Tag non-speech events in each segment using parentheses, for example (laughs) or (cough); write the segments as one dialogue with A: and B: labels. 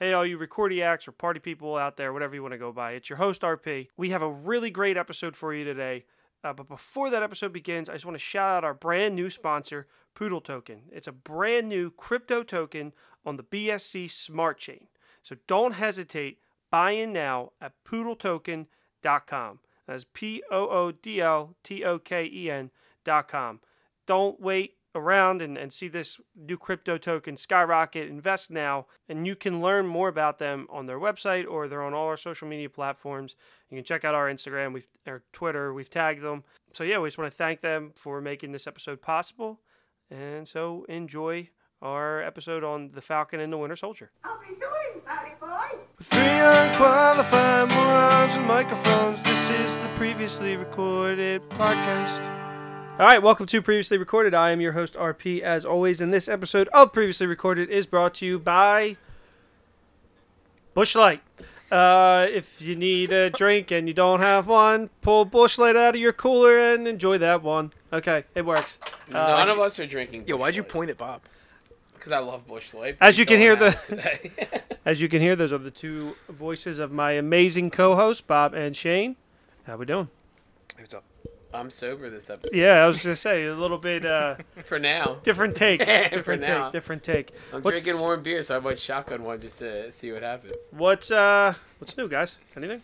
A: Hey, all you Recordiacs or party people out there, whatever you want to go by, it's your host, RP. We have a really great episode for you today. Uh, but before that episode begins, I just want to shout out our brand new sponsor, Poodle Token. It's a brand new crypto token on the BSC Smart Chain. So don't hesitate. Buy in now at poodletoken.com. That's P O O D L T O K E N.com. Don't wait around and, and see this new crypto token skyrocket. Invest now, and you can learn more about them on their website or they're on all our social media platforms. You can check out our Instagram, we've our Twitter, we've tagged them. So yeah, we just want to thank them for making this episode possible. And so enjoy our episode on the Falcon and the Winter Soldier.
B: How we doing, Patty boy?
A: Three unqualified morons and microphones. This is the previously recorded podcast. All right, welcome to Previously Recorded. I am your host RP as always, and this episode of Previously Recorded is brought to you by Bushlight. Uh, if you need a drink and you don't have one, pull Bushlight out of your cooler and enjoy that one. Okay, it works. Uh,
C: None of us are drinking.
D: Yo, why'd you point at Bob?
C: Because I love Bush Light.
A: As you can hear (laughs)
C: Today.
A: As you can hear, those are the two voices of my amazing co-hosts, Bob and Shane. How we doing?
D: What's up?
C: I'm sober this episode.
A: Yeah, I was gonna say a little bit uh,
C: For now,
A: different take, different
C: now.
A: take, different take.
C: I'm
A: What's-
C: drinking warm beer, so I might shotgun one just to see what happens.
A: What's uh, what's new, guys? Anything?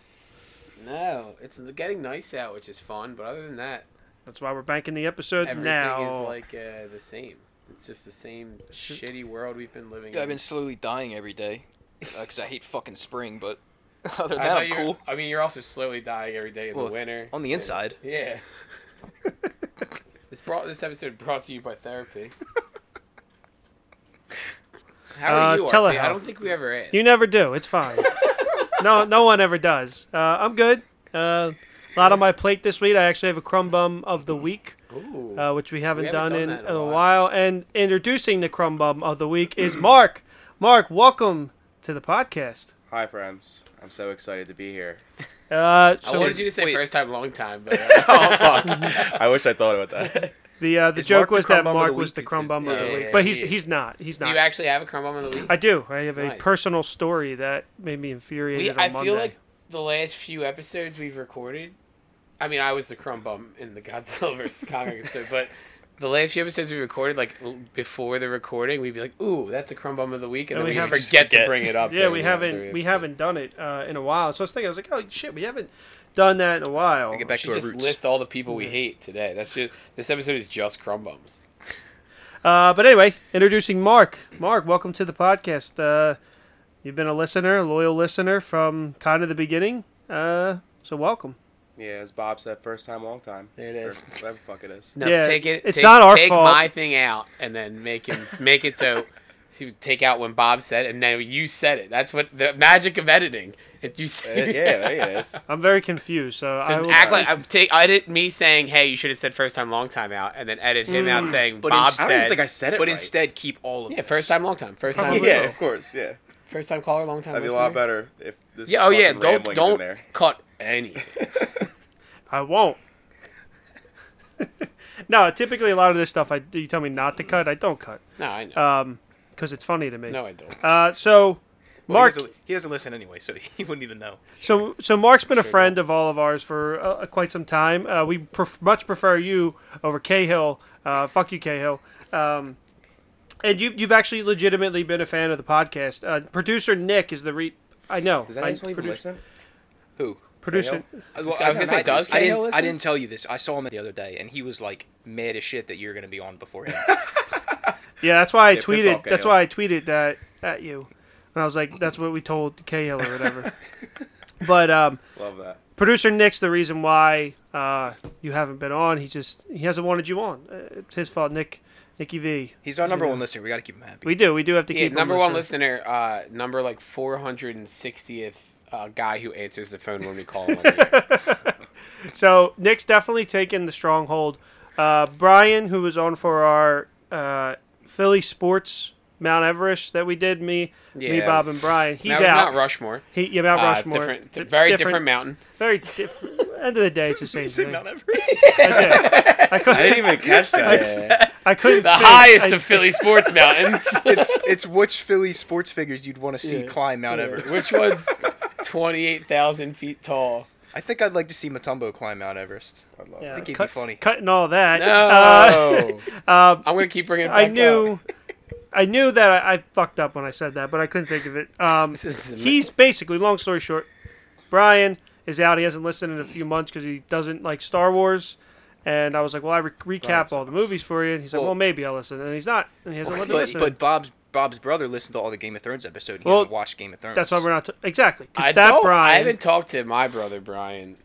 C: No, it's getting nice out, which is fun. But other than that,
A: That's why we're banking the episodes
C: everything
A: now.
C: is like uh, the same. It's just the same shitty world we've been living.
D: Yeah, I've
C: in.
D: been slowly dying every day because I hate fucking spring. But (laughs) other than
C: I,
D: that,
C: thought
D: I'm
C: you were-
D: cool.
C: I mean, you're also slowly dying every day in
D: Well,
C: the winter.
D: On the inside,
A: (laughs)
C: Yeah. this brought this episode brought to you by therapy. How
A: Uh,
C: are you?
A: tell her
C: RP? I
A: how.
C: don't think we ever asked.
A: you never do. It's fine. no, no one ever does. Uh, I'm good. Uh, a lot on my plate this week. I actually have a crumb bum of the week.
C: Ooh.
A: uh, which we haven't,
C: haven't
A: done,
C: done
A: in,
C: that in a
A: a, while.
C: while.
A: And introducing the crumb bum of the week is Mark. Mark, welcome to the podcast.
E: Hi, friends. I'm so excited to
D: (laughs)
E: be here.
A: Uh,
C: I
A: so
C: wanted you to say
D: wait.
C: first time, long time,
A: (laughs)
C: but uh, (laughs)
E: Oh, fuck. I wish I thought about that.
A: the uh, the
D: Is Mark
A: joke
D: the
A: was that
D: crumb bum of
A: Mark
D: the
A: was
D: week?
A: the
D: Is-
A: crumb bum of the
C: yeah,
A: week,
C: yeah,
A: but
C: yeah,
A: he's
C: yeah.
A: he's not. He's
C: do
A: not.
C: you actually have a crumb bum of the week?
A: I do. I have a
C: Nice.
A: personal story that made me
C: We,
A: infuriated
C: I
A: on Monday.
C: feel like the last few episodes we've recorded. I mean, I was the crumb bum in the Godzilla
A: (laughs)
C: vs Kong episode, but the last few episodes we recorded, like l- before the recording, we'd be like, "Ooh, that's a crumb bum of the week," and,
A: And
C: then
A: we
C: we,
A: haven't-
C: forget,
A: Just
C: to
E: forget.
C: bring it up.
A: yeah,
C: during
A: we
C: the-
A: haven't
C: during
A: we
C: the episode.
A: haven't done it uh, in a while. So I was thinking, I was like, oh shit, we haven't done that in a while.
D: I get back
C: should
D: to our
C: just
D: roots.
C: list all the people we hate today. That's just this episode is just crumb bums.
A: Uh, but anyway, introducing Mark. Mark, welcome to the podcast. Uh, you've been a listener, a loyal listener from kind of the beginning. Uh, so welcome.
E: Yeah, as Bob said, first time, long time.
C: There it is.
E: Or whatever the fuck it is.
C: No,
A: Yeah,
C: take it.
A: it's
C: take-
A: not our
C: take
A: fault.
C: my thing out and then make him make it so he would take out when Bob said it and now you said it. That's what the magic of editing. If you (laughs)
E: Uh,
C: say
E: yeah, there it is.
A: I'm very confused. So, I
C: So
A: will,
C: act like I take edit me saying, "Hey, you should have said first time, long time out," and then edit him out saying
D: But
C: Bob
D: ins-
E: I
C: said.
E: don't even think I said it.
D: (laughs) but
E: right.
D: instead keep all of
C: yeah,
D: this.
C: first time, long time. First time,
E: (laughs) Yeah, of course. Yeah.
C: first time caller, long time.
E: That'd be a
C: listener.
E: lot better if this.
C: Yeah. Oh yeah.
E: fucking
C: Don't
E: rambling's in
C: don't
E: there.
C: cut any.
A: I won't. (laughs) no, typically a lot of this stuff, I you tell me not to cut, I don't cut
C: No, I know.
A: because it's funny to me.
C: no, I don't.
A: Uh, so,
D: Well,
A: Mark,
D: he doesn't, he doesn't listen anyway, so (laughs) he wouldn't even know.
A: So, so Mark's been a friend of all of ours for uh, quite some time. Uh, we pref- much prefer you over Cahill. Uh, fuck you, Cahill. Um, and you, you've actually legitimately been a fan of the podcast. Uh, producer Nick is the re. I know.
E: Does that
A: I-
E: actually even
A: produ-
E: listen?
D: Who?
A: Producer.
D: Uh, Well,
C: I was gonna say,
D: I-
C: does
D: I
C: Cahill
D: didn't, I
C: listen?
D: didn't tell you this. I saw him the other day, and he was like mad as shit that you're gonna be on before him.
A: Yeah, that's why I
E: piss
A: tweeted.
E: off,
A: that's
E: Cahill.
A: why I tweeted that at you, and I was like, "That's what we told Cahill or
E: (laughs)
A: whatever." but um,
E: Love that.
A: producer Nick's the reason why uh, you haven't been on. He just he hasn't wanted you on. Uh, it's his fault, Nick. Nicky V.
D: He's our number
A: Yeah.
D: one listener. We gotta keep him happy.
A: We do. We do have to
C: Yeah,
A: keep
C: number
A: him
C: one
A: listening.
C: listener, uh, number like 460th uh, guy who answers the phone when we call
A: (laughs)
C: him. on the air.
A: So Nick's definitely taken the stronghold. Uh, Brian, who was on for our uh, Philly sports Mount Everest that we did. Me, me,
C: Yeah,
A: Bob,
C: it was-
A: and Brian. He's
C: Now, it's
A: out.
C: Not Rushmore.
A: He, yeah, Mount
C: Uh, it's
A: Rushmore.
C: different,
A: Di-
C: very
A: (laughs)
C: different, mountain.
A: Very different. End of the day, it's
C: (laughs)
A: the same
D: (laughs)
A: thing.
E: Everest.
A: I
E: I didn't
A: couldn't.
E: even catch that.
A: I couldn't.
C: The
A: think.
C: highest
A: I- (laughs)
C: of Philly sports mountains.
F: It's it's which Philly sports figures you'd want to see climb Mount Everest.
C: (laughs) which was 28,000 feet tall.
F: I think I'd like to see Matumbo climb Mount Everest. I'd love.
A: Yeah,
F: I think he'd
A: cut-
F: be funny.
A: Cutting all that.
C: No.
A: Uh, (laughs) um,
C: Oh. I'm going to keep bringing it back
A: I
C: up.
A: knew, I knew that I, I fucked up when I said that, but I couldn't think of it. Um,
C: is the-
A: he's basically, long story short, Brian is out. He hasn't listened in a few months because he doesn't like Star Wars. And I was like, well, I re- recap all the movies for you. And he's like,
F: Well-
A: well, maybe I'll listen. And he's not. And he hasn't
F: But,
A: listened. listen.
F: but Bob's Bob's brother listened to all the Game of Thrones episode. and He
A: uh, Well,
F: hasn't watched Game of Thrones.
A: that's why we're not. T- exactly. 'cause
C: I,
A: that
C: don't, I
A: Brian.
C: haven't talked to my brother Brian.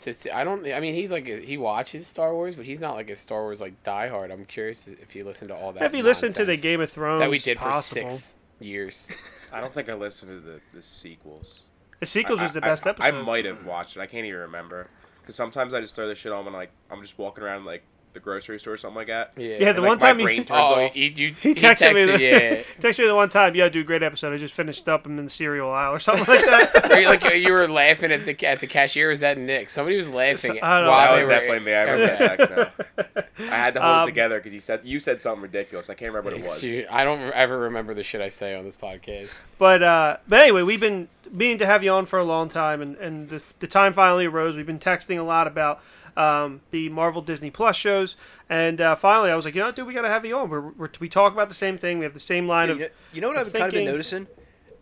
C: To see, I don't. I mean, he's like a, he watches Star Wars, but he's not like a Star Wars like diehard. I'm curious if he listened to all that.
A: Have you listened to the
C: nonsense
A: Game of Thrones
C: that we did
A: possible.
C: for six
A: (laughs)
C: years?
E: I don't think I listened to the, the sequels.
A: The sequels was the
E: I- I-
A: best episode.
E: I might have watched it. I can't even remember. Because sometimes I just throw this shit on when like I'm just walking around like the grocery store or something like that.
A: Yeah, the
E: And, like,
A: one
E: my
A: time (laughs) he-
E: brain turns
C: Oh,
E: off.
C: he, you,
A: He texted, me. The, (laughs)
C: yeah.
A: texted me the one time. Yeah, dude, great episode. I just finished up. I'm in the cereal aisle or something like that.
C: Or you- like you were laughing at the at the cashier. Is that Nick? Somebody was laughing
A: I don't know.
C: while
E: that
C: they
E: was
C: were-
E: definitely me. I remember
C: Okay.
E: that text now. I had to hold
A: Um,
E: it together because you said you said something ridiculous. I can't remember what it was.
C: Shoot, I don't ever remember the shit I say on this podcast.
A: But uh, but anyway, we've been meaning to have you on for a long time, and and the, the time finally arose. We've been texting a lot about um, the Marvel Disney Plus shows, and uh, finally, I was like, you know, what, dude, we got to have you on. We're, we're, we talk about the same thing. We have the same line
F: You
A: of
F: know, you know what I've kind of been
A: thinking-
F: noticing?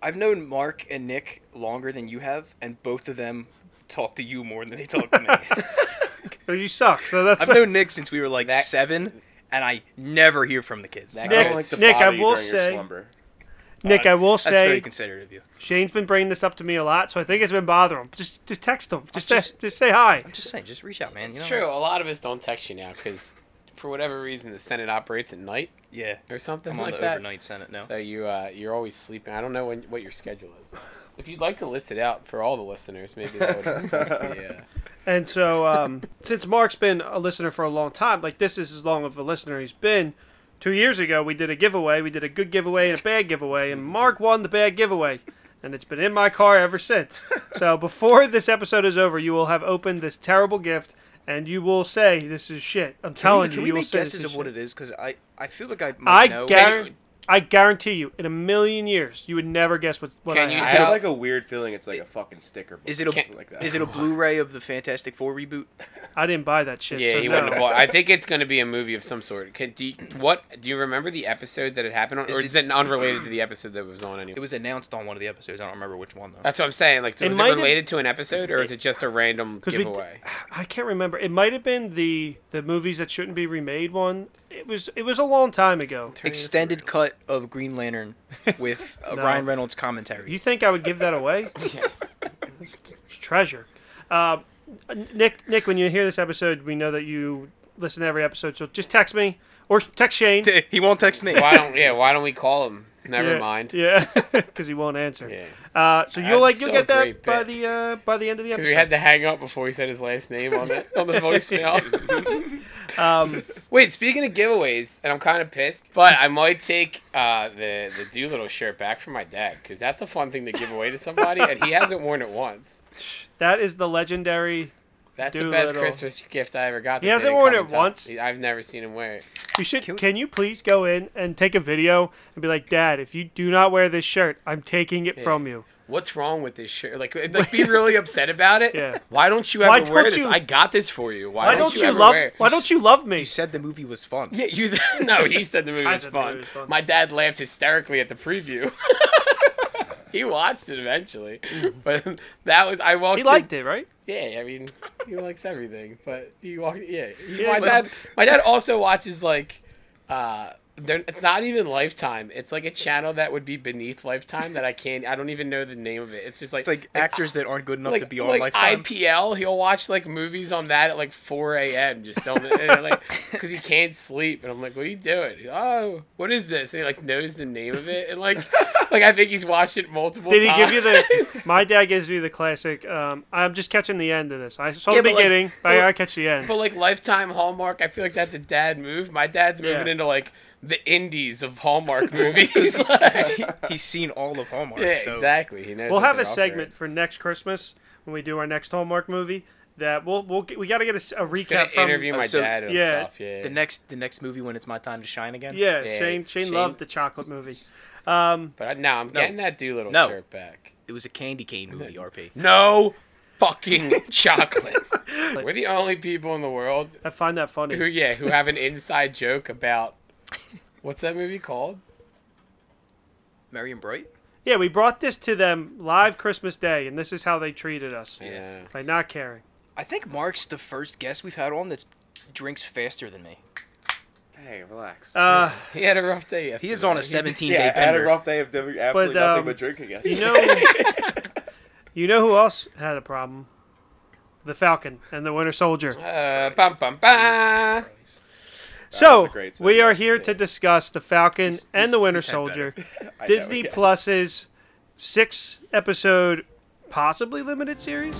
F: I've known Mark and Nick longer than you have, and both of them talk to you more than they talk to
A: (laughs)
F: me. (laughs)
A: oh, you suck. So that's
F: I've known Nick since we were like
C: That-
F: seven, and and I never hear from the kid.
C: That
A: Nick-
C: goes-
E: don't like to
A: Nick, I
E: bother you
A: will
E: during your
A: say-
E: slumber.
A: (laughs) Nick. I will
F: That's very
A: say
F: considerate of you.
A: Shane's been bringing this up to me a lot, so I think it's been bothering him. Just just text him. Just say,
F: just-
A: just say hi.
F: I'm just saying, just reach out, man.
C: It's
F: you know?
C: true. A lot of us don't text you now because, for whatever reason, the Senate operates at night
F: Yeah,
C: or something
F: I'm on
C: like
F: the
C: that.
F: overnight senate now.
C: So you uh, you're always sleeping. I don't know when what your schedule is. If you'd like to list it out for all the listeners, maybe that would help the, uh,
A: And so, um, (laughs) since Mark's been a listener for a long time, like this is as long of a listener he's been. Two years ago, we did a giveaway. We did a good giveaway and a bad giveaway, and Mark won the bad giveaway, and it's been in my car
F: (laughs)
A: ever since. So before this episode is over, you will have opened this terrible gift, and you will say this is shit.
F: Can
A: I'm
F: we,
A: telling
F: can
A: you,
F: we
A: you will
F: make
A: say this
F: guesses
A: is
F: of what
A: shit.
F: it is? Because I, I feel like I
A: I
F: might know.
A: guarantee, I guarantee you, in a million years, you would never guess what. what
C: Can
A: I
C: you
E: I
A: have.
C: say-
E: have like a weird feeling. It's like a fucking sticker. Book
F: Is it
E: or
F: a
E: something like that?
F: is it a Blu-ray of the Fantastic Four reboot?
A: I didn't buy that shit.
C: Yeah,
A: so
C: he
A: no.
C: wouldn't have bought. I think it's going to be a movie of some sort. Can, do you, what do you remember the episode that it happened on, or
F: Is
C: is it unrelated to the episode that was on anyway?
F: It was announced on one of the episodes. I don't remember which one though.
C: That's what I'm saying. Like,
A: It
C: was it
A: might have-
C: related to an episode, or is it just a random
A: 'Cause we d-
C: giveaway?
A: I can't remember. It might have been the the movies that shouldn't be remade one. It was it was a long time ago.
F: Extended cut of Green
C: (laughs)
F: Lantern with uh,
A: No.
F: Ryan Reynolds commentary.
A: You think I would give that
C: (laughs)
A: away? It's treasure. Uh, Nick Nick, when you hear this episode, we know that you listen to every episode. So just text me or text Shane.
F: (laughs) he won't text me.
C: why don't yeah? Why don't we call him? Never
A: Yeah,
C: mind.
A: Yeah, (laughs) because he won't answer.
C: Yeah.
A: Uh, so you'll
C: That's
A: like you'll
C: so
A: get that
C: great
A: by
C: bit.
A: the uh, by the end of the
C: Because
A: episode.
C: we had to hang up before he said his last name on the on the
A: (laughs)
C: voicemail.
A: um,
C: Wait, speaking of giveaways, and I'm kind of pissed, but I might take uh, the the Doolittle shirt back from my dad because that's a fun thing to give away to somebody, and he hasn't worn it once.
A: that is the legendary.
C: That's the best
A: Doolittle.
C: Christmas gift I ever got.
A: He
C: that
A: hasn't
C: didn't
A: worn
C: come
A: it
C: in time.
A: once?
C: He- I've never seen him wear it.
A: You should.
F: Can
A: Can,
F: we-
A: you please go in and take a video and be like, Dad, if you do not wear this shirt, I'm taking it from you.
C: What's wrong with this shirt? Like, like be really upset about it.
A: Yeah.
C: Why don't you
A: Why
C: ever wear
A: don't
C: this?
A: you-
C: I got this for you. Why,
A: Why don't you
C: ever
A: love?
C: Wear it?
A: Why don't you love me?
F: You said the movie was fun.
C: Yeah, you. (laughs) No, he said the movie
A: I
C: was
A: said the movie
C: fun.
A: was fun.
C: My dad laughed hysterically at the preview. (laughs) he watched it eventually, but that was I walked.
A: Mm. He liked it, right?
C: Yeah, I mean, he likes everything, but he walked. Yeah, he-
A: Yeah,
C: my
A: he's-
C: dad. My dad also watches like. uh they're- it's not even Lifetime. It's like a channel that would be beneath Lifetime that I can't. I don't even know the name of it. It's just like
F: It's like actors that aren't good enough
C: like,
F: to be on
C: like
F: Lifetime.
C: IPL, he'll watch like movies on that at like 4 a.m. just so
A: (laughs)
C: and, like because he can't sleep. And I'm like, what are you doing? He's, oh, what is this? And he like knows the name of
A: (laughs)
C: it. And like, like I think he's watched it multiple.
A: Did he
C: times.
A: give you (laughs) the? My dad gives me the classic. Um, I'm just catching the end of this. I saw
C: Yeah,
A: the
C: but like-
A: beginning, but I
C: but-
A: gotta catch the end.
C: But like Lifetime Hallmark, I feel like that's a dad move. My dad's moving
A: Yeah.
C: into like the indies of
A: (laughs)
C: Hallmark
F: (laughs)
C: movies. Like-
F: He's seen all of Hallmark.
C: (laughs) yeah,
F: so
C: exactly. He knows
A: We'll
C: that
A: have
C: they're
A: a
C: out
A: segment
C: there.
A: for next Christmas when we do our next Hallmark movie that we'll we'll get, we got to get a s- a,
C: He's gonna
A: recap from
C: interview my
E: Oh, so-
C: dad and
A: yeah.
C: stuff. Yeah.
G: The next the next movie when it's my time to shine again.
A: Yeah,
C: Yeah,
A: Shane, Shane
C: Shane-
A: loved the chocolate movie. Um,
C: but I, no, I'm getting that Doolittle
G: No.
C: shirt back.
G: It was a candy cane movie, RP.
C: No fucking chocolate. We're the only people in the world
A: I find that funny.
C: who, yeah, who have an inside joke about what's that movie called?
F: Merry and Bright.
A: Yeah, we brought this to them live Christmas Day, and this is how they treated us
C: Yeah.
A: by not caring.
F: I think Mark's the first guest we've had on that's
G: Drinks faster than me.
E: Hey, relax.
A: Uh,
C: He had a rough day yesterday.
G: He is on a
C: He's-
G: 17
E: yeah,
G: day
E: I had a
G: bender.
E: rough day of doing absolutely
A: But, um,
E: nothing but drinking yesterday.
A: you
E: (laughs)
A: know, you know who else had a problem? The Falcon and the Winter Soldier.
C: Uh, bum, bum, bum.
A: so
E: was a great
A: we
E: segue.
A: are here to discuss the Falcon and
G: he's-
A: the Winter
G: he's had
A: Soldier,
E: (laughs) I
A: (laughs)
E: know,
A: Disney
E: yes.
A: Plus's six episode, possibly limited series.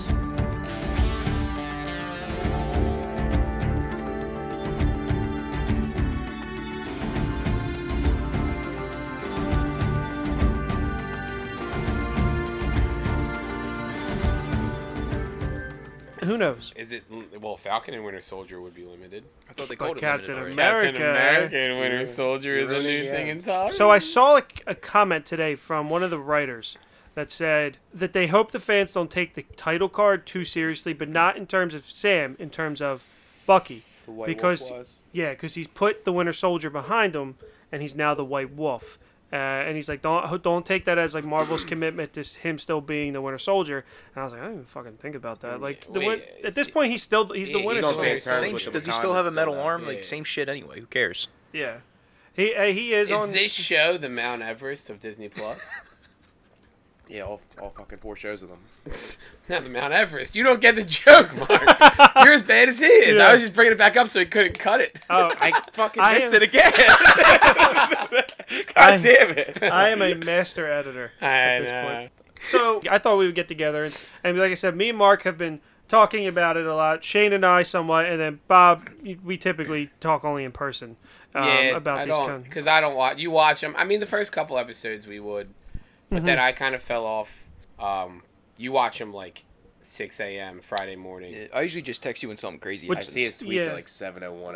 A: Who knows?
C: Is it well? Falcon and Winter Soldier would be limited.
G: I thought they
A: But
G: called it
A: Captain
G: limited
A: America.
G: already.
C: Captain America and Winter Soldier is a new thing in time.
A: So I saw a, a comment today from one of the writers that said that they hope the fans don't take the title card too seriously, but not in terms of Sam, in terms of Bucky,
E: The White Wolf
A: because
E: was.
A: yeah, because he's put the Winter Soldier behind him, and he's now the White Wolf. Uh, and he's like, don't don't take that as like
E: (clears throat)
A: Marvel's commitment to s- him still being the Winter Soldier. And I was like, I didn't even fucking think about
E: Mm,
A: that. Like the
C: Well,
A: win-
C: yeah,
A: at this
C: it's-
A: point, he's still he's the
C: he's
A: Winter
E: on
A: Soldier.
E: fair terms
G: Same
E: with
G: sh-
E: them.
G: does he still have a
E: Condensed
G: metal
E: on that,
G: arm?
E: yeah,
G: Like
C: yeah.
G: same shit anyway. Who cares?
A: Yeah, he uh, he is,
C: is
A: on.
C: this show the Mount Everest of Disney Plus? (laughs)
E: Yeah, all, all fucking four shows of them.
C: Not the Mount Everest. You don't get the joke, Mark. You're as bad as he is.
A: Yeah.
C: I was just bringing it back up so he couldn't cut it.
A: oh,
E: (laughs) I fucking
A: I
E: missed
A: am-
C: (laughs)
E: it again. (laughs) God
A: I-
E: damn it.
A: I am a master editor.
C: I
A: this
C: know.
A: point. So I thought we would get together, and, and like I said, me and Mark have been talking about it a lot. Shane and I somewhat, and then Bob. you- We typically talk only in person um,
C: yeah,
A: about
C: I
A: these
C: don't
A: kind.
C: because I don't watch. You watch them. I mean, the first couple episodes we would, but then
A: Mm-hmm.
C: I kind of fell off. Um, you watch them like 6 a.m. Friday morning.
F: I usually just text you when something crazy
A: Which-
E: I
F: happens.
E: see his tweets
A: Yeah.
E: at like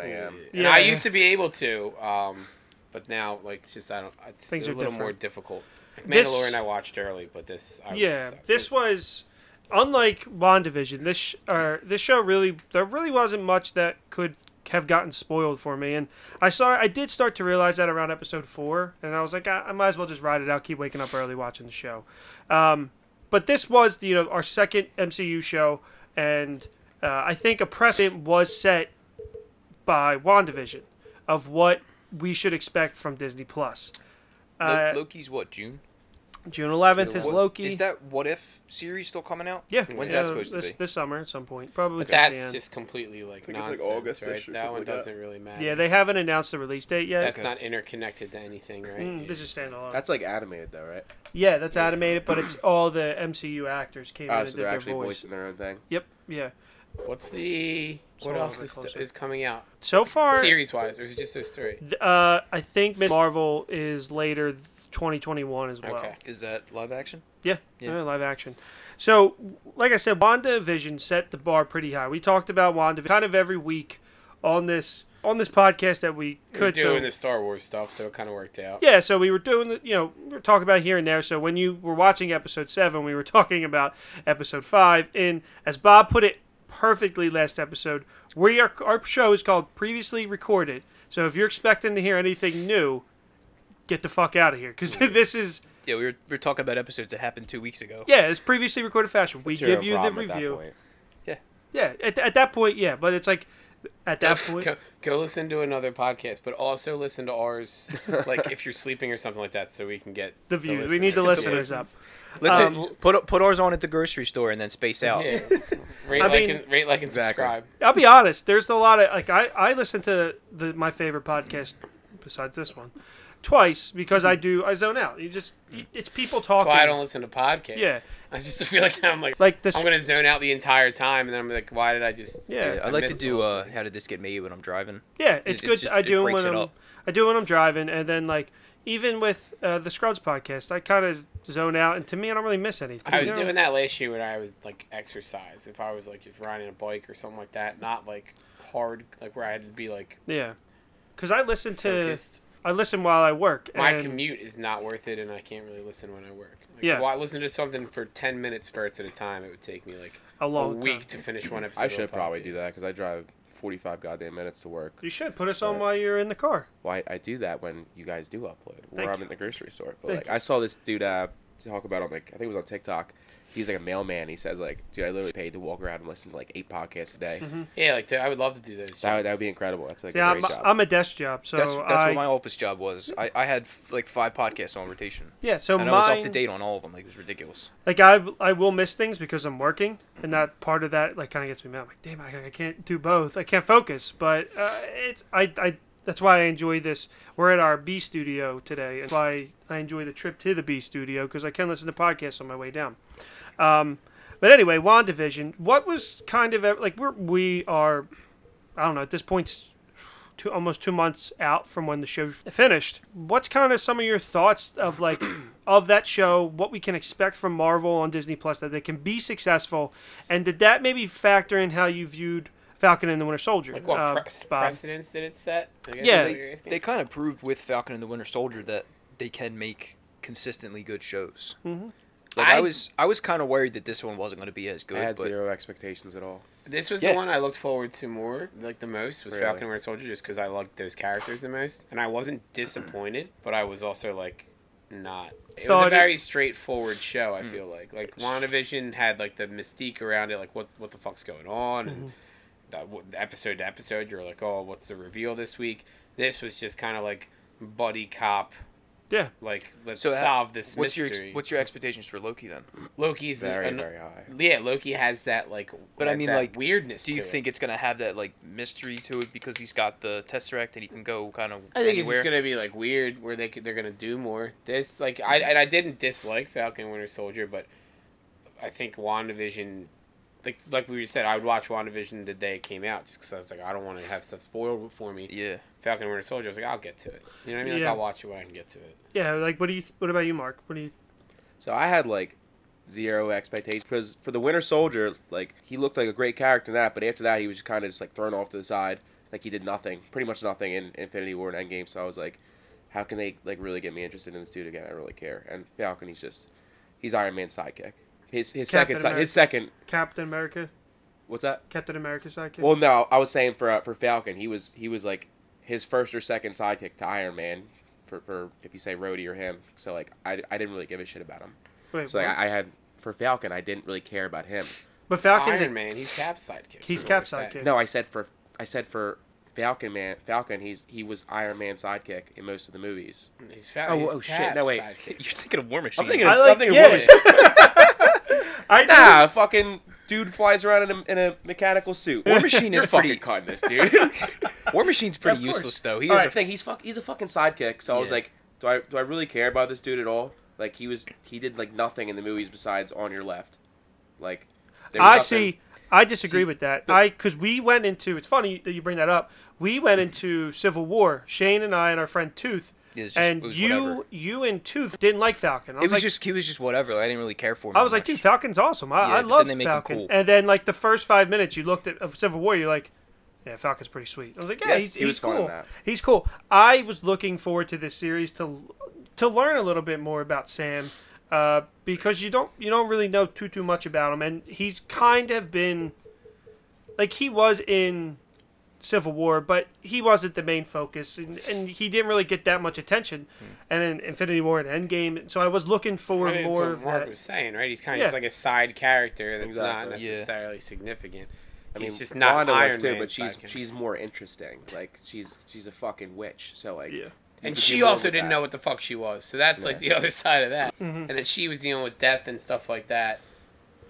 E: 7:01 a.m.
C: And I
A: Yeah.
C: used to be able to, um, but now like it's just I don't. It's
A: Things
C: a
A: are
C: little more
A: different.
C: difficult.
A: This-
C: Mandalorian I watched early, but this I
A: Yeah,
C: was, I
A: this
C: think-
A: was unlike WandaVision. This sh- or this show really there really wasn't much that could have gotten spoiled for me, and I saw I did start to realize that around episode four, and I was like, "Ah, I, I might as well just ride it out, keep waking up early watching the show. Um, but this was you know our second MCU show, and uh, I think a precedent was set by WandaVision of what we should expect from Disney Plus.
F: Lo-
A: Uh,
F: Loki's what June?
A: June eleventh is
F: What-
A: Loki.
F: Is that What If series still coming out?
A: Yeah.
F: When's
A: yeah,
F: that supposed to
A: this,
F: be?
A: This summer at some point. Probably
C: But
A: towards the
C: that's
A: end.
C: just completely like
E: think it's, like,
C: nonsense,
E: August
C: right?
E: issue,
C: That
E: something
C: one
E: like that.
C: doesn't really matter.
A: Yeah, they haven't announced the release date yet.
C: That's not interconnected to anything, right?
A: Mm, this is standalone.
E: That's like animated though, right?
A: yeah, that's animated, but it's all the MCU actors came in
E: Oh,
A: and
E: so
A: did
E: they're
A: their
E: actually
A: voice.
E: voicing their own thing.
A: Yep. Yeah.
C: What's the
A: Hold
C: what
A: on,
C: else
A: we're
C: is,
A: closer.
C: is coming out
A: So far,
C: series wise, or is it just those three?
A: th- uh, I think Ms. Marvel is later 2021 as well.
C: Okay.
F: Is that live action?
A: Yeah,
F: Yeah.
A: uh, live action. So, like I said, WandaVision set the bar pretty high. We talked about Wanda kind of every week on this on this podcast that we
C: We're
A: could. so-
C: doing the Star Wars stuff, so it kind of worked out.
A: Yeah, so we were doing, the, you know, we were talking about here and there. So when you were watching episode seven, we were (laughs) talking about episode five. And as Bob put it perfectly last episode, we are our show is called Previously Recorded. So if you're expecting to hear anything new, get the fuck out of here (laughs) because this is
G: Yeah, we were, we were talking about episodes that happened two weeks ago.
A: yeah, it's previously recorded fashion. We
E: Zero
A: give you the
E: problem at that
A: review.
E: point.
A: Yeah, at, at that point, yeah, but it's like at that point,
C: Go, go listen to another podcast, but also listen to ours, like if you're sleeping or something like that, so we can get
A: the view. We need the listeners up.
G: Listen,
A: Um,
G: put put ours on at the grocery store and then space out.
A: (laughs)
C: Yeah. Rate,
A: I
C: like,
A: mean-
C: and, rate, like, and
E: Exactly.
C: subscribe.
A: I'll be honest. There's a lot of like I I listen to the my favorite podcast besides this one, twice because I do I zone out. You just it's people talking.
C: why I don't listen to podcasts.
A: Yeah.
C: I just feel like I'm like,
A: Like this-
C: I'm gonna zone out the entire time, and then I'm like, why did I just?
A: Yeah.
G: I'd like to
C: missed
G: do
C: the whole
G: uh,
C: thing.
G: how did this get made when I'm driving?
A: Yeah, it's
G: it
A: good.
G: just-
A: I
G: it
A: do them
G: breaks
A: when
G: it
A: I'm
G: up.
A: I do them when I'm driving, and then like even with uh, the Scrubs podcast, I kind of zone out, and to me, I don't really miss anything.
C: I was
A: You know?
C: doing that last year when I was like exercise. If I was like just riding a bike or something like that, not like hard, like where I had to be like
A: Yeah, because I listen to
C: focused.
A: I listen while I work.
C: My
A: and-
C: commute is not worth it, and I can't really listen when I work. Like,
A: Yeah.
C: why listen to something for ten minute spurts at a time? It would take me like
A: A long time.
C: week to finish one episode.
E: I
C: of a
E: should probably
C: podcast.
E: do that because I drive 45 goddamn minutes to work.
A: You should put us on while you're in the car.
E: Why I do that when you guys do upload,
A: Thank
E: where I'm
A: you.
E: in the grocery store. But
A: Thank
E: like,
A: you.
E: I saw this dude uh, talk about on like I think it was on TikTok. He's like a mailman. He says like, dude, I literally paid to walk around and listen to like eight podcasts a day.
C: Yeah, like dude, I would love to do those.
E: That would, that
C: jobs.
E: would be incredible. That's like
A: Yeah,
E: a
A: I'm,
E: great job.
A: I'm a desk job, so
G: That's that's
A: I,
G: what my office job was. I, I had f- like five podcasts on rotation.
A: yeah. So
G: and
A: mine,
G: I was up to date on all of them. Like it was ridiculous.
A: like I I will miss things because I'm working, and that part of that like kind of gets me mad. I'm like, damn, I, I can't do both. I can't focus. But uh, it's I I that's why I enjoy this. We're at our B studio today, and why I enjoy the trip to the B studio because I can listen to podcasts on my way down. Um, but anyway, Wandavision. What was kind of ev- like we're we are, I don't know at this point. s- Two, almost two months out from when the show finished. What's kind of some of your thoughts of like (clears throat) of that show? What we can expect from Marvel on Disney Plus that they can be successful, and did that maybe factor in how you viewed Falcon and the Winter Soldier?
C: Like what
A: uh,
C: pre-
A: Bob?
C: precedence did it set? I guess
A: Yeah.
C: is what you're
D: They,
C: asking.
D: they kind of proved with Falcon and the Winter Soldier that they can make consistently good shows. Mm-hmm.
G: Like I,
C: I-
G: was I was kind of worried that this one wasn't going to be as
E: I
G: good.
E: had
G: but
E: zero expectations at all.
C: This was
G: Yeah.
C: the one I looked forward to more, like the most, was
E: Really?
C: Falcon and Winter Soldier, just because I liked those characters the most, and I
G: (clears throat)
C: wasn't disappointed, but I was also like, not. It was
A: Thought
C: a
A: it-
C: very straightforward show.
G: Hmm.
C: I feel like, like WandaVision had like the mystique around it, like what what the fuck's going on, and
A: Mm-hmm.
C: that w- episode to episode, you're like, oh, what's the reveal this week? This was just kind of like buddy cop,
A: Yeah,
C: like let's
G: So, uh,
C: solve this
G: what's your ex-
C: mystery.
G: what's your expectations for Loki then?
C: Loki's
E: Very,
C: an-
E: very high.
C: Yeah, Loki has that like,
G: But I mean,
C: that
G: like,
C: weirdness.
G: Do you
C: to it.
G: think it's going to have that like mystery to it because he's got the tesseract and he can go kind of
C: I think
G: anywhere?
C: it's just gonna be like weird where they could, they're gonna do more. This like I and I didn't dislike Falcon and Winter Soldier, but I think Wandavision, like like we said, I would watch Wandavision the day it came out just because I was like I don't want to have stuff spoiled for me.
G: Yeah. (laughs)
C: Falcon and Winter Soldier, I was like I'll get to it. You know what I mean? Like
A: Yeah.
C: I'll watch it when I can get to it.
A: yeah. Like, what do you? th- What about you, Mark? What do you?
E: So I had like zero expectations because for the Winter Soldier, like he looked like a great character in that, but after that he was kind of just like thrown off to the side, like he did nothing, pretty much nothing in Infinity War and Endgame. So I was like, how can they like really get me interested in this dude again? I don't really care. And Falcon, he's just he's Iron Man's sidekick. His his
A: Captain
E: second si-
A: America.
E: his second
A: Captain America,
E: what's that?
A: Captain America sidekick.
E: Well, no, I was saying for uh, for Falcon, he was he was like his first or second sidekick to Iron Man. For, for if you say Rhodey or him, so like I, I didn't really give a shit about him.
A: Wait,
E: So like,
A: what?
E: I I had for Falcon, I didn't really care about him.
A: but Falcon's
C: Iron
A: a-
C: Man, he's Cap's sidekick.
A: He's
C: is what
A: Cap's
C: we're saying.
A: sidekick.
E: No, I said for I said for Falcon man Falcon. He's he was Iron Man's sidekick in most of the movies.
C: He's Falcon.
E: Oh,
C: he's
E: oh, shit,
C: Cap's
E: no, wait.
C: sidekick.
G: You're thinking of War Machine.
E: thinking
A: I like.
E: of- Nothing
A: Yeah. (laughs) I
E: Nah, a Ah, fucking dude flies around in a, in a mechanical suit.
G: War Machine
E: You're
G: is pretty.
E: fucking cutting this dude. (laughs)
G: War Machine's pretty
A: Of course.
G: useless though. He
E: Here's
G: is
E: the thing. He's fuck. He's a fucking sidekick. So I was
G: Yeah.
E: like, do I do I really care about this dude at all? Like he was he did like nothing in the movies besides on your left. Like there was
A: I
E: nothing-
A: see. I disagree with that. I because we went into. It's funny that you bring that up. We went into Civil War. Shane and I and our friend Tooth.
G: Mm-hmm. Yeah, it's just-
A: and
G: it was
A: you,
G: whatever.
A: you and Tooth didn't like Falcon. I was,
G: It was
A: like,
G: just he was just whatever. like, I didn't really care for him.
A: I was like,
G: much.
A: dude, Falcon's awesome. I,
G: Yeah,
A: I
G: but then
A: love
G: they make him
A: Falcon.
G: cool.
A: And then like the first five minutes, you looked at of Civil War. You're like, yeah, Falcon's pretty sweet. I was like, yeah,
E: Yeah,
A: he's,
E: he was
A: he's
E: fun in
A: cool.
E: that.
A: He's cool. I was looking forward to this series to to learn a little bit more about Sam uh, because you don't you don't really know too too much about him, and he's kind of been like he was in Civil War, but he wasn't the main focus, and, and he didn't really get that much attention. And then Infinity War and Endgame, so I was looking for
C: I think
A: more
C: that's
A: of
C: what Mark
A: that.
C: was saying, right? He's kind of
A: Yeah.
C: just like a side character that's not
E: Exactly.
G: Yeah.
C: necessarily significant.
E: I
C: He's
E: mean,
C: just not
E: Wanda was
C: Iron
E: too,
C: Man
E: but she's
C: sidekick.
E: she's more interesting. Like she's she's a fucking witch. So like,
A: Yeah.
E: you
C: And
E: could
C: she
E: do more
C: also didn't
E: with that. Mm-hmm.
C: know what the fuck she was. So that's like the other side of that. And then she was dealing with death and stuff like that.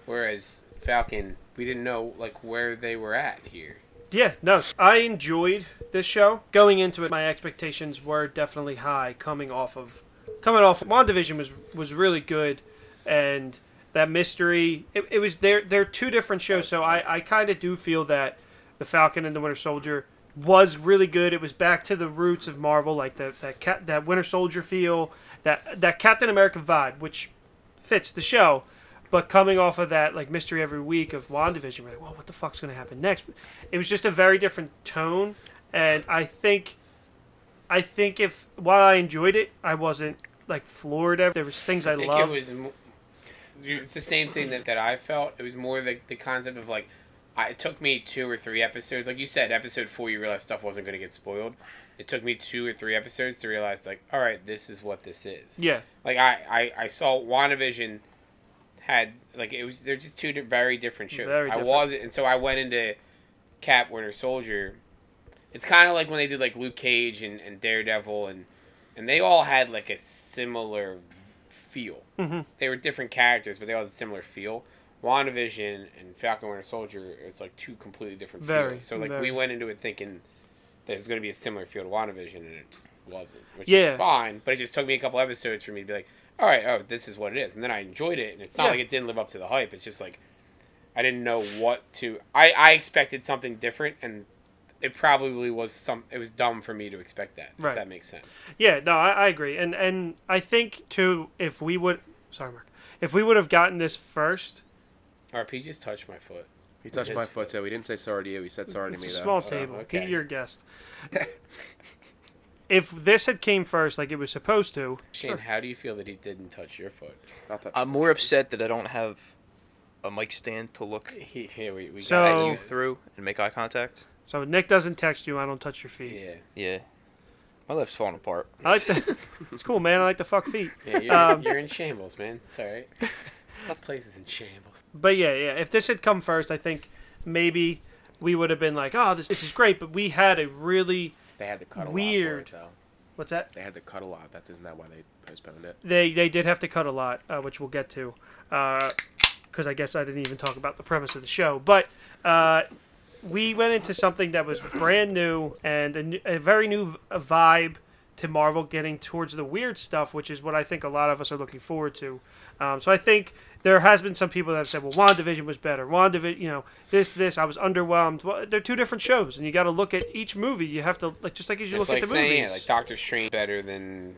C: Whereas Falcon, we didn't know like where they were at here.
A: Yeah, no, I enjoyed this show. Going into it, my expectations were definitely high. Coming off of, coming off, Wandavision was was really good, and that mystery. It, it was they're they're two different shows, so I I kind of do feel that the Falcon and the Winter Soldier was really good. It was back to the roots of Marvel, like that that Cap, that Winter Soldier feel, that that Captain America vibe, which fits the show. But coming off of that, like mystery every week of WandaVision, we're like, well, what the fuck's going to happen next? It was just a very different tone, and I think, I think if while I enjoyed it, I wasn't like floored. ever- There was things I,
C: I think
A: loved.
C: it was. mo- It's the same thing that, that I felt. It was more the the concept of like, I, it took me two or three episodes. Like you said, episode four, you realized stuff wasn't going to get spoiled. It took me two or three episodes to realize like, all right, this is what this is.
A: yeah,
C: Like I I, I saw WandaVision had like it was they're just two di- very different shows.
A: Very
C: I
A: different.
C: wasn't, and so I went into Cap Winter Soldier. It's kind of like when they did like Luke Cage and, and Daredevil and and they all had like a similar feel. Mm-hmm. They were different characters, but they all had a similar feel. WandaVision and Falcon Winter Soldier is like two completely different
A: Very,
C: feels. So like
A: very.
C: we went into it thinking there's going to be a similar feel to WandaVision, and it just wasn't. Which
A: Yeah.
C: is fine, but it just took me a couple episodes for me to be like, all right, oh, this is what it is. And then I enjoyed it, and it's not
A: Yeah.
C: like it didn't live up to the hype. It's just like I didn't know what to. I I expected something different, and it probably was some. It was dumb for me to expect that.
A: Right.
C: If that makes sense.
A: yeah. No, I, I agree, and and I think too, if we would, sorry, Mark, if we would have gotten this first,
C: RP just touched my foot.
E: He touched
C: His
E: my foot, so we didn't say sorry to you. He said sorry
A: It's
E: to
A: a
E: me, though.
A: small table.
C: uh, okay.
A: Pete, you're a
C: (laughs)
A: guest. if this had came first, like it was supposed to,
C: Shane, how do you feel that he didn't touch your foot?
E: Not to-
F: I'm more upset that I don't have a mic stand to look
C: He, here we, we
A: So-
C: got
F: at you through and make eye contact.
A: so Nick doesn't text you. I don't touch your feet.
C: Yeah.
F: Yeah. My life's falling apart.
A: I like the, (laughs) it's cool, man. I like to fuck feet.
C: Yeah, you're,
A: Um,
C: you're in shambles, man. It's
A: (laughs)
C: all right. That place is in shambles.
A: But yeah, yeah. If this had come first, I think maybe we would have been like, "Oh, this this is great." But we had a really
E: They had to cut a lot. for
A: Weird.
E: it, though.
A: what's that?
E: They had to cut a lot. That isn't that why they postponed it.
A: They they did have to cut a lot, uh, which we'll get to, because I guess I didn't even talk about the premise of the show. But uh, we went into something that was brand new and a, new, a very new v- a vibe to Marvel, getting towards the weird stuff, which is what I think a lot of us are looking forward to. Um, so I think there has been some people that have said, "Well, WandaVision was better. WandaVision, you know, this, this. I was underwhelmed." Well, they're two different shows, and you got to look at each movie. You have to like just like as you
C: it's
A: look
C: like
A: at the
C: saying
A: movies,
C: like Doctor Strange better than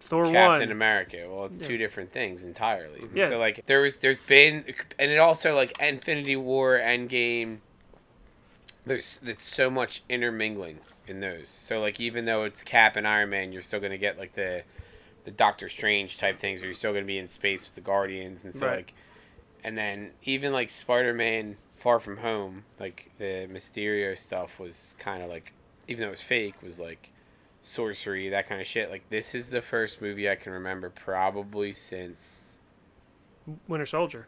A: Thor
C: Captain
A: one.
C: America. Well, it's two different things entirely.
A: Yeah.
C: So like there was there's been and it also like Infinity War, Endgame. There's there's so much intermingling in those. So like even though it's Cap and Iron Man, you're still gonna get like the the Doctor Strange type things, or you're still gonna be in space with the Guardians, and so
A: Right.
C: like, and then even like Spider Man Far From Home, like the Mysterio stuff was kind of like even though it was fake was like sorcery, that kind of shit. Like this is the first movie I can remember probably since
A: Winter Soldier.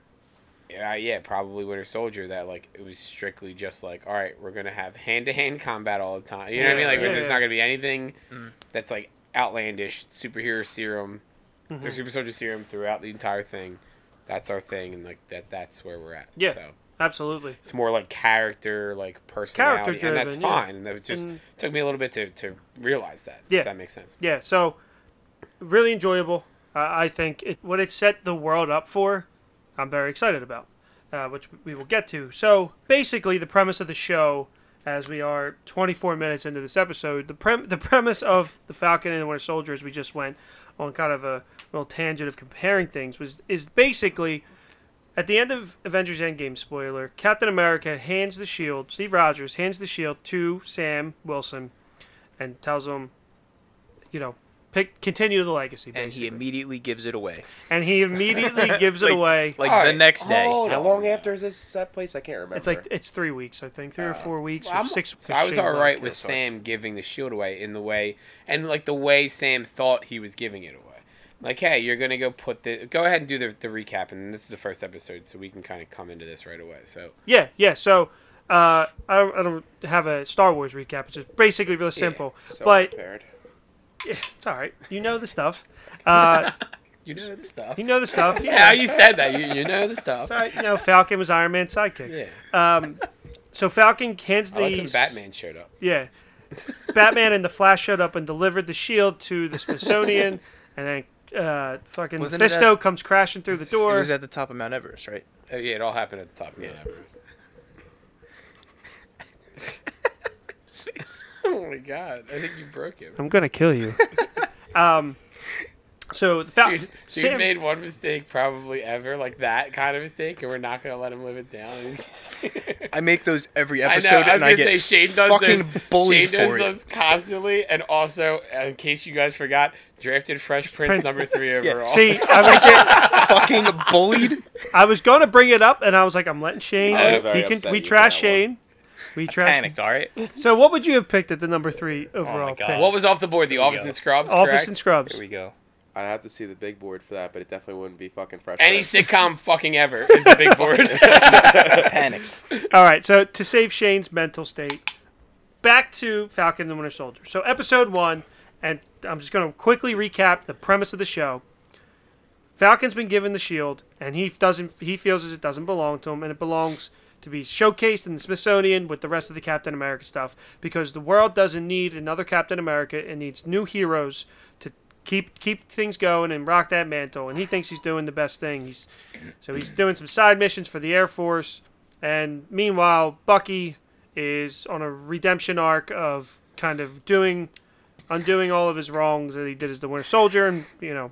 C: yeah, yeah, probably Winter Soldier that like it was strictly just like, all right, we're gonna have hand to hand combat all the time. You know what I mean?
A: Yeah,
C: Like where
A: yeah, Mm.
C: there's
A: yeah.
C: not gonna be anything that's like outlandish superhero serum.
A: Mm-hmm.
C: There's super soldier serum throughout the entire thing. That's our thing, and like that that's where we're at.
A: Yeah.
C: So
A: Absolutely.
C: it's more like character, like personality, and that's
A: driven, yeah.
C: fine. And that was just
A: And-
C: took me a little bit to to realize that.
A: Yeah.
C: if that makes sense.
A: Yeah, so really enjoyable. Uh, I think it, what it set the world up for, I'm very excited about, uh, which we will get to. So basically, the premise of the show, as we are 24 minutes into this episode, the prem- the premise of the Falcon and the Winter Soldier, as we just went on kind of a little tangent of comparing things, was is basically at the end of Avengers Endgame spoiler, Captain America hands the shield. Steve Rogers hands the shield to Sam Wilson, and tells him, you know, pick continue the legacy.
F: And he
A: basically.
F: immediately gives it away.
A: And he immediately
F: (laughs)
A: gives it away.
F: Like
C: All
F: the
C: right,
F: next day.
C: hold
E: How
C: on.
E: long after is this that place? I can't remember.
A: it's like it's three weeks, I think, three or four weeks
C: Uh, Well,
A: or
C: I'm-
A: six.
C: so I was
A: six
C: all right
A: weeks.
C: with Sam giving the shield away in the way, and like the way Sam thought he was giving it away. Like, hey, you're gonna go put the go ahead and do the the recap, and this is the first episode, so we can kind of come into this right away. So
A: Yeah, yeah. So uh, I don't, I don't have a Star Wars recap. It's just basically real simple.
E: So
A: but
E: prepared.
A: it's all right. You know the stuff. Uh,
C: you know the stuff. (laughs)
A: you know the stuff. (laughs)
C: Yeah, you said that. You, you know the stuff.
A: All right, you know Falcon was Iron Man's sidekick.
C: Yeah.
A: Um, So Falcon hands
C: Oh, I liked
A: the
C: when Batman showed up.
A: Yeah. Batman and the Flash showed up and delivered the shield to the Smithsonian, and then uh, fucking
G: Wasn't it
A: Fisto comes crashing through the
G: It
A: door.
G: was at the top of Mount Everest,
D: (laughs)
G: right?
C: Oh, yeah, it all happened at the top of Mount
A: (laughs)
C: Everest. (laughs) oh my god! I think you
A: (laughs)
C: broke him.
A: I'm gonna kill you. um, so the Falcon
C: Dude, dude made one mistake probably ever, like that kind of mistake, and we're not gonna let him live it
A: (laughs)
C: down. (laughs)
F: I make those every
C: I know.
F: episode,
C: I was
F: and I
C: gonna
F: get
C: say Shane does
F: fucking
C: those,
F: bullied
C: Shane does
F: for it.
C: those constantly, and also, in case you guys forgot, drafted Fresh Prince,
F: (laughs)
A: Prince.
C: number three overall.
A: see, I was, gonna-
D: (laughs)
F: fucking bullied.
A: I was gonna bring it up, and I was like, I'm letting Shane.
E: I was
A: he
E: very
A: can-
E: upset
A: we
E: with
A: trash
E: that one.
A: Shane. We trash.
G: Panicked, all right.
A: So what would you have picked at the number three
E: Oh
A: overall
G: God.
A: pick?
C: What was off the board? The
G: we
C: Office
G: go.
C: and Scrubs.
A: Office
C: correct?
A: and Scrubs.
G: Here we go.
E: I'd have to see the big board for that, but it definitely wouldn't be fucking fresh.
C: Any
E: Prince.
C: sitcom
F: (laughs)
C: fucking ever is the big board. (laughs)
G: Panicked.
A: All right, so to save Shane's mental state, back to Falcon and the Winter Soldier. So episode one, and I'm just going to quickly recap the premise of the show. Falcon's been given the shield, and he doesn't. He feels as it doesn't belong to him, and it belongs to be showcased in the Smithsonian with the rest of the Captain America stuff because the world doesn't need another Captain America. It needs new heroes to keep keep things going and rock that mantle. And he thinks he's doing the best thing. He's so he's doing some side missions for the Air Force, and meanwhile Bucky is on a redemption arc of kind of doing undoing all of his wrongs that he did as the Winter Soldier, and you know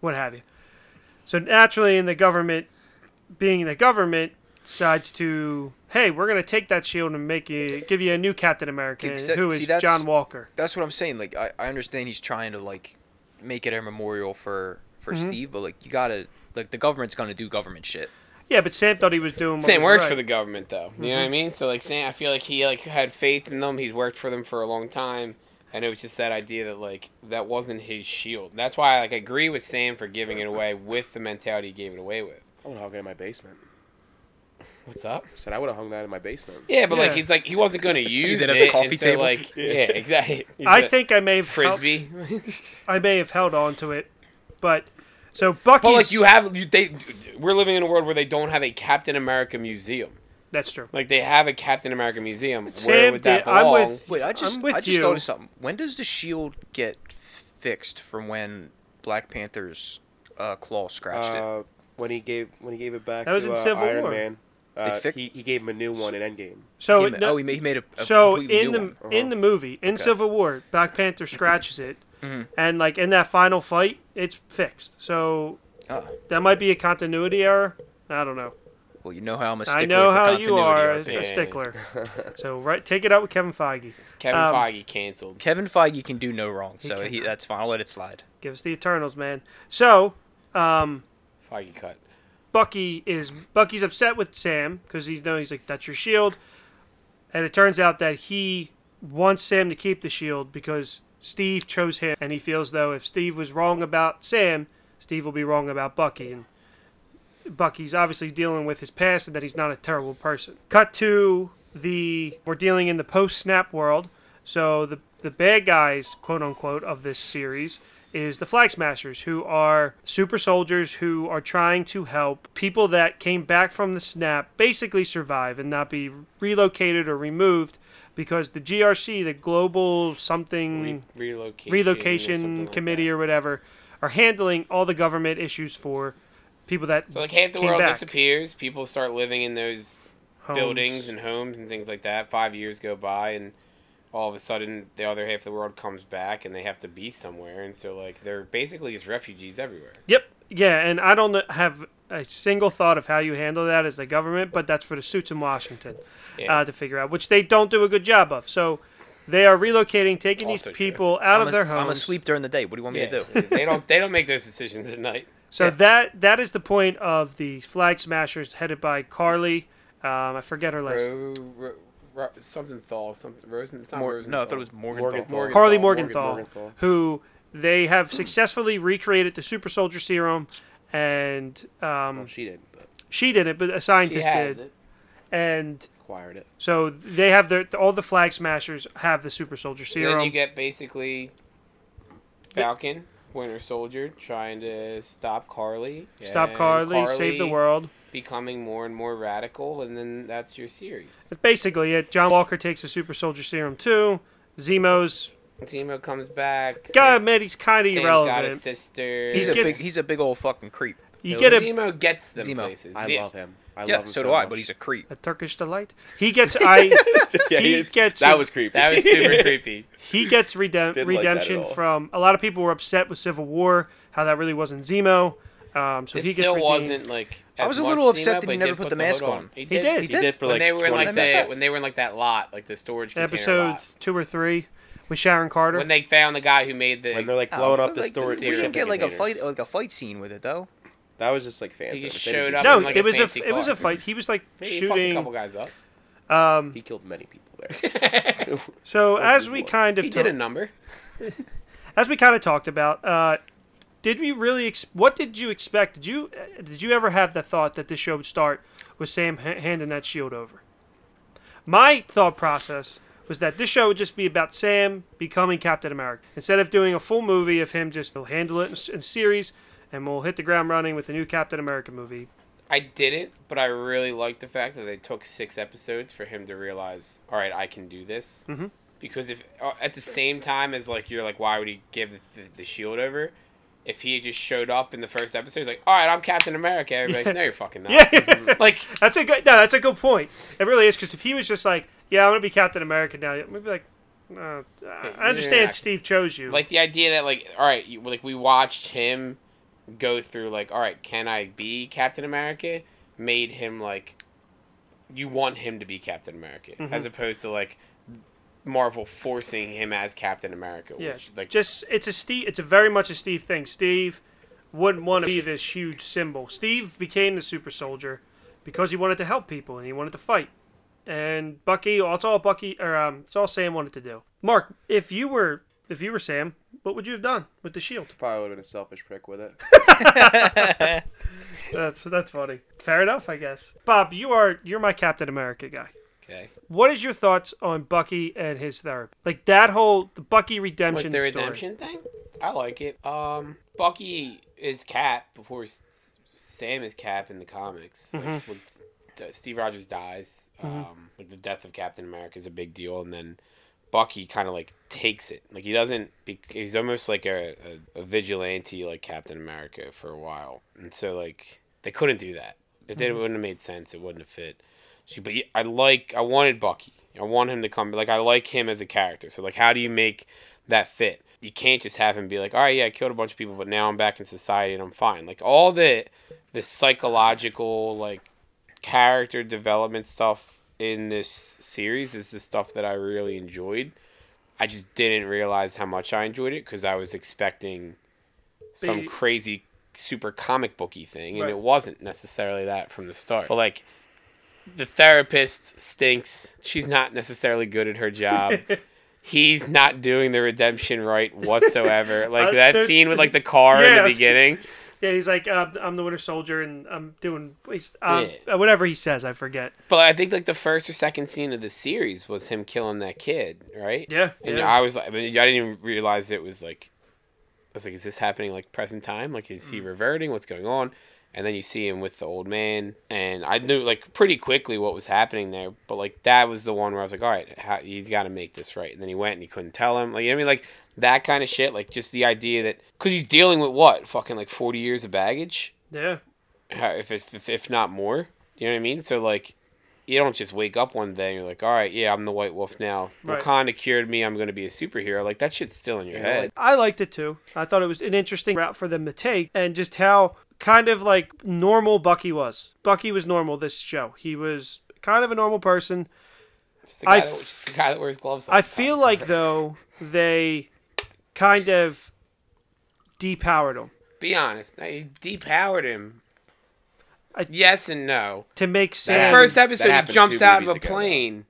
A: what have you. So naturally, in the government, being the government, decides to hey, we're gonna take that shield and make you give you a new Captain America,
D: Except-
A: who
D: see,
A: is
D: that's-
A: John Walker.
D: That's what I'm saying. Like I, I understand he's trying to like make it a memorial for for Steve, but like you gotta like the government's gonna do government shit.
A: Yeah, but Sam thought he was doing. What
C: Sam
A: was
C: works
A: right.
C: for the government though. You
F: Mm-hmm.
C: know what I mean? So like Sam, I feel like he like had faith in them. He's worked for them for a long time, and it was just that idea that like that wasn't his shield. That's why I like agree with Sam for giving
F: Uh-huh.
C: it away with the mentality he gave it away with.
E: I would have hung it in my basement.
C: What's up?
E: Said I would have hung that in my basement.
C: Yeah, but like
A: Yeah.
C: (laughs) he's like he wasn't gonna use
D: it
C: it
D: as a
C: and
D: coffee
C: so,
D: table?
C: Like yeah, (laughs) exactly. He's
A: I
C: a
A: think I may have held-
C: frisbee. (laughs)
A: I may have held on to it, but so Bucky's.
C: but like you have you, they we're living in a world where they don't have a Captain America museum.
A: That's true.
C: Like they have a Captain America museum. Where
A: Sam
C: would that
A: did- I'm
C: belong?
A: with-
D: Wait, I just
A: I'm with
D: I just
A: you.
D: thought of something. When does the shield get fixed from when Black Panther's uh, claw scratched
E: Uh, when he gave when he gave it back
A: That was
E: to
A: in
E: uh,
A: Civil
E: Iron
A: War.
E: Man, uh,
D: fix-
E: he, he gave him a new one in Endgame.
D: it?
A: So
D: He ma-
A: no-
D: oh, he ma- he made a, a
A: so
D: completely
A: in
D: new
A: the
D: one.
A: in the movie in Civil War, Black
D: (laughs)
A: Panther scratches it,
D: Mm-hmm.
A: and like in that final fight, it's fixed. So
D: Ah.
A: that might be a continuity error. I don't know.
D: Well, you know how I'm a
A: I
D: stickler
A: know
D: for
A: how you
D: continuity,
A: are
D: aren't
A: as
D: you?
A: a
C: big. (laughs)
A: stickler. so right, take it out with Kevin Feige.
C: Kevin
A: um,
C: Foggy canceled.
D: Kevin Feige can do no wrong, so
A: can.
D: he, that's fine. I'll let it slide.
A: Give us the Eternals, man. So um,
C: Foggy cut.
A: Bucky is Bucky's upset with Sam because he's know he's like that's your shield, and it turns out that he wants Sam to keep the shield because Steve chose him, and he feels though if Steve was wrong about Sam, Steve will be wrong about Bucky, and Bucky's obviously dealing with his past and that he's not a terrible person. Cut to the we're dealing in the post snap world. So the the bad guys, quote unquote, of this series is the Flag Smashers, who are super soldiers who are trying to help people that came back from the snap basically survive and not be relocated or removed because the GRC, the global something
C: Relocation. or something
A: hmm. relocation
C: like
A: committee
C: that.
A: or whatever, are handling all the government issues for people that
C: So like half the
A: came
C: world
A: back.
C: disappears. People start living in those
A: Homes.
C: buildings and homes and things like that. Five years go by, and all of a sudden, the other half of the world comes back, and they have to be somewhere. And so like they're basically just refugees everywhere.
A: Yep. Yeah, and I don't kn- have a single thought of how you handle that as the government, but that's for the suits in Washington
C: Yeah.
A: uh, to figure out, which they don't do a good job of. So they are relocating, taking
C: Also
A: these
C: true.
A: people
D: I'm,
A: out of
D: a-
A: their
D: I'm
A: homes.
D: asleep during the day. What do you want me to
C: Yeah.
D: do?
C: (laughs) they don't. They don't make those decisions
A: (laughs)
C: at night.
A: So that that is the point of the Flag Smashers, headed by Carly. Um, I forget her last.
C: Ro, ro, ro, something thaw. Something Rosen. It's not
G: Mor-
C: Rosenthal.
G: no, I thought it was Morgan.
E: Morgenthau.
A: Carly
E: Morgenthau.
A: Morgenthau,
E: Morgenthau.
A: who they have successfully recreated the super soldier serum, and um,
E: She did, but
A: she did it, but a
C: She
A: scientist
C: has
A: did,
C: it.
A: and
E: acquired it.
A: so they have their all the flag smashers have the super soldier
C: So then you
A: serum.
C: get basically Falcon, Winter Soldier, trying to stop Carly.
A: Stop
C: and
A: Carly, save the
C: Carly
A: world.
C: becoming more and more radical, and then that's your series.
A: Basically, it. John Walker takes a Super Soldier Serum too. Zemo's
C: Zemo comes back.
A: God,
C: Sam-
A: man, he's kind of
C: Sam's got a
A: irrelevant.
C: sister.
A: He's
D: He's
A: It
D: a
A: gets-
D: big he's a big old fucking creep.
A: you
C: No,
A: get a,
C: Zemo gets them
D: Zemo.
C: places.
E: I
C: Ze-
E: love him. I
D: yeah,
E: love him
D: so,
E: so,
D: do I,
E: much.
D: but he's a creep.
A: a Turkish delight. He gets
C: (laughs)
A: I. (laughs)
E: yeah,
A: he
E: is-
A: gets
E: that
A: you-
E: was creepy.
C: That was super (laughs) creepy.
A: he gets redem-
E: Didn't like that at
A: redemption
E: all.
A: from a lot of people were upset with Civil War, how that really wasn't Zemo. Um, so
C: It
A: he gets
C: still
A: redeemed.
C: wasn't like.
D: I
C: as
D: was a
C: much
D: little upset
C: Zemo,
D: that he
C: but
D: never
C: did
D: put
C: put
D: the mask
C: hood
D: on.
C: He
A: He did.
E: He did for
C: when
E: like
C: they were in
E: 20
C: like
E: minutes.
C: the, when they were in like that lot, like the storage container
A: episode
C: lot.
A: two or three with Sharon Carter.
C: When they found the guy who made the
E: when they're
G: Oh,
E: like blowing up the
D: Like,
E: storage.
D: We didn't
E: shipping
D: get like a
E: containers.
D: fight like a fight scene with it though.
E: That was just like fancy.
C: just showed up.
A: no,
C: in, like,
A: it
C: a
A: was a
C: fancy
A: it was
C: car.
A: a fight. He was like
C: he fucked a
A: shooting.
C: couple guys up.
E: He killed many people there. (laughs)
A: So as
E: he
A: we
E: was.
A: kind of
C: He
A: talk-
C: did a number.
A: as we kind of talked about, uh, did we really? Ex- what did you expect? Did you uh, did you ever have the thought that this show would start with Sam ha- handing that shield over? My thought process was that this show would just be about Sam becoming Captain America instead of doing a full movie of him just he'll handle it in, s- in series, and we'll hit the ground running with the new Captain America movie.
C: I didn't, but I really liked the fact that they took six episodes for him to realize, all right, I can do this. Mm-hmm. Because if uh, at the same time as like you're like, why would he give the, the, the shield over? If he had just showed up in the first episode, he's like, all right, I'm Captain America. Everybody's like, no, you're fucking not.
A: Yeah.
C: like
A: Mm-hmm. That's a good. No, that's a good point. It really is because if he was just like, "Yeah, I'm gonna be Captain America now," we'd be like, uh, "I understand
C: yeah.
A: Steve chose you."
C: like the idea that like all right you, like we watched him go through like all right can i be captain america made him like you want him to be captain america as opposed to like marvel forcing him as captain america
A: Yeah,
C: which like
A: just it's a Steve. It's a very much a Steve thing. Steve wouldn't want to be this huge symbol. Steve became the super soldier because he wanted to help people and he wanted to fight. And Bucky, well, it's all Bucky, or um, it's all Sam wanted to do. Mark, if you were, if you were Sam, what would you have done with the shield?
E: Probably would have been a selfish prick with it.
A: That's that's funny. Fair enough, I guess. Bob, you are you're my Captain America guy.
C: okay
A: What is your thoughts on Bucky and his therapy? Like that whole the Bucky
C: like
A: redemption
C: the
A: story.
C: redemption thing i like it um bucky is cap before S- S- sam is cap in the comics like,
A: Mm-hmm.
C: when S- D- steve rogers dies um like the death of captain america is a big deal and then bucky kind of like takes it like he doesn't be- he's almost like a, a, a vigilante like captain america for a while and so like they couldn't do that if
A: Mm-hmm.
C: they wouldn't have made sense it wouldn't have fit she, but yeah, I like I wanted Bucky. I want him to come. Like I like him as a character. So like, how do you make that fit? You can't just have him be like, all right, yeah, I killed a bunch of people, but now I'm back in society and I'm fine. Like all the the psychological like character development stuff in this series is the stuff that I really enjoyed. I just didn't realize how much I enjoyed it because I was expecting some
A: The-
C: crazy super comic booky thing, and
A: Right.
C: it wasn't necessarily that from the start. But like the therapist stinks. She's not necessarily good at her job. He's not doing the redemption right whatsoever. Like
A: Uh,
C: that
A: there-
C: scene with like the car
A: Yeah, I
C: in the
A: was-
C: beginning.
A: Yeah, he's like, uh, I'm the Winter Soldier, and I'm doing he's, um,
C: Yeah.
A: uh, whatever he says. I forget.
C: But I think like the first or second scene of the series was him killing that kid, right?
A: Yeah,
C: And
A: yeah.
C: I was like, I, mean, I didn't even realize it was like, I was like, is this happening like present time? Like, is he reverting? What's going on? And then you see him with the old man, and I knew like pretty quickly what was happening there. But like that was the one where I was like, all right, how, he's got to make this right. And then he went and he couldn't tell him. Like you know what I mean, like that kind of shit. Like just the idea that because he's dealing with what fucking like forty years of baggage
A: Yeah,
C: how- if, if if if not more. You know what I mean? So like, you don't just wake up one day and you're like, all right, yeah, I'm the White Wolf now.
A: Right.
C: Wakanda cured me. I'm gonna be a superhero. Like that shit's still in your head.
A: I liked it too. I thought it was an interesting route for them to take, and just how kind of like normal Bucky was. Bucky was normal this show. He was kind of a normal person.
C: Just the guy,
A: I
C: that,
A: f-
C: just the guy that wears gloves. all
A: I
C: the time.
A: feel like though they kind of depowered him
C: Be honest. I depowered him.
A: I-
C: yes and no.
A: to make
C: The
A: Sam.
C: first
E: that
C: episode, he
E: happened
C: jumps
E: two
C: out of a
E: movies ago, though.
C: plane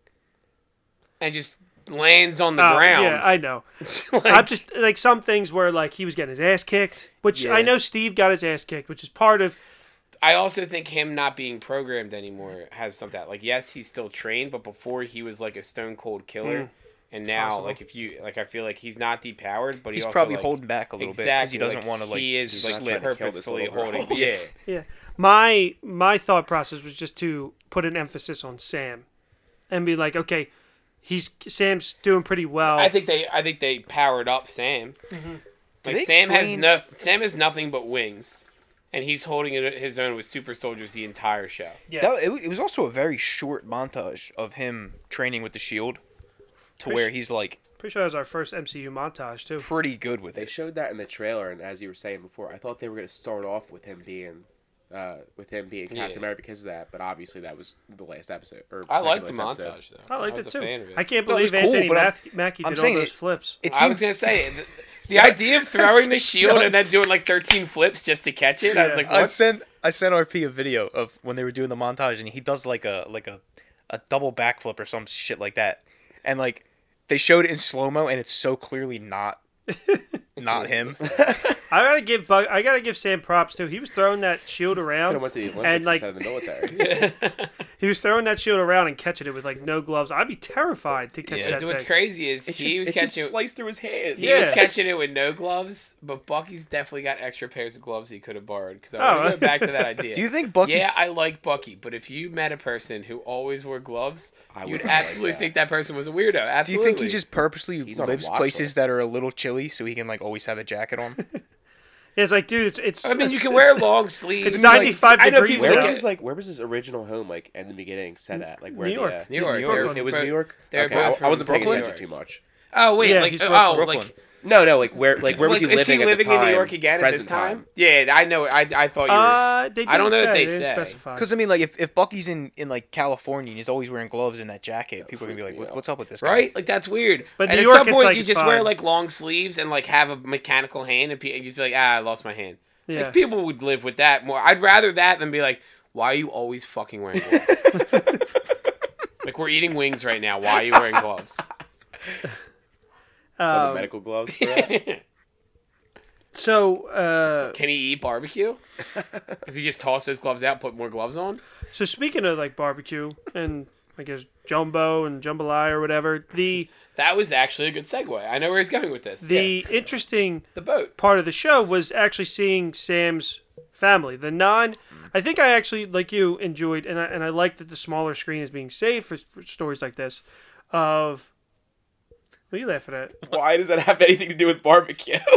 C: and just lands on the
A: Oh,
C: ground.
A: Yeah, I know.
C: (laughs) Like,
A: I'm just like some things where like he was getting his ass kicked, which I
C: Yeah.
A: know Steve got his ass kicked, which is part of
C: I also think him not being programmed anymore has some of that. Like, yes, he's still trained, but before he was like a stone cold killer, And now,
A: Possible.
C: like if you like, I feel like he's not depowered, but he
G: He's
C: also,
G: probably
C: like-
G: holding back a little bit because he doesn't want to like.
C: he is like
E: not trying to kill this
C: purposefully
E: little girl.
C: holding. Yeah,
A: Yeah. My my thought process was just to put an emphasis on Sam and be like, okay, he's Sam's doing pretty well.
C: I think they I think they powered up Sam.
A: Mm-hmm.
C: Like
F: they
C: Sam has
F: explain-
C: no Sam has nothing but wings, and he's holding it his own with super soldiers the entire show.
A: yeah.
F: That, it, it was also a very short montage of him training with the shield, to where he's like
A: pretty sure that was our first MCU montage too.
F: pretty good with
E: They
F: it.
E: showed that in the trailer, and as you were saying before, I thought they were going to start off with him being, uh, with him being Captain
C: Yeah.
E: America because of that. But obviously, that was the last episode. Or
C: I
E: second
C: like the
E: last
C: montage
E: episode.
C: though.
A: I liked
C: was
A: it
C: a
A: too.
C: fan of it.
A: I can't
F: No, it was
A: believe
F: cool,
A: Anthony
F: but I'm-
A: Mac- Mackie
F: I'm
A: did all
F: saying
A: those
F: it-
A: flips.
F: It
C: I was
F: seems
C: gonna say the,
G: (laughs)
C: the idea of throwing the shield and then
G: Yes.
C: doing like thirteen flips just to catch it. I was
A: Yeah.
C: like,
G: I
C: what?
G: sent I sent RP a video of when they were doing the montage and he does like a like a, a double backflip or some shit like that, and like they showed it in slow mo and it's so
C: (laughs)
G: clearly not not him.
A: I gotta give Bug- I gotta give Sam props too. He was throwing that shield
E: Could have
A: around.
E: went to the Olympics
A: like-
E: instead of the
A: (laughs)
E: military. yeah.
A: He was throwing that shield around and catching it with like no gloves. I'd be terrified to catch that
C: That's what's
A: thing.
C: crazy is he was catching
E: slice through his hand.
C: he
A: Yeah.
C: was catching it with no gloves, but Bucky's definitely got extra pairs of gloves he could have borrowed. Because I
A: Oh,
C: want to
A: uh,
C: go back to that idea.
G: (laughs) Do you think Bucky?
C: Yeah, I like Bucky, but if you met a person who always wore gloves,
E: I
C: you'd
E: would've liked
C: absolutely
E: that.
C: think that person was a weirdo.
G: Do you
C: Absolutely.
G: think he just purposely
E: He's on a
G: lives
E: watch
G: places
E: list.
G: that are a little chilly so he can like always have a jacket
C: (laughs) Uh,
G: on?
A: Yeah, it's like, dude, it's it's.
C: I mean, you
A: it's-
G: (laughs)
C: can wear long sleeves.
A: It's 95
C: I know
A: degrees
C: people
E: Where
A: out.
C: get-
E: was his like? Where was his original home? Like in the beginning, set at like where
A: New
E: the,
A: York.
E: uh,
C: New York.
E: New
A: York.
E: It was
C: Bro-
E: New York.
C: they're
E: okay,
C: both
E: I, I
C: from
E: wasn't paying
C: Brooklyn.
E: attention too much.
C: Oh wait,
A: Yeah,
C: like
A: he's
C: oh,
A: Brooklyn.
C: like.
E: No, no, like where, like where was he
C: like, is
E: living?
C: he
E: at the
C: living in
E: time,
C: New York again at this
E: present
C: time? Yeah, I know. I, I thought you were.
A: Uh, they
C: I don't
A: didn't
C: know if
A: say,
C: they
A: didn't
C: say.
A: specify.
G: Because I mean, like if, if Bucky's in in like California and he's always wearing gloves and that jacket, people are gonna be like, what, "What's up with this?" guy?
C: Right, like that's weird.
A: But
C: But and
A: New
C: at
A: York,
C: some
A: it's
C: point,
A: like,
C: you
A: it's
C: just wear
A: fine.
C: like long sleeves and like have a mechanical hand, and, pe- and you just be like, ah, I lost my hand.
A: Yeah.
C: Like people would live with that more. I'd rather that than be like, why are you always fucking wearing
A: (laughs)
C: gloves? like we're eating wings right now. Why are you wearing gloves? (laughs)
E: So the
A: Um,
E: medical gloves. For that?
A: so, uh,
C: Can he
A: (laughs)
C: eat barbecue? Does he just toss those gloves out, put more gloves on?
A: so speaking of like barbecue and I guess jumbo and jambalaya or whatever, the
C: That was actually a good segue. I know where he's going with this. Yeah.
A: the interesting
C: the boat.
A: part of the show was actually seeing Sam's family. The non, I think I actually like you enjoyed, and I and I like that the smaller screen is being saved for, for stories like this. Of what are you laughing at?
E: (laughs)
A: Oh,
E: Why does that have anything to do with barbecue? (laughs)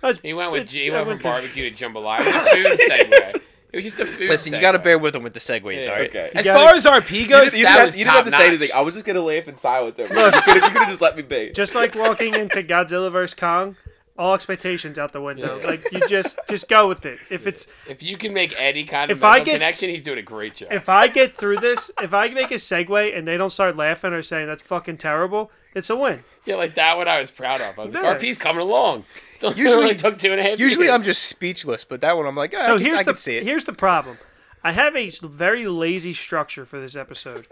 G: (laughs)
C: He went with
A: It's-
C: G. He
A: I
C: went from
A: went to- (laughs)
C: barbecue to jambalaya. It was a food segue. It was just a food.
G: Listen, you
C: segue.
G: gotta bear with him with the segues,
C: Yeah.
G: all right?
E: okay.
C: As
A: gotta-
C: far as RP goes,
E: you didn't,
C: that
E: have,
C: was
E: you didn't have to
C: top
E: say
C: notch.
E: anything. I was just gonna laugh in silence. Over. you could have just let me be.
A: Just like walking into Godzilla vs Kong, all expectations out the window. Like you just just go with it. If it's
C: If you can make any kind of
A: If I
C: mental
A: get-
C: connection, he's doing a great job.
A: if I get through this, if I make a segue and they don't start laughing or saying that's fucking terrible, it's a win.
C: yeah, like that one, I was proud of. I was like,
A: Yeah.
C: RP's coming along. (laughs) So usually,
G: Usually-
C: only took two and a half.
G: Usually,
C: years.
G: I'm just speechless, but that one I'm like, "Ah,
A: So
G: I can,
A: here's
G: I
A: the
G: can see it.
A: here's the problem. I have a s- very lazy structure for this episode,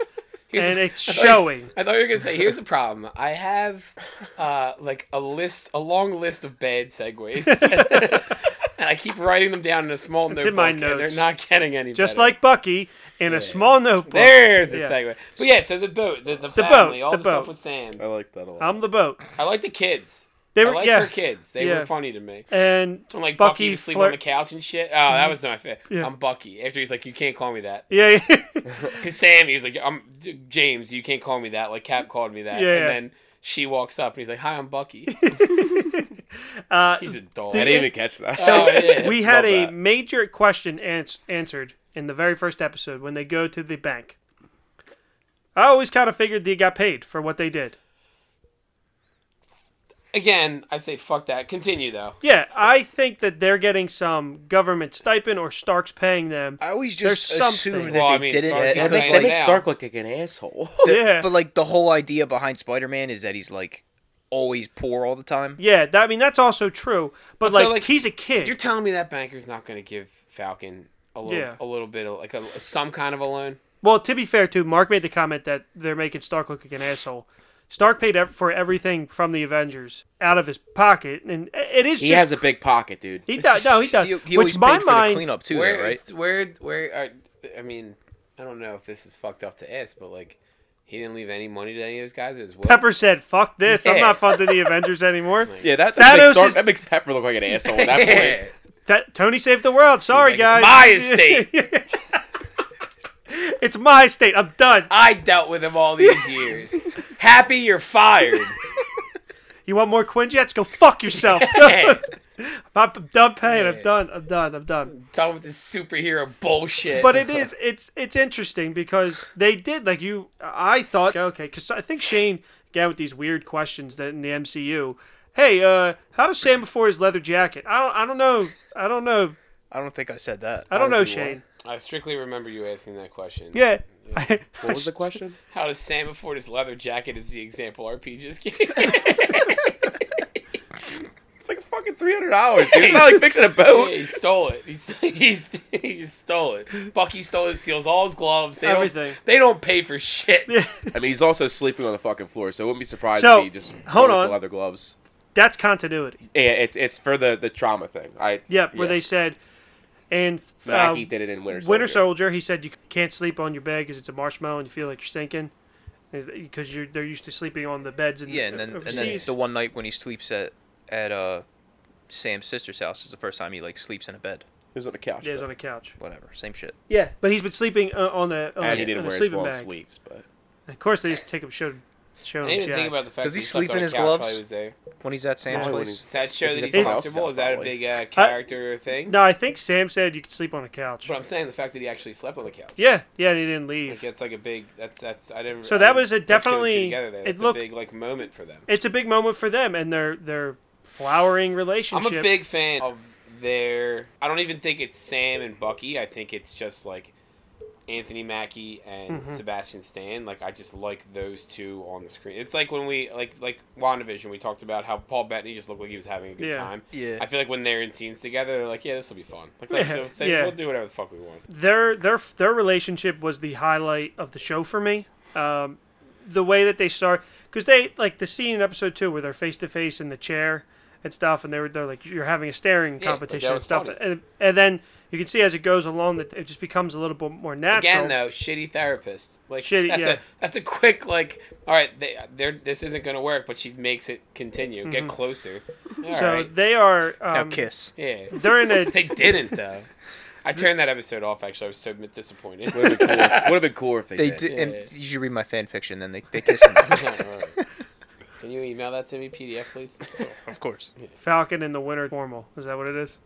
C: Here's
A: and
C: the-
A: it's
C: I thought you-
A: showing.
C: I thought you were gonna say, "Here's the problem. I have uh, like a list, a long list of
A: (laughs)
C: bad segues, (laughs) and I keep writing them down in a small
A: It's
C: notebook,
A: in my
C: and they're
A: notes.
C: not getting any.
A: Just
C: better.
A: like Bucky in a small notebook.
C: there's a
A: Yeah.
C: segue. But yeah, so the boat, the, the,
A: boat,
C: family, all
A: the
C: the, stuff
A: boat.
C: with Sam.
E: I like that a lot.
A: I'm the boat,
C: I like the kids.
A: They were-
C: I like
A: yeah.
C: her kids. They
A: Yeah.
C: were funny to me.
A: and
C: When like Bucky,
A: Bucky
C: was sleeping on
A: flirt.
C: the couch and shit. Oh, that was not my favorite.
A: Yeah.
C: I'm Bucky. After he's like, you can't call me that.
A: (laughs) yeah, yeah.
C: To Sam, he's like, I'm D- James. You can't call me that. Like Cap called me that.
A: Yeah,
C: and
A: yeah.
C: then she walks up and he's like, Hi, I'm (laughs) Bucky. he's a doll.
E: I didn't even catch
C: (laughs)
E: that. (laughs)
C: Oh, yeah.
A: we had
E: Love
A: a
E: that.
A: major question ans- answered in the very first episode when they go to the bank. I always kind of figured they got paid for what they did.
C: Again, I say fuck that. Continue though.
A: Yeah, I think that they're getting some government stipend or Stark's paying them.
G: I always
A: There's
G: just
A: something.
G: assume that
C: Well,
G: they
C: I mean,
G: did it
C: Stark's
G: because,
C: not
G: like,
C: gonna make-
E: Stark look like an asshole.
A: yeah.
G: but like the whole idea behind Spider-Man is that he's like always poor all the time.
A: yeah, that, I mean that's also true. But,
C: But
A: like,
C: so, like,
A: he's a kid.
C: You're telling me that banker's not going to give Falcon a little,
A: Yeah.
C: a little bit of like a, some kind of a loan.
A: well, to be fair too, Mark made the comment that they're making Stark look like an asshole. Stark paid ev- for everything from the Avengers out of his pocket, and it is
E: he
A: just
E: has a big pocket, dude.
A: he does no
C: (laughs)
A: he does.
G: He, he
A: Which
G: always
A: my
G: paid for the
A: mind
G: cleanup too,
C: where,
G: though, right?
C: it's- Where, where, are, I mean, I don't know if this is fucked up to ask, but like, He didn't leave any money to any of those guys. It was Will.
A: Pepper said, "Fuck this! I'm
C: Yeah.
A: not funding the Avengers anymore."
C: Like,
E: Yeah, that
A: Thanos
E: that makes, Star-
A: is-
E: that makes Pepper look like an asshole
A: (laughs)
E: at that point.
A: That Tony saved the world. Sorry,
C: He's
A: guys.
C: like,
A: (laughs)
C: "It's my
A: it's my state. I'm done.
C: I dealt with him all these
A: (laughs)
C: years. Happy you're fired.
A: You want more Quinjets? Go fuck yourself.
C: Hey,
A: (laughs) I'm done paying. I'm
C: Yeah.
A: done. I'm done. I'm done.
C: done with this superhero bullshit.
A: but it is it's it's interesting because they did like you i thought okay because i think shane got with these weird questions that in the mcu hey uh how does sam before his leather jacket i don't i don't know i don't know
G: I don't think I said that.
A: i don't know
E: does he
A: shane
C: I strictly remember you asking that question.
A: yeah (laughs)
E: What was the question?
C: How does Sam afford his leather jacket? Is the example RP just
A: (laughs)
C: gave? (laughs)
E: It's like fucking three hundred dollars, dude. It's not
G: (laughs)
E: like fixing a boat.
C: he stole it. He, st- he, st- he just stole it. Bucky stole it. Steals all his gloves. They
A: Everything.
C: Don't, they don't pay for shit.
E: I mean, he's also sleeping on the fucking floor, so it wouldn't be surprised
A: So,
E: if he just
A: hold
E: wore
A: on.
E: the leather gloves.
A: that's continuity
E: Yeah, it's it's for the the trauma thing. I
A: yep where
E: yeah.
A: they said and uh,
E: Mackey did it in Winter Soldier.
A: Winter Soldier, he said you can't sleep on your bed because it's a marshmallow and you feel like you're sinking, because you're they're used to sleeping on the beds in
G: Yeah, and then and then
A: overseas.
G: the one night when he sleeps at at uh Sam's sister's house is the first time he like sleeps in a bed.
E: He was on the couch.
A: yeah, he's
E: though.
A: on a couch.
G: Whatever, same shit.
A: Yeah, but he's been sleeping uh, on a on,
E: and
A: a,
E: he didn't
A: on a
E: wear his
A: sleeping
E: long
A: bag.
E: sleeves, but
A: Of course, they just take him show show
C: I
A: him.
C: didn't even
A: Jack.
C: think about the fact.
G: Oh, Does
C: that
G: he
C: slept
G: sleep
C: on
G: in
C: a
G: his
C: couch
G: gloves?
C: while he was there.
G: When he's at Sam's
E: Yeah, when
G: place,
C: Does that show
E: Is
C: that
E: it
C: he's
E: something
C: comfortable?
E: else?
C: Is that a
E: Probably.
C: big uh, character thing?
A: No, I think Sam said you could sleep on a couch.
C: But I'm saying the fact that he actually slept on the couch.
A: Yeah, yeah, and he didn't
C: Like
A: leave.
C: that's like a big. That's that's. I didn't.
A: So
C: I
A: that
C: didn't
A: was a
C: put two and two
A: definitely-
C: Together there.
A: it
C: That's
A: looked-
C: a big like moment for them.
A: It's a big moment for them and their their flowering
C: I'm
A: relationship.
C: a big fan of their. I don't even think it's Sam and Bucky. I think it's just like Anthony Mackie and
A: Mm-hmm.
C: Sebastian Stan. Like I just like those two on the screen. It's like when we like like WandaVision. We talked about how Paul Bettany just looked like he was having a good
A: Yeah.
C: time.
G: Yeah.
C: I feel like when they're in scenes together, they're like, yeah, this will be fun. Like let's
A: Yeah,
C: just say
A: yeah.
C: we'll do whatever the fuck we want.
A: their their their relationship was the highlight of the show for me. Um, the way that they start because they like the scene in episode two where they're face to face in the chair and stuff, and they were they're like you're having a staring
C: Yeah, but
A: competition
C: that
A: and
C: was
A: stuff,
C: funny.
A: and and then you can see as it goes along that it just becomes a little bit more natural.
C: Again, though, shitty therapist. Like
A: Shitty,
C: that's
A: yeah.
C: a that's a quick like. All right, they, they're, this isn't gonna work, but she makes it continue, get closer. All
A: Mm-hmm. so
C: right.
A: they are
G: now
A: um,
G: Oh, kiss.
C: yeah.
A: they're
C: (laughs)
A: in a
C: they didn't though. I turned that episode off. Actually, I was so disappointed. (laughs)
G: (laughs)
E: would have been cool. would have been cool if they,
G: They
E: did.
G: did.
C: Yeah.
G: And you should read my fan fiction. Then they they kiss. him.
C: Can you email that to me, PDF, please?
G: of course.
A: Falcon in the winter formal. Is that what it is?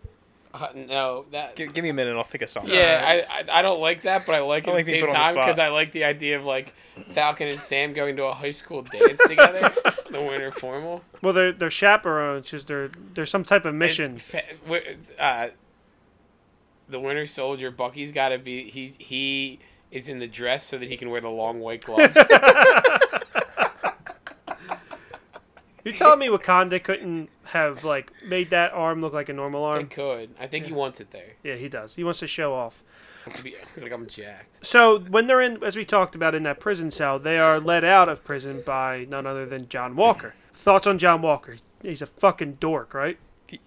C: Uh, no, that.
G: Give, give me a minute. I'll think of something.
C: Yeah, I, I I don't like that, but I like it
G: uh, I like
C: at
G: that
C: the
G: you
C: same
G: put it on the
C: time
G: spot.
C: because I like the idea of like Falcon and Sam going to a high school dance
G: (laughs)
C: together, the winter formal.
A: Well, they're they're chaperones because they're they're some type of mission.
C: (laughs) And fa- wi- uh, the Winter Soldier, Bucky's got to be he he is in the dress so that he can wear the long white
G: (laughs)
C: gloves.
A: You're telling me Wakanda couldn't have like made that arm look like a normal
C: I
A: arm?
C: could. I think he wants it there.
A: Yeah, he does. He wants to show off.
C: It's to be- He's like I'm jacked.
A: So when they're in, as we talked about in that prison cell, they are let out of prison by none other than John Walker. Thoughts on John Walker? He's a fucking dork, right?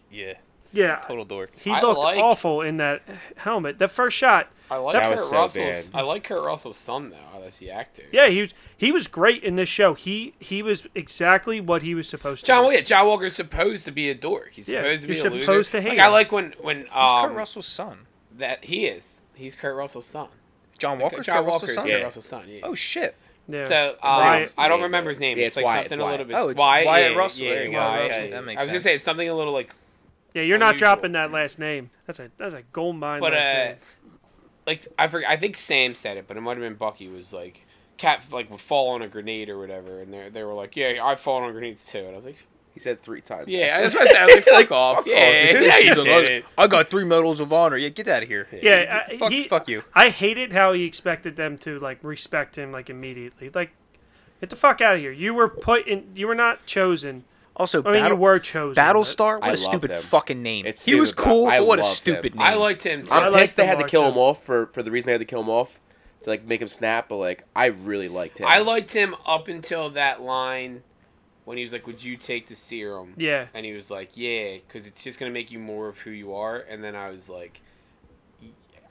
G: Yeah.
A: Yeah,
G: Total dork.
A: he
C: I
A: looked
C: like-
A: awful in that helmet. That first shot,
C: I like
A: That
C: Kurt
E: was so
C: Russell's.
E: bad.
C: I like Kurt Russell's son though. Oh, That's the actor.
A: yeah, he was he was great in this show. He he was exactly what he was supposed to.
C: John,
A: be.
C: yeah, John Walker's supposed to be a dork. He's
A: Yeah,
C: supposed to be
A: you're
C: a loser.
A: supposed to hate
C: like, I
A: him.
C: like when when
G: It's Kurt
C: um
G: Russell's son.
C: that he is. He's Kurt Russell's son.
G: John Walker.
C: John Walker is Kurt
E: Yeah.
C: Russell's son. Yeah.
G: Oh shit.
A: Yeah.
C: So um,
A: Wyatt.
C: I don't remember his name.
E: Yeah,
C: it's
E: it's
C: like
E: Wyatt,
C: something
E: it's
C: a little
E: Wyatt.
C: bit.
G: Oh, it's
C: Wyatt,
G: Wyatt
C: yeah,
G: Russell.
C: Yeah,
G: There you go,
C: Wyatt,
G: Russell.
C: yeah.
G: That makes
C: I was gonna
G: sense.
C: say it's something a little like,
A: Yeah, you're not
C: unusual.
A: dropping that last name. That's a that's a gold mine.
C: but
A: last
C: uh,
A: name.
C: like I forget. I think Sam said it, but it might have been Bucky was like, Cap like would fall on a grenade or whatever, and they they were like, yeah, I've fallen on grenades too, and I was like,
E: He said three times.
C: yeah, that's what I said. I was
E: (laughs)
C: like, fuck off, (laughs) yeah,
G: dude.
C: yeah, you
G: He's a
C: did
G: lawyer.
C: it.
G: I got three medals of honor. Yeah, get out of here.
A: yeah, I,
G: fuck,
A: he-
G: fuck you.
A: I hated how he expected them to like respect him like immediately. Like, get the fuck out of here. You were put in. You were not chosen.
G: Also,
A: I mean,
G: Battle,
A: you were chosen.
G: Battlestar. What
E: I
G: a
E: loved
G: stupid
E: him.
G: fucking name.
E: It's
G: he was
E: stupid, but
G: cool,
E: I
G: but what a
E: loved
G: stupid
E: him.
G: name.
C: I liked him too.
E: I'm
A: like
E: pissed they
A: the
E: had to
A: mark,
E: kill him
A: too.
E: off for, for the reason they had to kill him off to like make him snap, but like I really liked him.
C: I liked him up until that line when he was like, "Would you take the serum?"
A: Yeah.
C: and he was like, "Yeah," because it's just gonna make you more of who you are. And then I was like,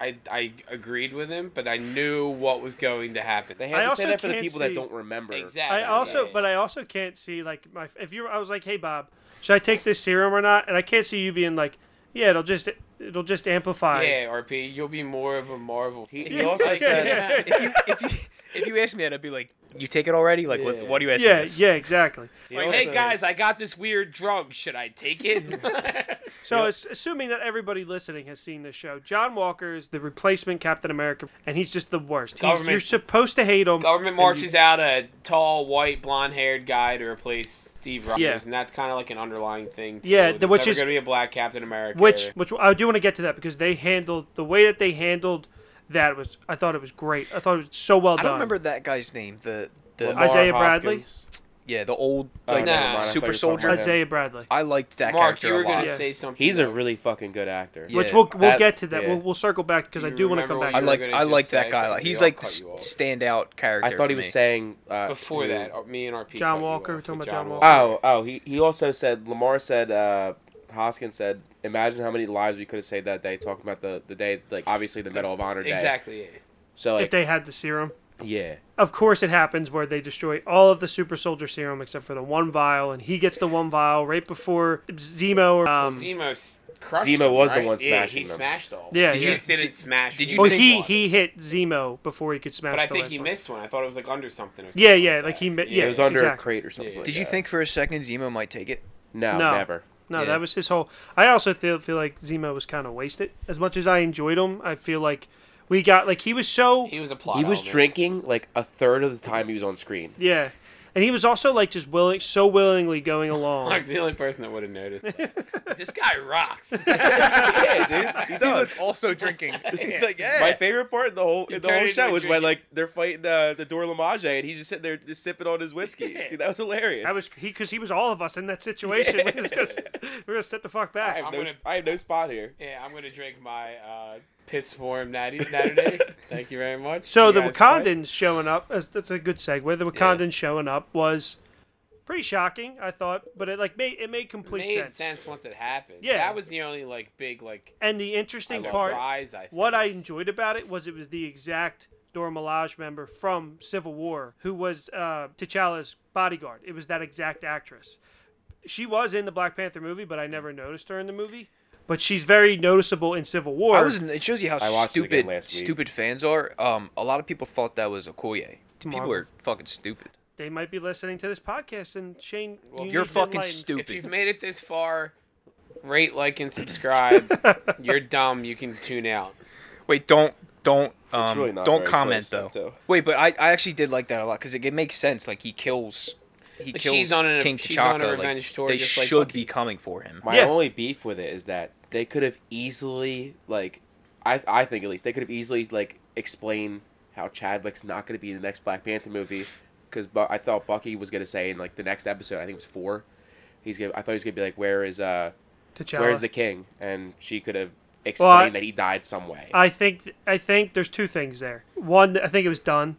C: I, I agreed with him, but I knew what was going to happen.
E: They
A: I
E: have to
A: also
E: say that for the
A: can't
E: people
A: see-
E: that don't remember.
C: Exactly.
A: I also, but I also can't see like my if you. I was like, hey Bob, should I take this serum or not? And I can't see you being like, yeah, it'll just it'll just amplify.
C: yeah, RP, you'll be more of a Marvel.
E: He,
C: fan. (laughs)
E: he also said
G: (laughs)
A: yeah,
G: if, you, if, you, if you asked me that, I'd be like, you take it already? Like, what,
C: Yeah.
G: what do you ask me
A: yeah,
G: this?
A: yeah, exactly.
E: he
C: Like,
E: also-
C: hey guys, I got this weird drug. Should I take
E: (laughs)
C: it?
A: So it's assuming that everybody listening has seen this show. John Walker is the replacement Captain America, and he's just the worst. He's,
C: Government-
A: you're supposed to hate him.
C: Government marches out a tall, white, blonde-haired guy to replace Steve Rogers,
A: Yeah,
C: and that's kind of like an underlying thing. Too.
A: Yeah, the-
C: There's
A: which
C: never
A: is-
C: going to be a black Captain America.
A: Which, which I do want to get to that because they handled the way that they handled that was. I thought it was great. I thought it was so well
F: I
A: done.
F: don't remember that guy's name. The the
A: Lamar Isaiah Bradley?
E: Hoskins.
G: Yeah, the old
E: Oh,
G: like,
C: no.
E: never mind, I thought you
G: super
E: were talking about
G: soldier.
E: him.
A: Isaiah Bradley.
F: I liked that
C: Mark, you
F: character
C: were
F: a lot.
C: going to
A: Yeah.
C: say something.
E: He's a really fucking good actor.
A: Which
G: Yeah,
A: we'll we'll
E: that-
A: get to that.
E: yeah.
A: We'll, we'll circle back because
C: Do
A: I
C: you
A: do want to
C: remember
A: come
C: what
A: back.
C: you
G: I
A: to that.
C: were gonna
G: like I
C: just
G: like
C: say,
G: that guy.
C: but
G: Like,
C: we
G: he's
C: all
G: like
C: cut you off.
G: standout character.
E: I thought he
G: for
E: was
G: me.
E: saying uh,
C: Before
E: who-
C: that, uh, me and RP.
A: John
C: cut you
A: Walker,
C: off
A: we're talking
C: with
A: about John
E: Oh, oh, he, he also said Lamar said uh, Hoskins said, imagine how many lives we could have saved that day. Talking about the the day, like obviously the Medal of Honor day.
C: Exactly. yeah.
E: So
A: if
E: like,
A: they had the serum.
E: yeah,
A: Of course, it happens where they destroy all of the super soldier serum except for the one vial, and he gets the one vial right before Zemo. Or, um,
C: Zemo s- crushed.
E: Zemo
C: him,
E: was the
C: right?
E: one
C: Yeah,
E: smashing
C: he
E: them.
C: smashed all.
A: Yeah,
C: he
A: yeah.
C: just didn't smash.
G: did you
A: well,
C: one.
A: he he hit Zemo before he could smash.
C: But I
A: the
C: think
A: last
C: he
A: one.
C: missed one. I thought it was like under something. Or something
A: Yeah, yeah, like
C: that.
A: he mi-
E: it
A: yeah.
E: was under
A: exactly.
E: a crate or something. like
F: Did you
E: that.
F: think for a second Zemo might take (laughs) it?
E: No,
A: No.
E: never.
A: No,
F: Yeah.
A: that was his whole. I also feel feel like Zemo was kind of wasted. As much as I enjoyed him, I feel like we got like he was so
C: He was a plot.
E: He was
C: element.
E: drinking like a third of the time he was on screen.
A: yeah, and he was also like just willing, so willingly
C: (laughs)
A: going along.
C: Mark's the only person that would
A: (laughs)
C: have noticed. that. this guy rocks. (laughs)
E: yeah, dude, he does.
G: also drinking.
F: He's like,
E: My
F: yeah.
E: favorite part in the whole in the
C: turned
E: whole
C: into
E: show
C: a
E: was when
C: drinking-
E: like they're fighting uh, the Dora Lamage and he's just sitting there just sipping on his whiskey. Dude, that was hilarious.
A: That was he because he was all of us in that situation. (laughs) We were just- we were gonna step the fuck
E: I
A: back.
E: have,
C: I'm
E: no,
C: gonna-
E: I have no spot here.
C: Yeah, I'm gonna drink my uh, piss warm
F: (laughs)
C: natty Natterday. Thank you very much.
A: So
C: You
A: the
C: guys
A: Wakandans showing up. That's, that's a good segue. The Wakandans showing up was pretty shocking, I thought, but it like made it made
C: fight.
A: complete
C: made sense.
A: sense.
C: once it happened.
A: Yeah.
C: that was the only like big like
A: And the interesting part,
C: surprise. I think.
A: what I enjoyed about it was it was the exact Dora Milaje member from Civil War who was uh, T'Challa's bodyguard. It was that exact actress. She was in the Black Panther movie, but I never noticed her in the movie. But she's very noticeable in Civil War.
F: I was. It shows you how
E: I watched it again
F: stupid
E: last week.
F: stupid fans are. Um, a lot of people thought that was Okoye. People
A: Marvel.
F: are fucking stupid.
A: They might be listening to this podcast, and Shane,
F: You're
A: you need to
F: fucking
A: enlighten-
F: stupid.
C: if you've made it this far, rate, like, and
A: (laughs)
C: subscribe. You're dumb. You can tune out.
G: Wait, don't don't um,
E: really not
G: don't
E: very
G: comment
E: close,
G: though.
E: that, though.
F: Wait, but I, I actually did like that a lot because it, it makes sense. Like he kills, he
C: But
F: kills
C: she's on a-
F: King
C: she's
F: T'Chaka.
C: on a
F: like,
C: revenge tour
F: they
C: just like
F: should
C: Bucky.
F: be coming for him.
E: My
A: Yeah.
E: only beef with it is that they could have easily like I I think at least they could have easily like explained how Chadwick's not going to be in the next Black Panther movie cuz Bu- I thought Bucky was going to say in like the next episode, I think it was 4. He's gonna, I thought he was going to be like where is uh
A: T'Challa.
E: where's the king and she could have explained
A: I-
E: that he died some way.
A: I think I think there's two things there. One, I think it was done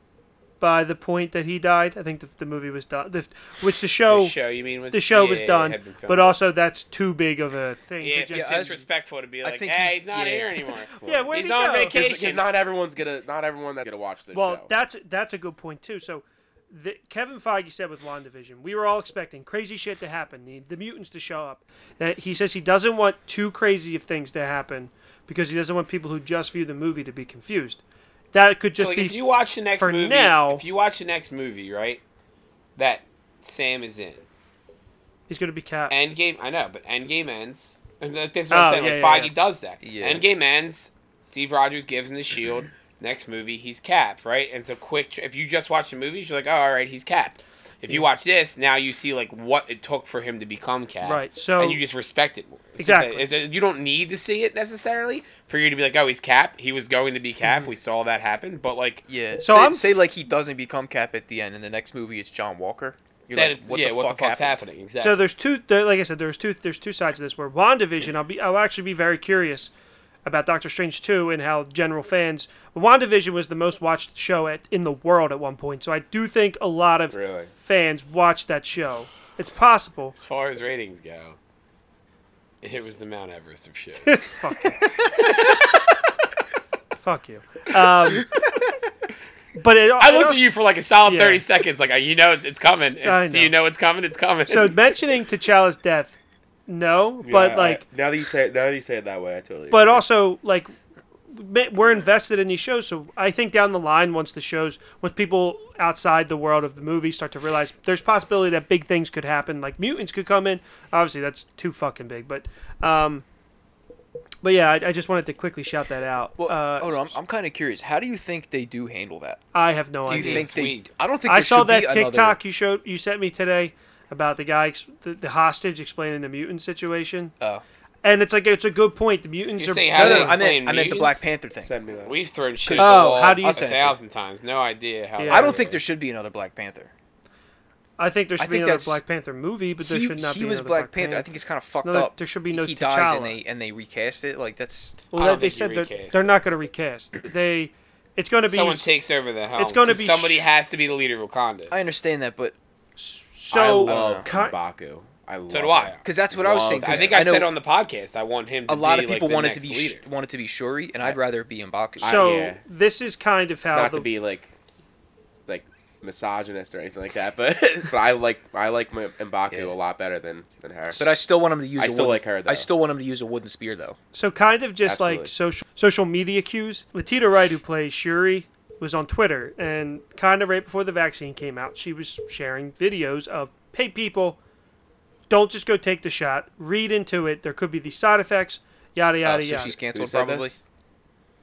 A: by the point that he died. I think the, the movie was done, the, which Oh, the show
C: the show, you mean? Was,
A: was
C: yeah,
A: done,
C: had been filmed.
A: but also that's too big of a thing.
C: Yeah,
A: to
C: it's
A: just-
F: I was-
C: disrespectful to be
F: I
C: like,
F: think
C: hey,
F: he-
C: he's not
F: yeah.
A: (laughs)
C: here anymore.
A: Yeah, where'd
C: he's
A: he
C: on
A: go?
C: vacation.
E: because not everyone's gonna not everyone that's gonna watch this
A: well,
E: show.
A: that's that's a good point too. So, the, Kevin Feige said with WandaVision, we were all expecting crazy shit to happen, the, the mutants to show up. That he says he doesn't want too crazy of things to happen because he doesn't want people who just view the movie to be confused. That could just
C: like,
A: be
C: if you watch the next
A: for
C: movie,
A: now-
C: if you watch the next movie, right, that Sam is in
A: he's going to be capped.
C: Endgame. I know, but Endgame ends. (laughs) And that- that's what I'm
A: Oh,
C: saying.
A: yeah, yeah,
C: like Feige
A: yeah.
C: does that.
F: Yeah.
C: Endgame ends. Steve Rogers gives him the shield. next movie, he's capped. Right, and it's a quick. tr- If you just watch the movies, you're like, oh, all right, he's capped. If you watch this, now you see like what it took for him to become capped.
A: Right, so-
C: and you just respect it. more. It's just
A: Exactly.
C: that- it's that you don't need to see it necessarily for you to be like, oh, he's capped. He was going to be capped.
A: Mm-hmm.
C: We saw that happen. But like,
G: Yeah.
A: So
G: So say,
A: I'm-
G: say like he doesn't become Cap at the end, and the next movie it's John Walker. You're
C: then
G: like,
C: it's, yeah, what the fuck's
G: happened?
C: happening? Exactly.
A: So there's two. There, like I said, there's two. There's two sides to this. Where Wandavision, I'll be. I'll actually be very curious about Doctor Strange two and how general fans. Wandavision was the most watched show at in the world at one point. So I do think a lot of
E: Really?
A: fans watched that show. It's possible.
C: As far as ratings go, it was the Mount Everest of shit.
A: Fuck you. Um, (laughs) but it,
C: I looked at you for like a solid
A: Yeah.
C: 30 seconds. Like, you know, it's, it's coming. It's, Do
A: know.
C: you know it's coming? It's coming. (laughs)
A: So mentioning T'Challa's death, no, but
E: Yeah, I-
A: like,
E: now that you say it, now that you say it that way, I totally.
A: but
E: agree.
A: also like, ma- we're invested in these shows. So I think down the line, once the shows, once people outside the world of the movie start to realize there's possibility that big things could happen, like mutants could come in. Obviously, that's too fucking big, but. um but yeah, I, I just wanted to quickly shout that out.
F: Well,
A: uh,
F: hold
D: Hold on, I'm, I'm kind of curious. How do you think they do handle that?
A: I have no
D: Do you
A: idea.
D: think
C: If
D: they?
C: we-
D: I don't think
A: I
D: there
A: saw
D: should be
A: that
D: another-
A: TikTok you showed you sent me today about the guy ex- the, the hostage explaining the mutant situation.
F: Oh.
A: And it's like it's a good point. The mutants
C: You're
A: are
C: saying
F: No,
C: how
F: no,
C: they
F: no, I
C: explain
F: meant I meant the
C: mutants?
F: Black Panther thing.
E: send me that.
C: We've thrown shit.
A: Oh,
C: at the
A: how
C: wall
A: do you
C: a
A: send
F: it?
C: thousand times? No idea how.
A: Yeah.
F: I don't think there should be another Black Panther.
A: I think there should
D: I
A: be
D: think
A: another
D: that's-
A: Black Panther movie, but there
D: he,
A: should not
D: he
A: be
D: was
A: another
D: Black Panther. I think it's kind of fucked
A: Another-
D: up.
A: there should be no
D: He dies and
A: T'Challa.
D: they and they recast it. Like that's
A: well,
C: I
A: they-
C: don't
A: they
C: think you
A: said they're,
C: recast
A: they're
C: it.
A: not going to recast. They it's going to be
C: Someone takes over the helm.
A: It's gonna
C: 'cause
A: be
C: somebody
A: sh-
C: has to be the leader of Wakanda.
D: I understand that, but
E: I
A: so
E: love
A: Ki-
E: Baku. I love
C: so do I.
E: him.
D: because that's what I was
E: Love
D: saying. 'cause
C: Oh, I think
D: I
C: I
D: know
C: said on the podcast I want him.
D: a
C: to
D: lot
C: be,
D: of people
C: like, the
D: wanted to
C: next
D: be sh-
C: leader.
D: wanted to be Shuri, and I'd rather be M'Baku.
A: so
E: yeah.
A: this is kind of how
E: Not
A: the,
E: to be like, like misogynist or anything like that, but (laughs) but I like I like M- M'Baku
D: Yeah.
E: a lot better than than her.
D: but I still want him to use.
E: I
D: a
E: still
D: wooden-
E: like her, though.
D: I still want him to use a wooden spear though.
A: So kind of just like
E: Absolutely.
A: social social media cues. Latita Wright, who plays Shuri, was on Twitter, and kind of right before the vaccine came out, she was sharing videos of, "Hey, people, don't just go take the shot. Read into it. There could be these side effects. Yada
D: Uh,
G: Oh,
A: yada
D: so
A: yada."
D: she's
E: Who
D: canceled
E: said
D: probably.
E: this?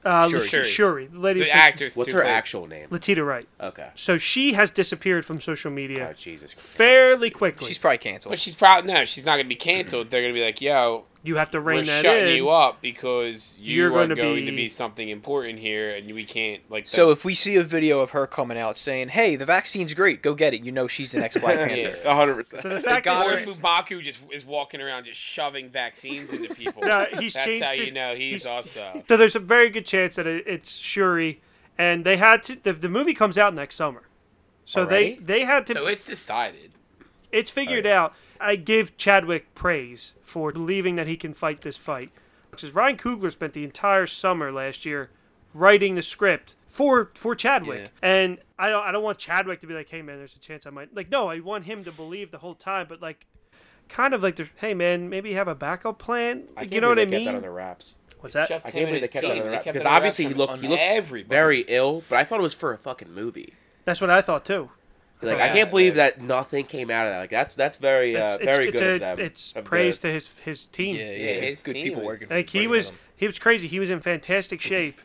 A: uh,
D: Shuri.
A: Shuri. Shuri, the lady, who
C: The
A: plays
C: actors.
E: What's
C: too
E: her
C: close.
E: actual name?
A: Latita Wright.
E: Okay.
A: So she has disappeared from social media
E: Oh Jesus. Christ.
A: fairly quickly.
D: She's probably canceled.
C: But she's probably no. She's not gonna be canceled. They're gonna be like, yo,
A: you have to rein
C: we're
A: that
C: shutting
A: in.
C: you up because you
A: You're
C: are
A: gonna
C: going
A: be-
C: to be something important here, and we can't like.
D: So
C: that-
D: if we see a video of her coming out saying, "Hey, the vaccine's great. Go get it," you know she's the next Black Panther.
C: yeah.
E: A hundred
A: So the
E: percent.
A: fact
D: got
C: Or
D: her-
A: that
C: if Ubaku just is walking around just shoving vaccines into
A: (laughs)
C: people.
A: No, he's
C: That's
A: changed
C: how
A: it.
C: you know he's,
A: He's-
C: also.
A: So there's a very good chance that it, it's Shuri, and they had to. The, the movie comes out next summer, so
E: Already?
A: they they had to.
C: So
A: it's,
C: it's decided.
E: Oh,
A: figured out. I give Chadwick praise for believing that he can fight this fight, because Ryan Coogler spent the entire summer last year writing the script for for Chadwick, and I don't I don't want Chadwick to be like, hey man, there's a chance I might like. No, I want him to believe the whole time, but like. Kind of like, there's, hey man, maybe have a backup plan.
E: I can't
A: you know what I
E: believe they
A: mean?
E: Kept that on their wraps.
A: What's that?
C: Just
E: I
C: him
E: can't
C: and
E: believe they
C: his
E: kept
C: team.
E: that
C: They
E: on their wraps
C: kept it
E: because
C: on their
E: obviously he
C: wraps
E: looked
C: on
E: he looked
C: everybody.
E: very ill, but I thought it was for a fucking movie.
A: That's what I thought too.
E: Like I
C: Yeah,
E: can't believe that nothing came out of that. Like that's that's very uh, very good
A: a,
E: of them.
A: It's
E: of the-
A: praise to his his team.
F: Yeah,
C: Yeah,
F: yeah,
C: his
F: good
C: team
F: people
C: was-
F: working.
A: like he
F: working with
A: was
F: him.
A: he was crazy. He was in fantastic shape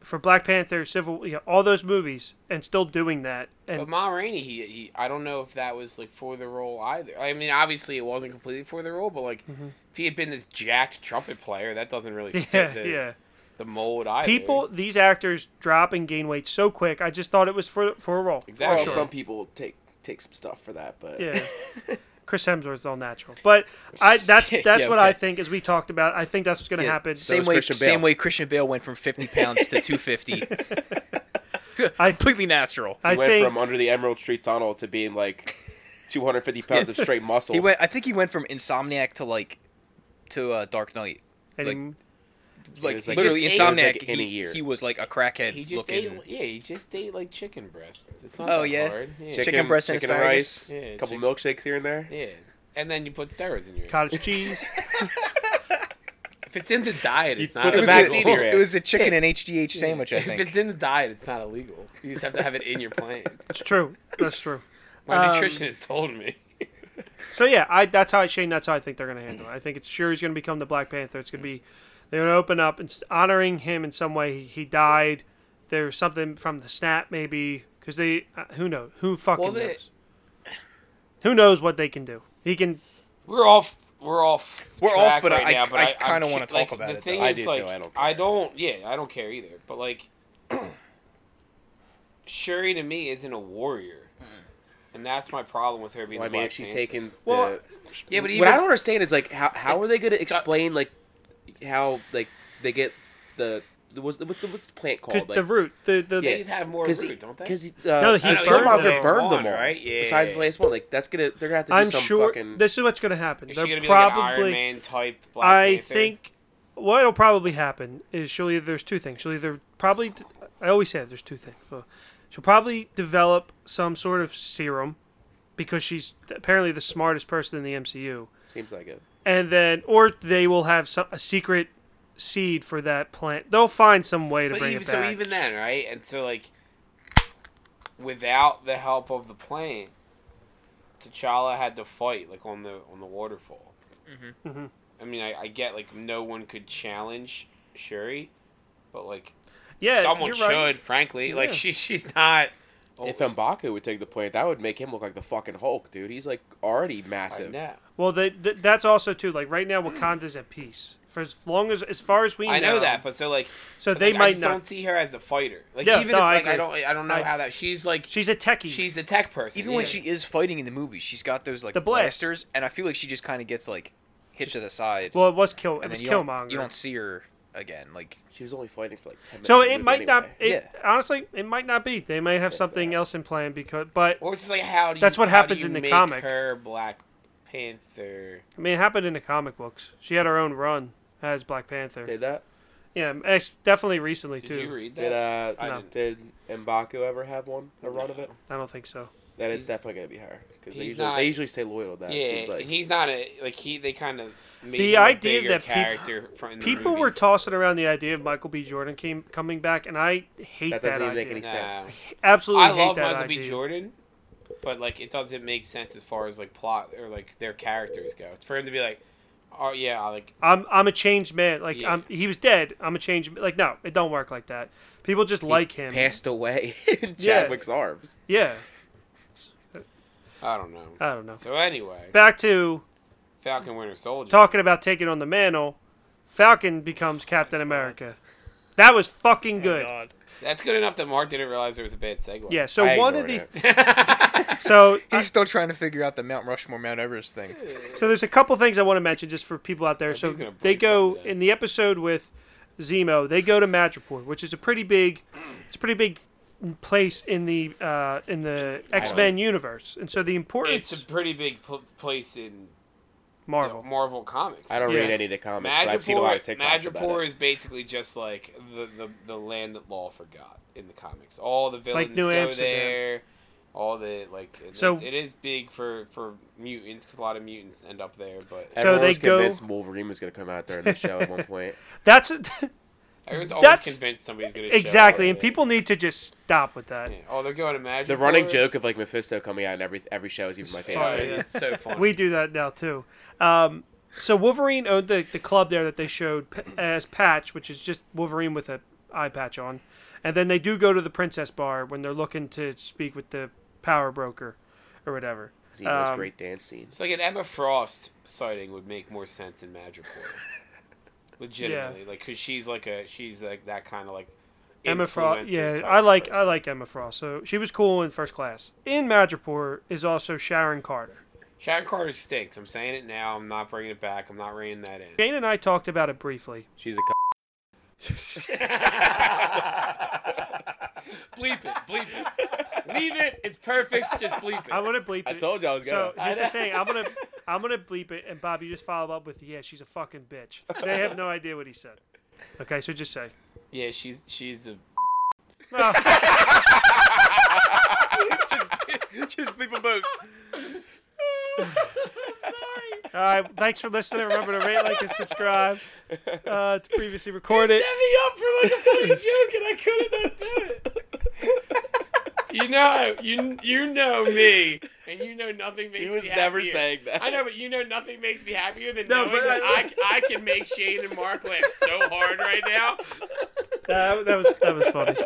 A: for Black Panther, Civil, you know, all those movies, and still doing that.
C: But
A: And
C: Ma Rainey, he, he, I don't know if that was like for the role either. I mean, obviously it wasn't completely for the role, but like if he had been this jacked trumpet player, that doesn't really fit
A: (laughs) Mm-hmm. yeah,
C: the,
A: yeah.
C: the mold either.
A: People, these actors drop and gain weight so quick. I just thought it was for for a role.
E: Well,
C: exactly.
E: some people take take some stuff for that,
A: (laughs)
E: but
A: Yeah. Chris Hemsworth's all natural, but
D: (laughs)
A: I that's
D: Yeah,
A: that's what
D: okay.
A: I think. As we talked about, I think that's what's going to
D: Yeah,
A: happen.
D: Same
E: was
D: way,
E: Christian Bale.
D: same way Christian Bale went from
E: (laughs)
D: 50 pounds to 250. (laughs)
A: I-
D: Completely natural.
A: I
E: he went
A: think
E: from under the Emerald Street Tunnel to being like 250 pounds of straight muscle.
D: He went. I think he went from Insomniac to like to uh, Dark Knight.
A: and
D: like-
A: he-
D: Like,
E: was like-
D: literally
C: He just ate-
D: Insomniac.
E: It was like in
D: he,
E: a year.
D: he was like a crackhead
C: he just
D: looking.
C: ate, yeah, he just ate like chicken breasts. It's not
D: Oh,
C: that
D: yeah.
C: hard. Yeah.
E: chicken,
D: chicken breast and
E: chicken and
D: asparagus.
E: rice,
C: Yeah,
E: a couple
C: chicken-
E: milkshakes here and there.
C: yeah. And then you put steroids in your.
A: cottage cheese.
C: If it's in the diet, it's
E: put
C: not.
D: It
E: it a
D: was,
C: illegal.
E: vaccine in
D: a,
E: your
D: it
G: (laughs)
E: ass.
D: was a chicken and HGH sandwich, I
C: If it's
D: think.
C: in the diet, it's not illegal. You just have to have it in your plan.
A: It's true. That's true.
C: My
A: Um,
C: nutritionist told me.
A: So yeah, I that's how I, Shane. That's how I think they're going to handle it. I think it's sure he's going to become the Black Panther. It's going to be they're going to open up and s- honoring him in some way. He, he died. There's something from the snap maybe because they uh, who knows who fucking
C: Well, they-
A: knows who knows what they can do. He can
C: We're off. We're off.
G: We're
C: track
G: off, but
C: right
G: I-
C: now,
G: I-
C: but
G: I
C: I'm
G: kinda
C: cu-
G: wanna talk
C: like,
G: about
C: the
G: it,
C: thing
E: though. I
C: is,
E: do, too.
C: like,
E: I don't
C: I
E: care.
C: don't. Yeah, I don't care either. But like, (clears throat) Shuri to me isn't a warrior, and that's my problem with her being.
E: Well, I
C: the
E: mean,
C: Black
E: if she's
C: Panther.
E: taking
A: Well,
E: the,
C: Yeah, but
E: what
C: even
E: I don't understand is like how how are they going to explain like how like they get the was what's the, what's the plant
A: cause
E: called
A: the
E: like
A: root the the
E: Yeah.
C: these have more
E: because
C: root, don't they?
E: because
A: No,
E: uh,
A: he's
E: Killmonger
A: burned
E: burned,
A: the last
E: them
C: one,
E: all
C: right? Yeah.
E: Besides the last one, like that's gonna they're gonna have to do
A: I'm
E: some
A: sure
E: fucking.
A: this is what's going to happen.
C: is she
A: They're
C: gonna be
A: probably
C: like an Iron Man type? Black
A: I
C: Panther?
A: think what'll probably happen is she'll either there's two things. She'll either probably I always say there's two things. So she'll probably develop some sort of serum because she's apparently the smartest person in the MCU.
E: Seems like it.
A: And then or they will have some, a secret seed for that plant. They'll find some way to
C: But
A: bring
C: even
A: it
C: so,
A: back.
C: even then, right? And so, like, without the help of the plane, T'Challa had to fight like on the on the waterfall. Mm-hmm. I mean, I, I get like no one could challenge Shuri, but like
A: yeah,
C: someone
A: you're
C: should,
A: right.
C: frankly. Like
A: Yeah.
C: she she's not. Oh,
E: If M'Baku would take the point, that would make him look like the fucking Hulk, dude. He's like already massive.
C: I know,
A: Well, they, th- that's also too like right now Wakanda's at peace. For as long as as far as we know.
C: I know that, but so like,
A: So
C: but,
A: they
C: like, I
A: might
C: just
A: not-
C: don't see her as a fighter. Like
A: Yeah,
C: even
A: no,
C: if
A: I
C: like I
A: agree.
C: don't I don't know
A: I-
C: how that she's like
A: She's a techie.
C: she's the tech person.
F: Even
C: yeah.
F: when she is fighting in the movie, she's got those like
A: The blast.
F: blasters, and I feel like she just kind of gets like hit to the side.
A: well, it was kill. It
F: and
A: was
F: then you don't-
A: Killmonger.
F: You don't see her again. Like
E: She was only fighting for like ten minutes.
A: So
E: in the
A: it
E: movie
A: might not.
E: anyway.
A: It,
F: Yeah.
A: Honestly, it might not be. They might have something
E: that.
A: else in plan because. But
C: Or it's just like how do you,
A: That's what
C: how do
A: happens
C: you
A: in the
C: make
A: comic.
C: Her Black Panther.
A: I mean, it happened in the comic books. She had her own run as Black Panther.
E: Did that?
A: Yeah, ex- definitely recently
C: Did
A: too.
C: you read that?
E: Did uh
A: I
E: did M'Baku ever have one a run of it?
A: I don't think so.
E: That is
C: He's-
E: definitely gonna be her because they
C: he's
E: usually
C: not-
E: they usually stay loyal to that. it
C: yeah,
E: seems like.
C: and he's not a like he. They kind of made
A: The
C: him a
A: idea
C: bigger
A: that peop-
C: character from in the
A: People were
C: movies.
A: tossing around the idea of Michael B. Jordan came coming back, and I hate
E: that
A: that,
E: doesn't even
A: idea.
E: make any
C: Nah.
E: sense.
A: Absolutely
C: I
A: hate
C: love
A: that
C: Michael
A: idea.
C: B. Jordan, but like it doesn't make sense as far as like plot or like their characters go. For him to be like, oh yeah, I like
A: I'm I'm a changed man. Like
C: Yeah.
A: I'm, he was dead. I'm a changed. Like no, it don't work like that. People just like him.
E: Passed away in
A: Yeah.
E: (laughs) Chadwick's arms.
A: Yeah,
C: I don't know.
A: I don't know.
C: So anyway,
A: Back to
C: Falcon Winter Soldier.
A: talking about taking on the mantle, Falcon becomes Captain America. That was fucking good.
C: That's good enough that Mark didn't realize there was a bad segue.
A: yeah. So
E: I
A: one of the (laughs)
C: (laughs)
E: ignored
A: so I-
G: He's still trying to figure out the Mount Rushmore, Mount Everest thing.
A: so there's a couple things I want to mention just for people out there. So
C: gonna
A: they
C: break
A: go
C: something.
A: in the episode with Zemo. They go to Madripoor, which is a pretty big, it's a pretty big place in the uh, in the X Men universe. And so the importance
C: It's a
A: of
C: pretty big pl- place in Marvel,
A: Marvel.
C: Marvel Comics.
E: I don't
A: Yeah.
E: read any of the comics, but I've seen a lot
C: Madripoor,
E: of TikToks about
C: Madripoor
E: it.
C: is basically just like the, the, the land that Law forgot in the comics. All the villains
A: New
C: go
A: Amsterdam.
C: there. All the like, it-
A: So-
C: it is big for for mutants 'cause a lot of mutants end up there. But
A: So
E: Everyone
A: they
E: was
A: go-
E: convinced Wolverine was gonna come out during the show at one point.
A: That's
C: everyone's always
A: That's-
C: convinced somebody's gonna
A: (laughs)
C: show
A: exactly,
C: up.
A: and people need to just stop with that.
C: Yeah. Oh, they're going to Madripoor.
E: The running joke of like Mephisto coming out in every every show is even my
C: Oh, yeah,
E: favorite.
C: it's so funny.
A: We do that now too. Um, so Wolverine owned the, the club there that they showed p- as Patch, which is just Wolverine with a eye patch on, and then they do go to the Princess Bar when they're looking to speak with the power broker, or whatever.
E: Zemo's
A: Um,
E: great dance scenes.
C: It's like an Emma Frost sighting would make more sense
A: (laughs)
C: in Madripoor. Legitimately, Like 'cause like, cause she's like a she's like that kind of like
A: Emma Frost.
C: influencer
A: Yeah,
C: type
A: I like I
C: person.
A: like Emma Frost. So she was cool in First Class. In Madripoor is also Sharon Carter.
C: Sharon Carter stinks. I'm saying it now. I'm not bringing it back. I'm not reining that in.
A: Jane and I talked about it briefly.
E: She's a. c-
C: bleep it. Bleep it. Leave it. It's perfect. Just bleep
A: I'm gonna bleep it.
E: I told you (laughs) I was
A: So (laughs)
E: gonna.
A: here's the thing. I'm gonna I'm gonna bleep it, and Bob, you just follow up with, "Yeah, she's a fucking bitch." They have no idea what he said. Okay, so just say. (laughs)
C: Yeah, she's she's (laughs) a.
A: No.
G: Just people both.
A: All right. Thanks for listening. Remember to rate, like, and subscribe. Uh, to previously recorded.
C: You know, you you know me, and you know nothing makes
E: He was
C: me
E: never
C: happier.
E: saying that.
C: I know, but you know nothing makes me happier than
A: No,
C: knowing
A: but
C: that
A: I-
C: I, I can make Shane and Mark laugh so hard right now.
A: That, that was that was funny.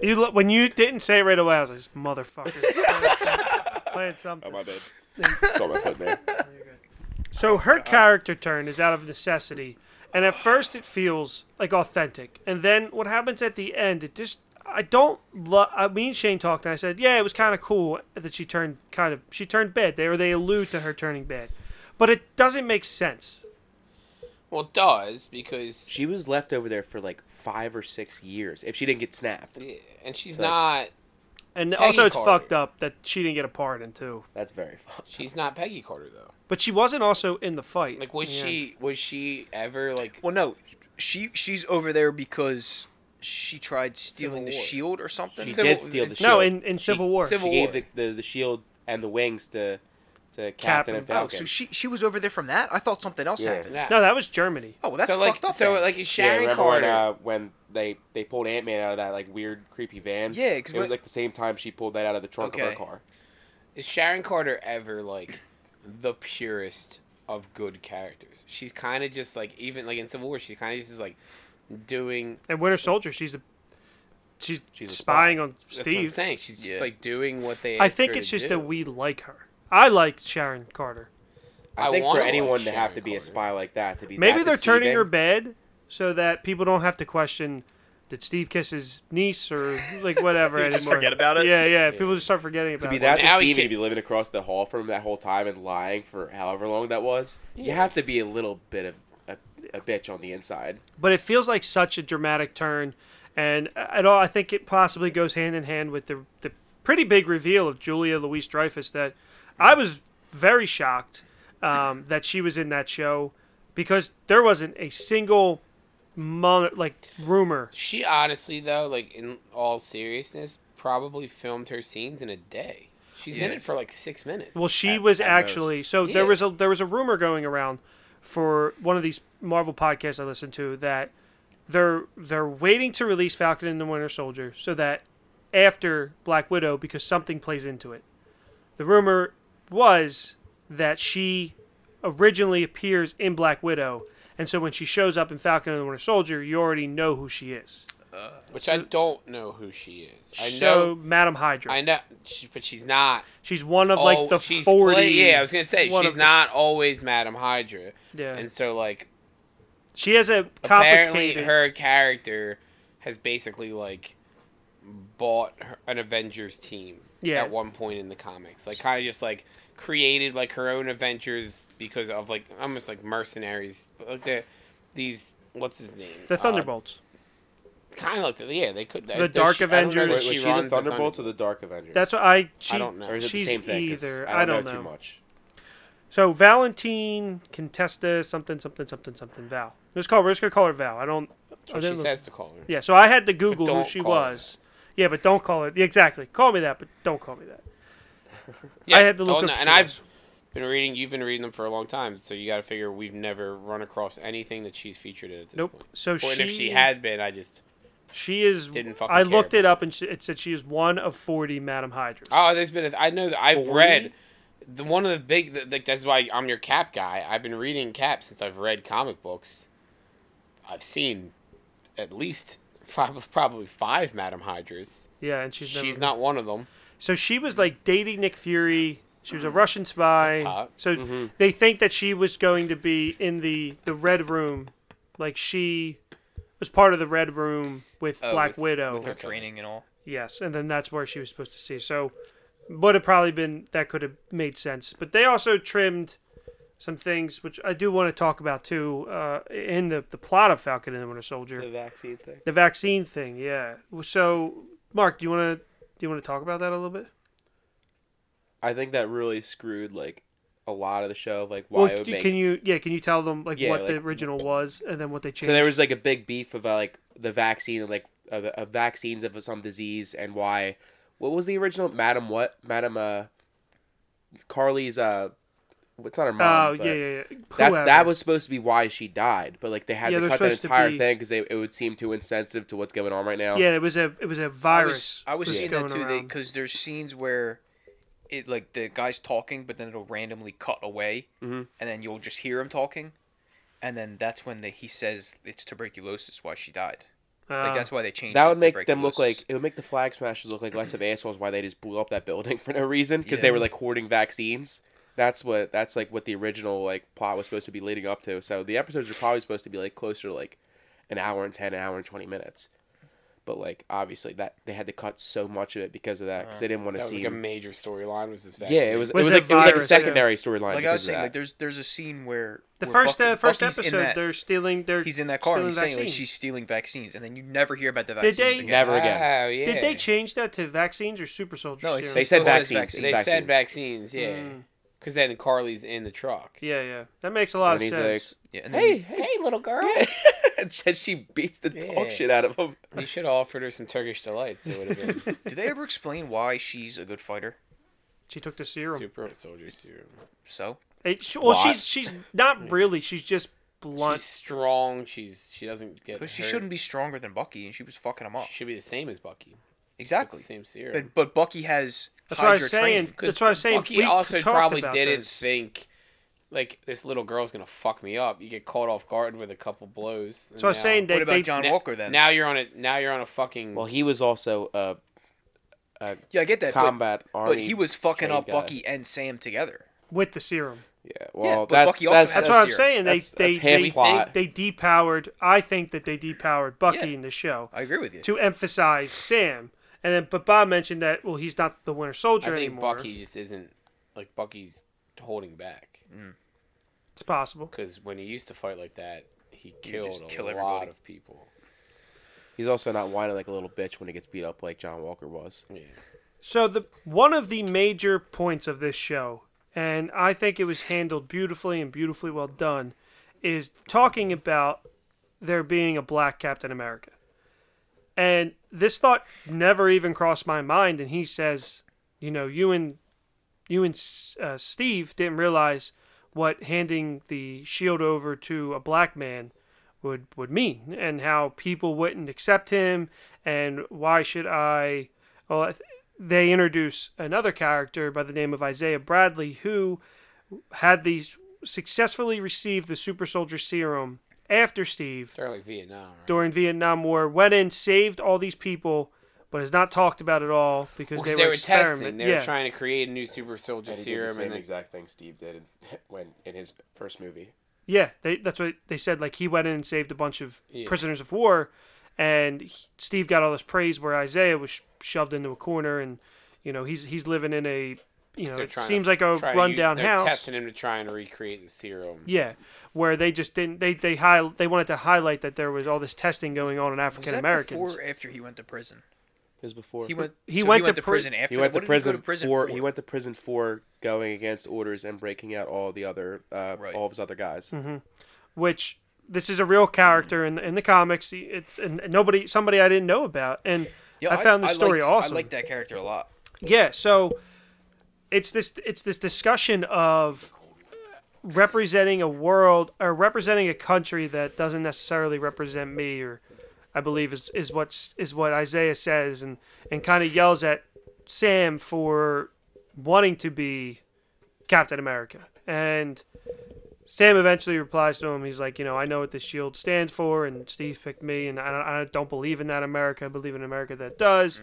A: You lo- when you didn't say it right away, I was like, "This "Motherfucker." Playing something.
E: Oh my bad. Got my foot there.
A: So her character turn is out of necessity, and at first it feels like authentic, and then what happens at the end? It just I don't love. I mean, Shane talked, and I said, yeah, it was kind of cool that she turned kind of she turned bad. They or they allude to her turning bad, but it doesn't make sense.
C: Well, it does because
E: She was left over there for like five or six years if she didn't get snapped.
C: and she's
E: like-
C: not
A: And
F: Peggy
A: also, it's
F: Carter.
A: fucked up that she didn't get a pardon too.
E: That's very fun.
C: She's not Peggy Carter though.
A: But she wasn't also in the fight.
C: Like was
A: Yeah.
C: she was she ever like
D: Well, no, she she's over there because she tried stealing the
C: War.
D: shield or something.
E: She
C: Civil-
E: did steal the shield.
A: No, in, in Civil War.
C: Civil-
E: she
C: War.
E: gave the, the, the shield and the wings to to Captain, and
A: Captain.
D: oh,
E: Falcon.
D: so she she was over there from that. I thought something else
E: Yeah.
D: happened.
C: that?
A: no, that was Germany.
D: Oh, well, that's
C: so like
D: fucked up.
C: so
D: then.
C: like is
E: yeah,
C: Sharon
E: remember
C: Carter.
E: when, uh, when they they pulled Ant Man out of that like weird creepy van?
D: Yeah, 'cause
E: it was
D: what-
E: like the same time she pulled that out of the trunk of her
D: Okay.
E: car.
C: is Sharon Carter ever like the purest of good characters? She's kind of just like even like in Civil War, she's kind of just like doing.
A: And Winter Soldier, she's a she's,
E: She's a spy.
A: spying on
C: That's what I'm
A: Steve.
C: saying. She's just
D: Yeah.
C: like doing what they.
A: I
C: ask
A: think
C: her
A: it's
C: to
A: just
C: do.
A: that we like her. I like Sharon Carter.
E: I,
C: I
E: think for
C: wanna
E: anyone
C: like
E: to have
C: Sharon
E: to be a
C: Carter.
E: spy like that to eh? be
A: Maybe
E: that
A: they're turning her
E: deceiving-
A: bed so that people don't have to question did Steve kiss his niece or like whatever
G: Just
A: anymore.
G: forget about it?
A: Yeah, yeah. People just start forgetting about
E: to be
A: it.
E: that
C: Now he
E: deceiving
C: can-
E: to be living across the hall from him that whole time and lying for however long that was. You have to be a little bit of a, a bitch on the inside.
A: but it feels like such a dramatic turn, and at all, I think it possibly goes hand in hand with the the pretty big reveal of Julia Louise Dreyfus that I was very shocked um, that she was in that show because there wasn't a single mon- like rumor.
C: She honestly though, like in all seriousness, probably filmed her scenes in a day. She's in it for like six minutes.
A: Well, she
C: At-
A: was
C: at
A: actually
C: most.
A: so
C: Yeah.
A: there was a there was a rumor going around for one of these Marvel podcasts I listened to that they're they're waiting to release Falcon and the Winter Soldier so that after Black Widow because something plays into it. The rumor was that she originally appears in Black Widow, and so when she shows up in Falcon and the Winter Soldier, you already know who she is.
C: which I don't know who she is. I
A: so
C: know,
A: Madam Hydra,
C: I know, she, but she's not.
A: she's one of
C: al-
A: like the
C: Oh, she's
A: forty.
C: play- yeah, I was gonna say
A: one
C: she's
A: of the-
C: not always Madam Hydra.
A: Yeah.
C: and so like
A: She has a
C: apparently
A: complicated.
C: her character has basically like bought her, an Avengers team
A: Yeah.
C: at one point in the comics. Like kind of just like created like her own Avengers because of like almost like mercenaries. but, Like the, these what's his name?
A: The Thunderbolts.
C: kind of like the, yeah, they could uh,
A: The Dark Avengers.
E: Wait,
A: Wait,
E: was she, the
C: runs
E: Thunderbolts or the Dark Avengers?
A: That's what I. She,
C: I don't know.
E: or is it the
A: she's
E: same thing? 'Cause
A: either.
E: I don't, know,
A: know.
E: too much.
A: So Valentine Contesta something something something something Val. Let's call. We're just gonna call her Val. I don't. I
C: What she
A: didn't look-
C: says to call her.
A: yeah. So I had to Google who
C: don't
A: she
C: call her
A: was. Yeah, but don't call it yeah, exactly. Call me that, but don't call me that.
C: Yeah,
A: I had to look up.
C: don't know.
A: who
C: And
A: she
C: I've
A: was.
C: been reading. You've been reading them for a long time, so you got to figure we've never run across anything that she's featured in at this
A: Nope.
C: point.
A: So
C: Or and if
A: she-
C: she had been, I just
A: She is.
C: Didn't fucking
A: I
C: care
A: looked it
C: about
A: up and she, it said she is one of forty Madam Hydras.
C: Oh, there's been. A, I know that I've read the one of the big. the- Like that's why I'm your Cap guy. I've been reading Cap since I've read comic books. I've seen at least five, probably five Madam Hydras.
A: yeah, and she's never
C: She's
A: been-
C: not one of them.
A: So she was like dating Nick Fury. She was a Russian spy.
C: That's hot. Mm-hmm.
A: So they think that she was going to be in the the Red Room, like she was part of the Red Room with Black
C: Oh, with-
E: uh,
A: Widow.
C: with
G: her training and all.
A: Yes, and then that's where she was supposed to see. So would have probably been that could have made sense. But they also trimmed some things which I do want to talk about too uh, in the the plot of Falcon and the Winter Soldier,
E: The vaccine thing.
A: the vaccine thing. Yeah. So Mark, do you want to do you want to talk about that a little bit?
E: I think that really screwed like a lot of the show. Of, like why
A: Well,
E: it would
A: c-
E: make
A: can you yeah? Can you tell them like
E: Yeah,
A: what the
E: like-
A: original was and then what they changed?
E: So there was like a big beef about like the vaccine and like of, of vaccines of some disease and why. What was the original Madam what Madam uh Carly's uh it's not her mom.
A: oh yeah,
E: but
A: yeah, yeah.
E: That
A: Whoever.
E: that was supposed to be why she died, but like they had
A: Yeah,
E: to
A: they're
E: cut
A: supposed
E: that
A: to
E: entire
A: be-
E: thing because it would seem too insensitive to what's going on right now.
A: yeah. It was a it was a
D: I was,
A: virus.
D: I was seeing
A: going
D: that too
A: around.
D: because there's scenes where it like the guy's talking, but then it'll randomly cut away,
E: Mhm.
D: and then you'll just hear him talking, and then that's when the, he says it's tuberculosis why she died. Like
A: Uh,
D: that's why they changed.
E: That
D: it
E: would
D: to
E: make them look
D: tuberculosis.
E: like it would make the flag smashers look like less of assholes. Why they just blew up that building (laughs) for no reason because they
D: Yeah.
E: were like hoarding vaccines. That's what that's like what the original like plot was supposed to be leading up to. So the episodes are probably supposed to be like closer to like an hour and ten, an hour and twenty minutes. But like obviously that they had to cut so much of it because of that because they didn't want to
C: That was
E: see
C: like a
E: him.
C: major storyline. Was this?
E: yeah,
C: Vaccine.
E: it was it
A: Was
E: was
A: it
E: like it was like a
A: virus, yeah.
E: secondary storyline.
G: Like I was
E: because of
G: saying,
E: that.
G: like there's there's a scene where
A: The
G: where
A: first
G: Bucky-
A: uh, first
G: Bucky's in
A: episode,
G: that-
A: they're stealing. They're
G: he's in that car and he's
A: stealing
G: saying like
A: vaccines.
G: she's stealing vaccines, and then you never hear about the
A: Did
G: vaccines
A: they-
G: again.
E: Never again.
C: Wow, yeah.
A: Did they change that to vaccines or super soldiers?
G: No, it's-
E: they
G: it
E: said
G: still says
E: vaccines.
G: vaccine.
E: it's
C: They said
E: vaccines.
C: vaccines. Yeah.
A: Mm.
C: Because then Carly's in the truck.
A: yeah, yeah. That makes a lot of
E: And he's
A: sense.
G: Yeah, and then
E: Hey, hey,
C: little girl.
E: (laughs) and said she beats the
C: Yeah.
E: dog shit out of him.
C: You should have offered her some Turkish delights. It would have
A: (laughs)
C: been
G: Do they ever explain why she's a good fighter?
A: she took the serum.
C: Super soldier serum.
G: So
A: Hey, she- well,
E: Plot.
A: she's she's not really. She's just blunt.
C: She's strong. She's she doesn't get.
G: But she
C: hurt.
G: shouldn't be stronger than Bucky, and she was fucking him up.
C: She should be the same as Bucky. It's
G: Exactly.
C: the same serum.
G: But, but Bucky has
A: that's what I
G: Hydra
A: was saying.
G: training.
A: That's what I was saying.
C: Bucky
A: We
C: also
A: talked
C: probably
A: about
C: didn't
A: this.
C: think like this little girl's gonna fuck me up. You get caught off guard with a couple blows. and
A: So I was
C: now-
A: saying
G: What
A: that
G: about
A: they.
G: John
C: na-
G: Walker then?
C: Now you're on a now you're on a fucking
E: Well, he was also a
G: yeah, I get that. but-
E: combat
G: but,
E: army.
G: he was fucking
E: trained
G: up
E: guy.
G: Bucky and Sam together.
A: with the serum.
E: Yeah, well,
G: but
E: that's
G: Bucky also
E: that's,
G: had
A: That's what I'm
G: serum.
A: saying. They
E: That's-
A: they
E: that's hand
A: they,
E: plot.
A: they depowered. I think that they depowered Bucky
G: Yeah.
A: in the show
G: I agree with you.
A: to emphasize Sam. And then, but Bob mentioned that well, he's not the Winter
C: I
A: Soldier
C: think
A: anymore.
C: Bucky just isn't like Bucky's holding back
A: It's possible.
C: because when he used to fight like that, he
G: just
C: killed a
G: kill
C: lot
G: everybody.
C: of people.
E: He's also not whining like a little bitch when he gets beat up like John Walker was.
C: Yeah.
A: So the one of the major points of this show, and I think it was handled beautifully and beautifully well done, is talking about there being a black Captain America. And this thought never even crossed my mind. And he says, you know, you and you and S- uh, Steve didn't realize what handing the shield over to a black man would would mean, and how people wouldn't accept him, and why should I? Well, I th- they introduce another character by the name of Isaiah Bradley, who had these successfully received the super soldier serum after Steve
C: They're like Vietnam, right?
A: during Vietnam War went in, saved all these people, but is not talked about at all because
C: Because
A: they,
C: they
A: were,
C: were
A: experiment-
C: testing. They
A: yeah.
C: were trying to create a new super soldier serum, and then,
E: exact thing Steve did in, (laughs) when in his first movie.
A: Yeah, they, that's what they said. Like he went in and saved a bunch of
C: Yeah.
A: prisoners of war, and he- Steve got all this praise where Isaiah was sh- shoved into a corner, and you know he's he's living in a you know
C: they're
A: it
C: trying to-
A: seems like a
C: try to
A: rundown
C: use, they're
A: house.
C: testing him to try and recreate the serum.
A: Yeah, where they just didn't they they high, they wanted to highlight that there was all this testing going on in
G: Was
A: African
G: that
A: Americans.
G: before or after he went to prison?
E: It was before
G: He went.
A: He
G: so
A: went
G: he went
A: to
G: to,
A: pri-
G: prison after.
E: He went
G: what
E: to
G: did He,
E: prison,
G: go to prison
E: for,
G: for?
E: he went to prison for going against orders and breaking out all the other uh,
G: Right.
E: all of his other guys.
G: Mm-hmm.
A: which this is a real character in in the comics. It's and and nobody somebody I didn't know about, and
G: Yeah,
A: I found the story
G: liked-
A: awesome.
G: I liked that character a lot.
A: Yeah, so it's this it's this discussion of representing a world or representing a country that doesn't necessarily represent me or I believe is is what's is what Isaiah says and and kind of yells at Sam for wanting to be Captain America. And Sam eventually replies to him. He's like, you know, I know what the shield stands for, and Steve picked me, and I don't, I don't believe in that America. I believe in America that does.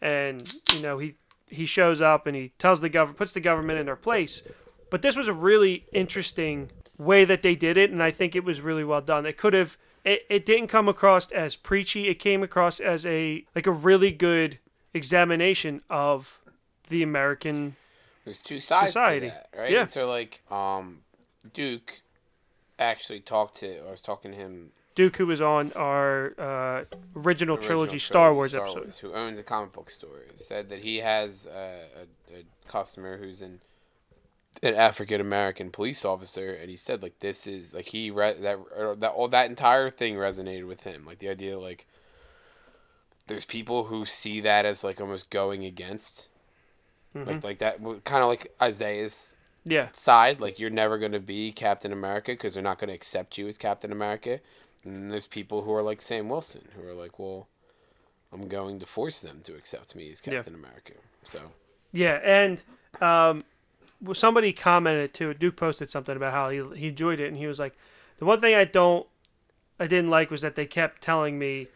A: And you know, he he shows up and he tells the government, puts the government in their place. But this was a really interesting way that they did it, and I think it was really well done. It could have, it, it didn't come across as preachy. It came across as a like a really good examination of the American.
C: There's two sides
A: Society.
C: to that, right?
A: Yeah.
C: And so like, um, Duke actually talked to. I was talking to him.
A: Dooku was on our uh, original,
C: original
A: trilogy Star Wars
C: Star
A: episode.
C: Wars, who owns a comic book store, said that he has uh, a, a customer who's an an African American police officer, and he said like this is like he re- that or that all that entire thing resonated with him, like the idea like there's people who see that as like almost going against.
A: Mm-hmm.
C: Like like that, kind of like Isaiah's
A: Yeah,
C: side, like you're never going to be Captain America because they're not going to accept you as Captain America. And then there's people who are like Sam Wilson, who are like, well, I'm going to force them to accept me as
A: Yeah.
C: Captain America. So
A: yeah, and um, well, somebody commented too. Duke posted something about how he he enjoyed it, and he was like, "The one thing I don't, I didn't like was that they kept telling me,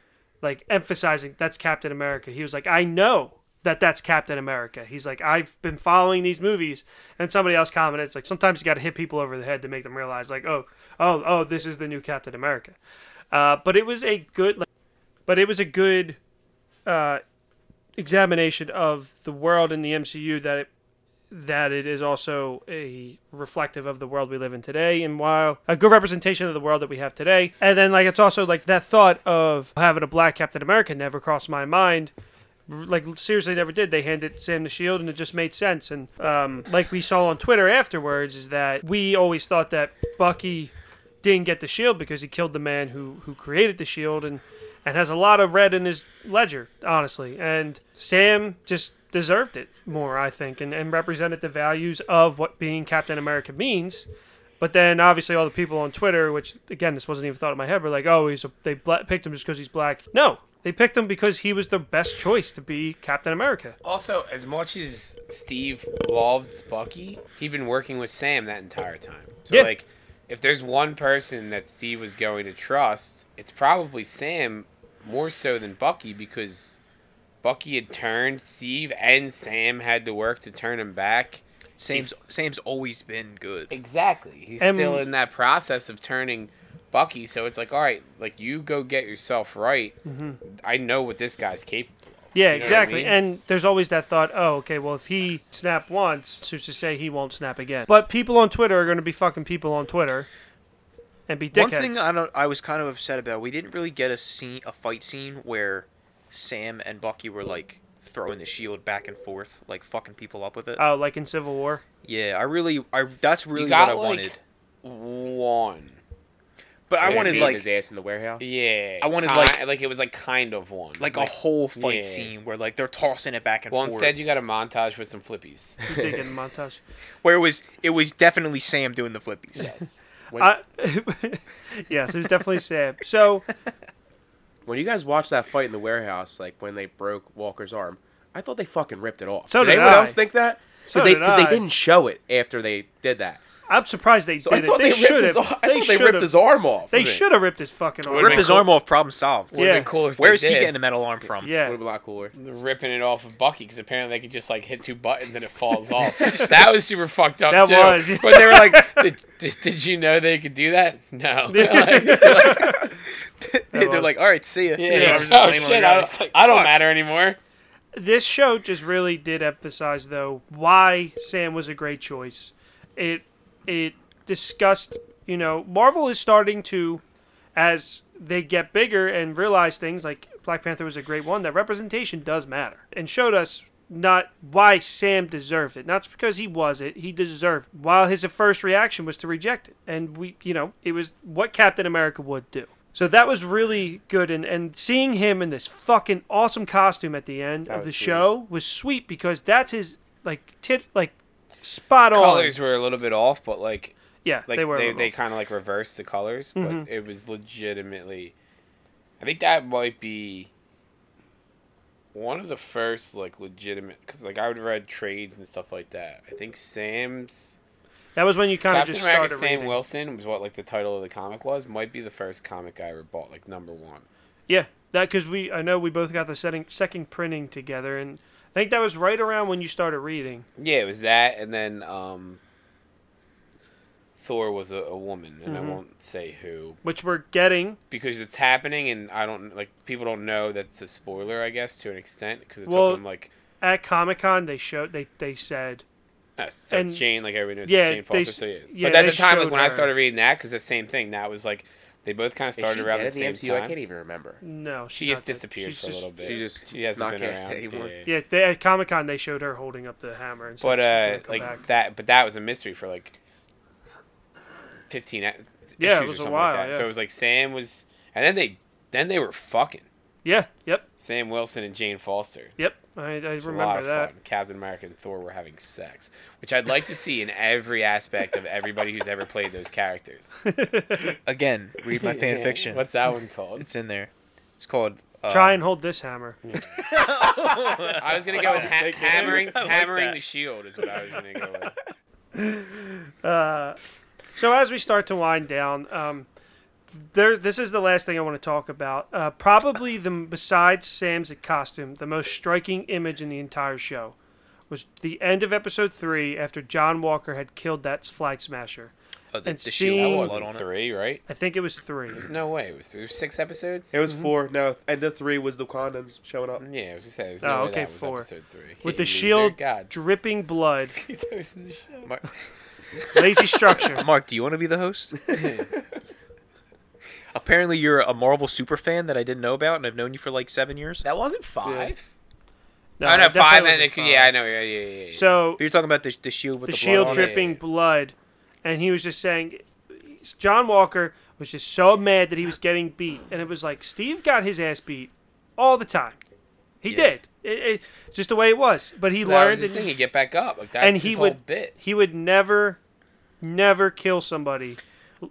A: like emphasizing that's Captain America." He was like, "I know." That that's Captain America. He's like I've been following these movies, and somebody else commented, "It's like sometimes you got to hit people over the head to make them realize, like, oh, oh, oh, this is the new Captain America." Uh, but it was a good, like, but it was a good uh, examination of the world in the MCU that it, that it is also a reflective of the world we live in today, and while a good representation of the world that we have today, and then like it's also like that thought of having a black Captain America never crossed my mind. Like seriously, never did. They handed Sam the shield, and it just made sense. And um, like we saw on Twitter afterwards, is that we always thought that Bucky didn't get the shield because he killed the man who who created the shield and and has a lot of red in his ledger, honestly. And Sam just deserved it more, I think, and, and represented the values of what being Captain America means. But then obviously all the people on Twitter, which again this wasn't even thought in my head, were like, "Oh, he's a, they bla- picked him just because he's black." No, they picked him because he was the best choice to be Captain America.
C: Also, as much as Steve loves Bucky, he'd been working with Sam that entire time. So
A: Yeah.
C: like if there's one person that Steve was going to trust, it's probably Sam more so than Bucky because Bucky had turned Steve and Sam had to work to turn him back.
G: Sam's Sam's always been good.
C: Exactly. He's
A: And-
C: still in that process of turning Bucky, so it's like, all right, like you go get yourself right.
A: Mm-hmm.
C: I know what this guy's capable.
A: Yeah,
C: You know what I
A: exactly.
C: mean?
A: And there's always that thought, oh, okay, well, if he snap once, who's to say he won't snap again? But people on Twitter are going to be fucking people on Twitter and be dickheads.
G: One thing I don't I was kind of upset about, we didn't really get a scene a fight scene where Sam and Bucky were like throwing the shield back and forth, like fucking people up with it.
A: Oh, like in Civil
E: (laughs)
A: War.
G: yeah, I really I that's really
C: You
G: what I
C: got like
G: wanted.
C: one.
G: But I
E: Yeah,
G: wanted
E: beating
G: like
E: his ass in the warehouse.
C: Yeah,
G: I wanted,
C: ki-
G: like-
C: like it was like kind of one,
G: like a whole fight
C: yeah.
G: scene where like they're tossing it back and
C: Well,
G: forth.
C: instead you got a montage with some
G: (laughs)
C: flippies.
A: You did get a montage.
G: where it was it was definitely Sam doing the flippies.
C: Yes.
A: I, (laughs) yes, it was definitely Sam. So,
E: When you guys watched that fight in the warehouse, like when they broke Walker's arm, I thought they fucking ripped it off.
A: So did
E: anyone
A: I.
E: else think that?
A: So
E: they,
A: did I.
E: they didn't show it after they did that.
A: I'm surprised they
E: So
A: did
E: I thought
A: it. They
E: they,
A: should
E: ripped his, ar-
A: have.
E: I
A: They
E: thought they
A: should
E: ripped his
A: have.
E: arm off.
A: They should have ripped his fucking arm.
C: Would've
G: Rip
A: off.
C: been
G: his arm off, problem solved.
A: Yeah.
C: Been cool if
G: Where
C: they
G: is he
C: did.
G: getting the metal arm from?
E: Would
A: Yeah.
E: have been a lot cooler.
C: ripping it off of Bucky? Because apparently they could just like hit two buttons and it
A: (laughs)
C: falls off. that was super fucked up.
A: That
C: too.
A: was.
C: When they were like, did, did, did you know they could do that?
A: (laughs)
C: No. Like,
G: (laughs) They're
A: was.
G: like, all right, see ya.
C: yeah.
G: His arm's just
C: Oh
G: laying on the
C: shit!
G: ground.
C: I
G: He's
C: don't,
G: like,
C: I don't
G: fuck.
C: matter anymore.
A: this show just really did emphasize though why Sam was a great choice. It it discussed, you know, Marvel is starting to as they get bigger and realize things like Black Panther was a great one that representation does matter and showed us not why Sam deserved it. Not because he was it, he deserved. It. While his first reaction was to reject it, and we, you know, it was what Captain America would do. So that was really good, and, and seeing him in this fucking awesome costume at the end of the
E: was sweet.
A: show was sweet because that's his like tit like spot on.
C: Colors were a little bit off, but like
A: yeah,
C: like
A: they
C: they
A: were. a
C: they,
A: little- Mm-hmm.
C: kind of like reversed the colors, but it was legitimately. I think that might be one of the first like legitimate because like I would read trades and stuff like that. I think Sam's
A: that was when you kind of
C: Captain
A: just
C: America
A: started
C: Sam
A: reading.
C: Wilson was what like the title of the comic was. Might be the first comic I ever bought, like number one.
A: Yeah, that because we I know we both got the setting, second printing together, and I think that was right around when you started reading.
C: Yeah, it was that, and then um, Thor was a, a woman, and
A: Mm-hmm.
C: I won't say who,
A: which we're getting.
C: because it's happening, and I don't like people don't know that's a spoiler, I guess, to an extent, because it
A: Well,
C: took them like
A: At Comic Con, they showed they they said
C: uh, so it's
A: and-
C: Jane, like everybody knows,
A: yeah,
C: it's Jane Foster.
A: they-
C: so yeah.
A: yeah,
C: but at
A: they
C: the time,
A: showed
C: like when I
A: her.
C: started reading that, because the same thing, that was like they both kind of
E: Is she
C: started around
E: dead
C: the
E: in
C: same
E: MCU? I
C: time.
E: can't even remember.
A: no,
C: she
A: she's
C: just
A: not dead.
C: disappeared
A: She's
C: for
E: just-
C: a little bit.
E: she just
C: she hasn't
E: not
C: been
E: cast
C: around
E: anymore.
C: Yeah.
A: Yeah, they, at Comic Con they showed her holding up the hammer and. said
C: But
A: she's
C: uh,
A: gonna come
C: like
A: back.
C: that, but that was a mystery for like fifteen. Yeah,
A: Yeah, it
C: issues
A: was
C: or
A: a
C: something
A: while,
C: Like that. So
A: yeah.
C: it was like Sam was, and then they, then they were fucking
A: Yeah. Yep.
C: Sam Wilson and Jane Foster.
A: Yep. I, I
C: It's a lot
A: remember
C: of
A: that.
C: fun. Captain America and Thor were having sex, which I'd like to see in every aspect of everybody who's ever played those characters.
A: (laughs)
C: Um,
G: Again,
C: (laughs)
G: read my fan fiction.
C: What's that one
A: (laughs)
C: called?
G: It's in there. It's called. Uh,
A: Try and hold this hammer.
C: I was gonna go with ha- hammering, hammering the shield is what I was gonna go
A: (laughs)
C: with.
A: So as we start to wind down, um, there. This is the last thing I want to talk about. Uh, probably the besides Sam's costume, the most striking image in the entire show was the end of episode three after John Walker had killed that flag smasher,
G: uh, the,
A: And
G: the shoe with
A: seeing-
G: blood
A: Wasn't
G: on it.
C: three, right?
A: I think it was three.
C: There's no way. It was, it was six episodes.
E: It was four. No, and the three was the condoms showing up.
C: yeah, I was gonna say it was
A: Oh,
C: no way
A: okay,
C: that was
A: four.
C: episode three.
A: With
C: You
A: the
C: loser.
A: shield
C: God, (laughs)
A: dripping blood,
C: he's hosting the show.
G: Mark,
A: lazy
C: (laughs)
A: structure.
G: Mark, do you want to be the host? (laughs) Apparently, you're a Marvel super fan that I didn't know about, and I've known you for like seven years.
C: That wasn't five.
A: No,
C: oh
A: it
C: no,
A: definitely
C: five.
A: wasn't
C: And it,
A: five.
C: Yeah, I know. Yeah, yeah, yeah. yeah.
A: So
G: But you're talking about the, the shield with
A: the
G: the,
A: shield
G: blood on it.
A: dripping
C: yeah.
A: blood, and he was just saying, John Walker was just so mad that he was getting beat, and it was like Steve got his ass beat all the time. He
G: Yeah.
A: did. It, it just the way it was. But he
C: that was
A: learned,
C: his
A: and,
C: thing. He'd get back up. Like, that's
A: and he
C: his whole
A: would
C: bit.
A: he would never, never kill somebody.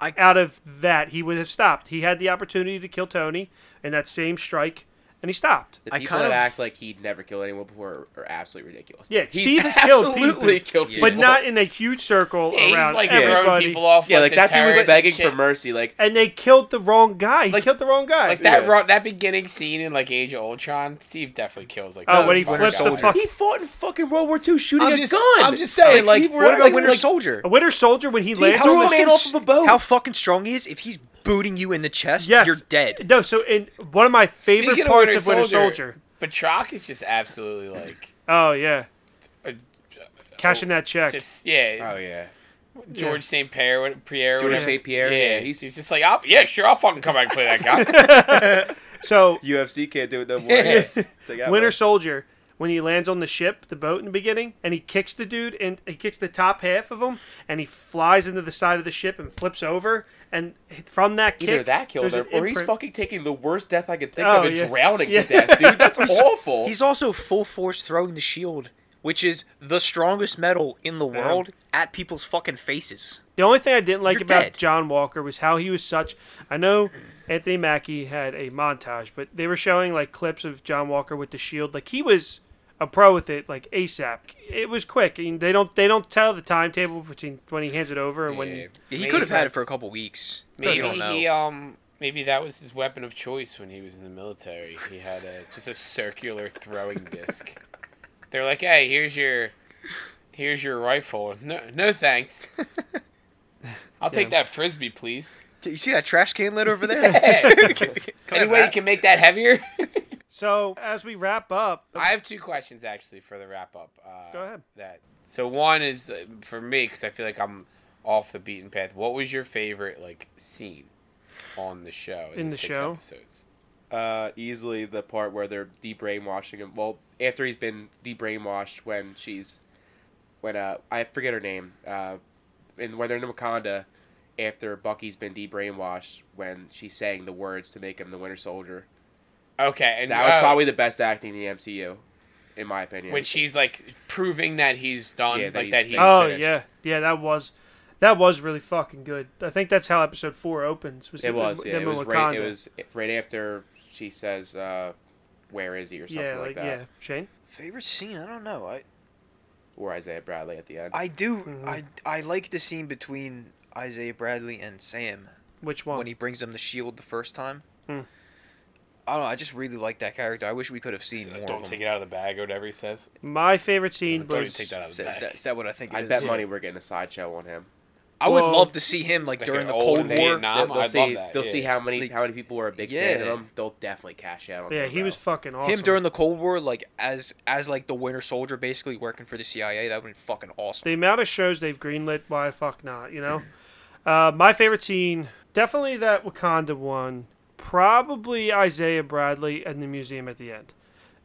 F: I-
A: out of that, he would have stopped. He had the opportunity to kill Tony in that same strike, and he stopped.
E: The
F: I
E: people
F: kind
E: that
F: of-
E: act like he'd never killed anyone before are, are absolutely ridiculous.
A: Yeah,
E: He's
A: Steve has killed
E: absolutely
A: people,
E: killed people,
A: But not in a huge circle
C: Yeah, he's
A: around
C: like throwing
A: everybody.
C: people off.
E: Yeah, like
C: the
E: that dude was
C: terrace
E: begging
C: and shit.
E: for mercy. Like
A: and they killed the wrong guy. He
C: Like-
A: killed the wrong guy.
C: Like that
E: Yeah.
C: ro- that beginning scene in like Age of Ultron, Steve definitely kills like.
A: Oh,
C: the
A: when he
C: Winter
A: flips the
C: Soldier.
A: fuck-
E: he fought in fucking World War II shooting
G: I'm
E: a
G: just-
E: gun.
G: I'm just saying, like,
E: people
G: what
E: were
G: about
E: like-
G: Winter
E: like,
G: Soldier?
A: A Winter Soldier when he lands
E: how
A: on
E: a
A: the
E: man off of a boat.
G: How fucking strong he is! If he's booting you in the chest,
A: yes,
G: you're dead.
A: No, so in one of my favorite
C: Speaking
A: parts of
C: of
A: Winter Soldier.
C: Batroc is just absolutely like
A: Oh yeah,
E: uh,
C: a-
A: cashing that check.
C: just yeah.
E: Oh yeah.
C: George St. Pierre, what- Pierre,
E: George
C: whatever.
E: St. Pierre,
C: Yeah,
E: yeah,
C: he's,
E: he's-
C: he's just like, I'll, yeah, sure, I'll fucking come back and play that guy.
A: (laughs)
E: (laughs)
A: so
E: UFC can't do it (laughs) no more. They got
A: Winter
E: one.
A: Soldier when he lands on the ship, the boat in the beginning, and he kicks the dude and he kicks the top half of him, and he flies into the side of the ship and flips over, and from that kick,
E: Either that killed
A: there's
E: him,
A: an
E: or he's
A: imprint-
E: fucking taking the worst death I could think
A: Oh,
E: of and
A: yeah.
E: drowning
A: Yeah.
E: to death,
A: (laughs)
E: dude. That's awful.
G: He's also full force throwing the shield, which is the strongest metal in the world, at people's fucking faces.
A: The only thing I didn't like
G: You're
A: about
G: dead.
A: John Walker was how he was such. I know Anthony Mackie had a montage, but they were showing like clips of John Walker with the shield. Like he was a pro with it, like ASAP. It was quick, and they don't they don't tell the timetable between when he hands it over and when.
C: Yeah.
G: Yeah, he
C: Maybe
G: could have had it for a couple weeks.
C: Maybe
G: you don't know.
C: he um maybe that was his weapon of choice when he was in the military. He had a just a circular throwing disc. They're like, hey, here's your here's your rifle. No,
A: (laughs)
C: no thanks. I'll take that frisbee, please. (laughs)
G: you see that trash can lid over there?
C: Any way you can make
A: (laughs)
C: that heavier?
A: So as we wrap up,
C: I have two questions actually for the wrap up. Uh,
A: Go ahead.
C: That so one is uh, for me because I feel like I'm off the beaten path. What was your favorite like scene on the show
A: In the show?
C: episodes?
E: uh, easily the part where they're de-brainwashing him. Well, after he's been de-brainwashed when she's when uh I forget her name uh, and when they're in Wakanda after Bucky's been de-brainwashed when she sang the words to make him the Winter Soldier.
C: Okay, and
E: That was
C: oh,
E: probably the best acting in the MCU, in my opinion.
C: when she's like proving that he's done,
E: Yeah, that
C: like
E: he's-
C: that he's.
A: oh
E: finished.
A: yeah, yeah, that was that was really fucking good. I think that's how episode four opens. Was
E: it
A: them-
E: was yeah,
A: them
E: it
A: in
E: was right, it
A: Wakanda.
E: was right after she says uh, where is he or something
A: yeah,
E: like,
A: like,
E: that
A: yeah, Shane.
F: (laughs) Favorite scene? I don't know. I
E: or Isaiah Bradley at the end.
F: I do.
E: Mm-hmm.
F: I I like the scene between Isaiah Bradley and Sam
A: Which one?
F: when he brings him the shield the first time.
A: Hmm.
F: I don't know. I just really like that character. I wish we could have seen more
C: Don't
F: of
C: take
F: him.
C: it out of the bag or whatever he says.
A: My favorite scene
C: Don't even
A: was
C: take that out of
F: Is
C: the
F: that- is
C: bag. Uh,
F: that- is that what I think? it
E: I
F: is?
E: bet money we're getting a sideshow on him.
G: I would
A: Well,
G: love to see him like,
C: like
G: during
C: an
G: the
C: old
G: Cold
C: man.
G: War.
C: Vietnam,
E: they'll
C: I'd
E: see,
C: love that,
E: They'll
C: yeah.
E: see how many how many people were a big fan
F: Yeah.
E: of him. They'll definitely cash out. on
A: yeah,
E: him,
A: he
E: bro.
A: was fucking awesome.
G: Him during the Cold War, like as as like the Winter Soldier, basically working for the CIA. That would be fucking awesome.
A: the amount of shows they've greenlit, why the fuck not? You know, (clears throat) uh, my favorite scene definitely that Wakanda one, probably Isaiah Bradley and the museum at the end.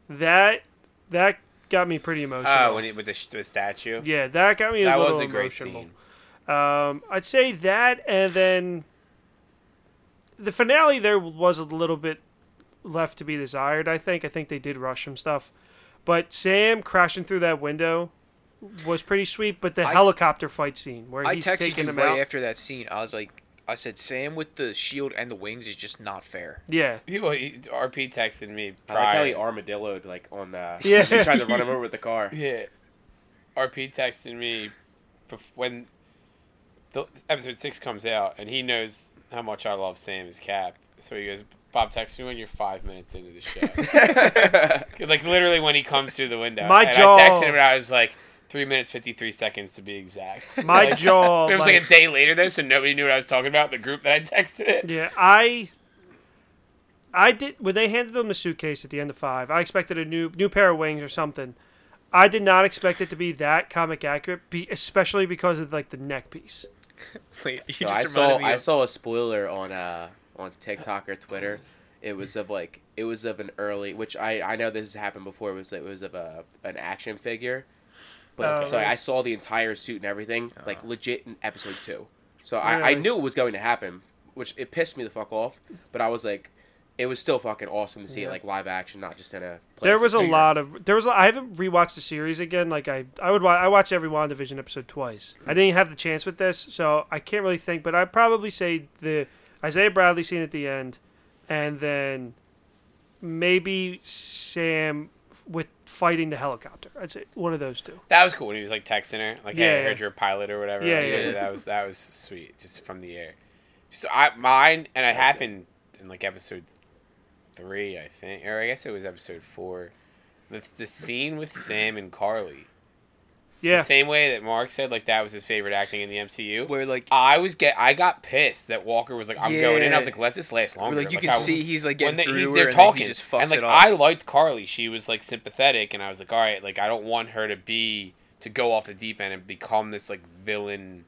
A: That that got me pretty emotional.
C: Oh, when he, with the, sh- the statue.
A: yeah, that got me.
C: that
A: a little
C: was a great
A: emotional.
C: scene.
A: Um, I'd say that, and then the finale there was a little bit left to be desired. I think. I think they did rush some stuff, but Sam crashing through that window was pretty sweet. But the
G: I-
A: helicopter fight scene where
G: I
A: he's
G: texted
A: taking
G: you
A: him
G: right
A: out.
G: after that scene. I was like, I said, Sam with the shield and the wings is just not fair.
A: yeah,
C: He, well, he, RP texted me
E: I like how
C: prior.
E: he armadilloed like on the.
A: Yeah.
E: Yeah. (laughs) He tried to run him over with the car.
C: Yeah. RP texted me bef- when the episode six comes out, and he knows how much I love Sam's cap. So he goes, "Bob, text me when you're five minutes into the show." like literally when he comes through the window.
A: My
C: and
A: jaw-
C: I texted him, and I was like, Three minutes fifty three seconds to be
A: (laughs)
C: exact.
A: My
C: (laughs) Like,
A: jaw.
C: It was
A: like-
C: like a day later though, so nobody knew what I was talking about. in The group that I texted it.
A: Yeah, I I did when they handed them the suitcase at the end of five. I expected a new new pair of wings or something. I did not expect it to be that comic accurate, be, especially because of like the neck piece.
G: Wait, (laughs) you
E: So
G: just
E: I
G: reminded
E: saw
G: me
E: I
G: of-
E: saw a spoiler on uh on TikTok or Twitter. It was of like it was of an early, which I I know this has happened before. It was it was of a an action figure, but
A: Oh.
E: so I saw the entire suit and everything like legit in episode two. So I I
A: Really?
E: knew it was going to happen, which it pissed me the fuck off. But I was like, it was still fucking awesome to see it like live action, not just in a.
A: There
E: plastic
A: was a
E: figure.
A: lot of there was. a- I haven't rewatched the series again. Like I, I would wa- I watch every WandaVision episode twice. I didn't have the chance with this, so I can't really think. But I'd probably say the Isaiah Bradley scene at the end, and then maybe Sam f- with fighting the helicopter. I'd say one of those two.
C: That was cool when he was like texting her, like, "Hey,
A: Yeah.
C: I heard you're a pilot or whatever."
A: Yeah,
C: Like,
A: yeah.
C: That was that was sweet, just from the air. So I mine, and it happened in like episode three, I think, or I guess it was episode four. That's the scene with Sam and Carly.
A: Yeah,
C: The same way that Mark said, like that was his favorite acting in the MCU.
F: where like
C: I was get, I got pissed that Walker was like, "I'm going in." I was
F: Yeah.
C: like, "Let this last
F: where,
C: longer."
F: like you can
C: I-
F: see he's like getting
C: when they,
F: through
C: he's-
F: her
C: they're
F: and
C: talking,
F: then he just fucks
C: and like
F: it up.
C: I liked Carly, she was like sympathetic, and I was like, all right, like I don't want her to be to go off the deep end and become this like villain,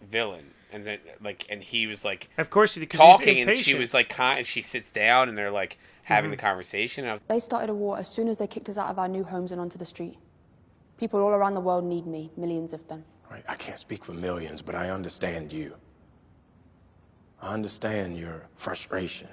C: villain, and then like, and he was like
A: of course he did. 'cause he's
C: talking, and she
A: impatient. Mm-hmm.
C: was like, kind, and she sits down, and they're like having the conversation, and I was
H: They started a war as soon as they kicked us out of our new homes and onto the street. People all around the world need me, millions of them.
I: Right, I can't speak for millions, but I understand you. I understand your frustration.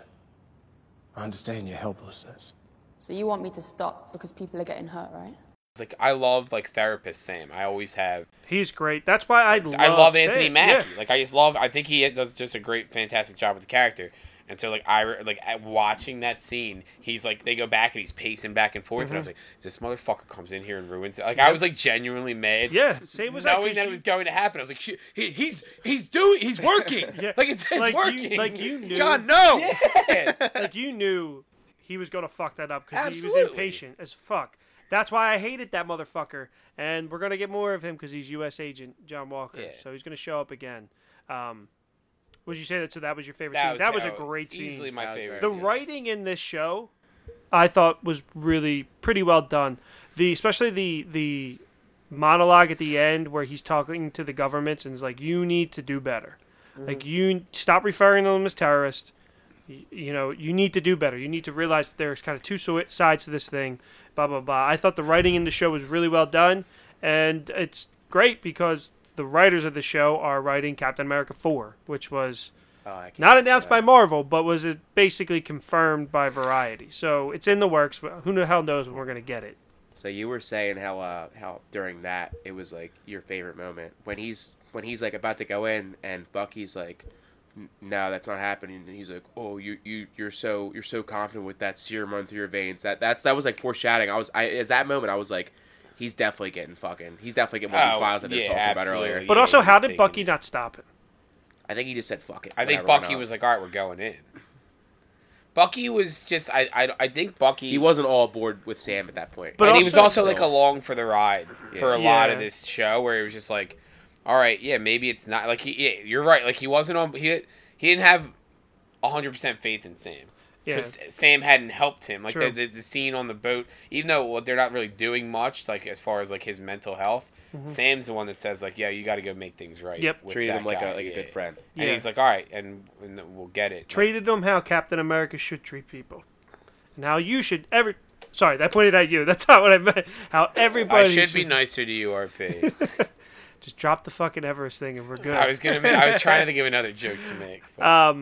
I: I understand your helplessness.
H: So you want me to stop because people are getting hurt, right?
C: like, I love like therapist Sam, I always have,
A: He's great. That's why I love.
C: I love Anthony
A: Sam.
C: Mackie.
A: Yeah.
C: Like I just love. I think he does just a great, fantastic job with the character. And so like I re- like at watching that scene, he's like they go back and he's pacing back and forth, and
A: Mm-hmm.
C: I was like, this motherfucker comes in here and ruins it. Like I was like genuinely mad.
A: Yeah, same was I,
C: knowing
A: 'cause
C: that
A: you-
C: it was going to happen, I was like, "Shit, he, "He's he's doing he's working,
A: (laughs) Yeah.
C: like it's, it's
A: like
C: working."
A: You, like you knew,
G: John, no.
A: like you knew he was gonna fuck that up because he was
C: Absolutely.
A: impatient as fuck. That's why I hated that motherfucker, and we're gonna get more of him because he's U.S. agent John Walker,
C: Yeah.
A: so he's gonna show up again. Um, would you say that? So (laughs) that was your favorite
C: that
A: scene?
C: was,
A: that was a
C: oh,
A: great scene.
C: Easily my
E: was
C: favorite.
A: the
C: scene.
A: writing in this show, I thought was really pretty well done. The especially the the monologue at the end where he's talking to the governments and is like, "You need to do better. Like you stop referring to them as terrorists. Y- You, know, you need to do better. You need to realize that there's kind of two so- sides to this thing." Blah blah blah. I thought the writing in the show was really well done, and it's great because the writers of the show are writing Captain America Four, which was
E: Oh, I can't
A: not
E: remember
A: announced by
E: that.
A: Marvel, but was it basically confirmed by Variety. So it's in the works. But who the hell knows when we're gonna get it?
E: So you were saying how uh how during that it was like your favorite moment when he's when he's like about to go in and Bucky's like "N- no that's not happening and he's like oh you you you're so you're so confident with that serum run through your veins that that's that was like foreshadowing I was I at that moment I was like he's definitely getting fucking he's definitely getting one of these
C: Oh,
E: files that
C: yeah,
E: they were talking
C: absolutely.
E: about earlier
A: But
C: Yeah,
A: also,
C: he's
A: how did
C: taking
A: Bucky
C: it.
A: not stop it?
E: I think he just said fuck it
C: I think
E: whatever, why
C: Bucky
E: not?
C: was like, "All right, we're going in." Bucky was just I I, I think Bucky
E: he wasn't all aboard with Sam at that point
A: But
E: And
C: and
E: he
C: he was
A: also-
C: also like along for the ride for a lot of
A: Yeah.
C: this show, where he was just like, "All right, yeah, maybe it's not like he." Yeah, you're right. Like he wasn't on. He didn't- he didn't have hundred percent faith in Sam
A: Yeah.
C: because Sam hadn't helped him. Like
A: True.
C: the, the, the scene on the boat, even though well, they're not really doing much, like as far as like his mental health. Sam's the one that says like, "Yeah, you got to go make things right."
A: Mm-hmm. Yep.
C: with
E: treated
C: that
E: him like
C: guy."
E: a like a
C: Yeah.
E: good friend
C: and
A: Yeah.
C: he's like, "All right, and, and we'll get it." Like,
A: Treated him how Captain America should treat people, and how you should every. Sorry, that pointed at you. (laughs) That's not what I meant. How everybody
C: I should be nicer to
A: (laughs)
C: you, RP.
A: Just drop the fucking Everest thing, and we're good.
C: I was gonna. Make, I was trying to think of another joke to make. but-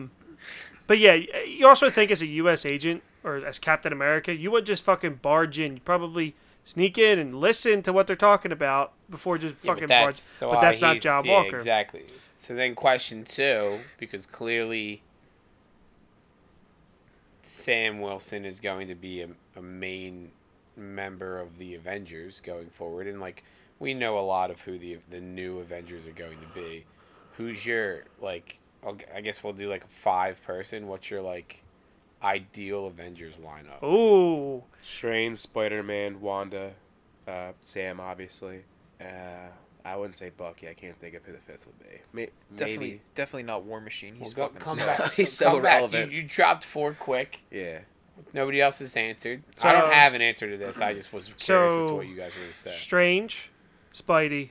A: But yeah, you also think as a U.S. agent or as Captain America, you would just fucking barge in. You probably sneak in and listen to what they're talking about before just
C: Yeah,
A: fucking
C: but
A: barge.
C: that's, so
A: but that's not
C: he's-
A: John
C: yeah,
A: Walker.
C: Exactly. So then question two, because clearly Sam Wilson is going to be a, a main member of the Avengers going forward, and like we know a lot of who the the new Avengers are going to be. Who's your like? I'll, I guess we'll do like a five person. What's your like ideal Avengers lineup?
A: Ooh,
E: Strange Spider Man Wanda uh, Sam obviously Uh, I wouldn't say Bucky. I can't think of who the fifth would be. May-
G: Definitely,
E: Maybe.
G: definitely not War Machine. He's
C: Well, go-
G: fucking
C: come
G: sucks.
C: back.
D: He's so
C: come back.
D: relevant.
C: You, you dropped four quick.
E: Yeah.
C: Nobody else has answered. I don't
A: So-
C: have an answer to this. I just was curious as to
A: So-
C: what you guys were going to say.
A: Strange, Spidey,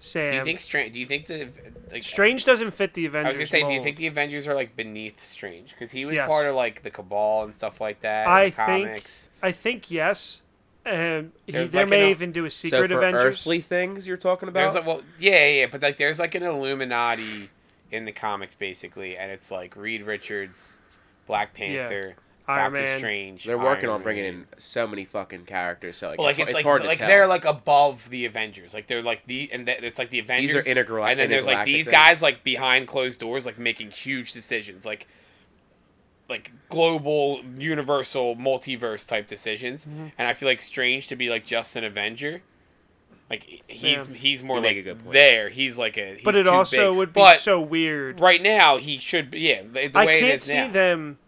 A: Sam.
C: Do you think Strange? Do you think the like?
A: Strange doesn't fit the Avengers?
C: I was gonna say, do you
A: mold.
C: think the Avengers are like beneath Strange because he was
A: Yes.
C: part of like the Cabal and stuff like that?
A: I
C: and the
A: think-
C: comics.
A: I think yes. Um, he, there
C: There's like
A: may
C: an-
A: even do a secret
E: so for
A: Avengers.
E: earthly things you're talking about.
C: there's like well, yeah, yeah, yeah, but like there's like an Illuminati in the comics basically, and it's like Reed Richards, Black Panther,
A: Iron
C: Doctor
A: Man.
C: Strange.
E: They're working
C: Iron
E: on bringing
C: Man.
E: in so many fucking characters. So like,
C: Well, like
E: it's,
C: it's,
E: it's
C: like
E: hard to
C: like
E: tell.
C: they're like above the Avengers. Like they're like the and th- it's like the Avengers.
E: are intergala-
C: And then there's like
E: intergalactic
C: these
E: things.
C: guys like behind closed doors, like making huge decisions, like like global, universal, multiverse type decisions.
A: Mm-hmm.
C: And I feel like strange to be like just an Avenger. Like he's
A: Yeah.
C: he's more
E: You make
C: like
E: a good point.
C: there. He's like a. He's
A: but it
C: too
A: also
C: big.
A: would be
C: But
A: so weird.
C: Right now, he should be. Yeah, the, the
A: I
C: way it
A: can't
C: is
A: see
C: now.
A: them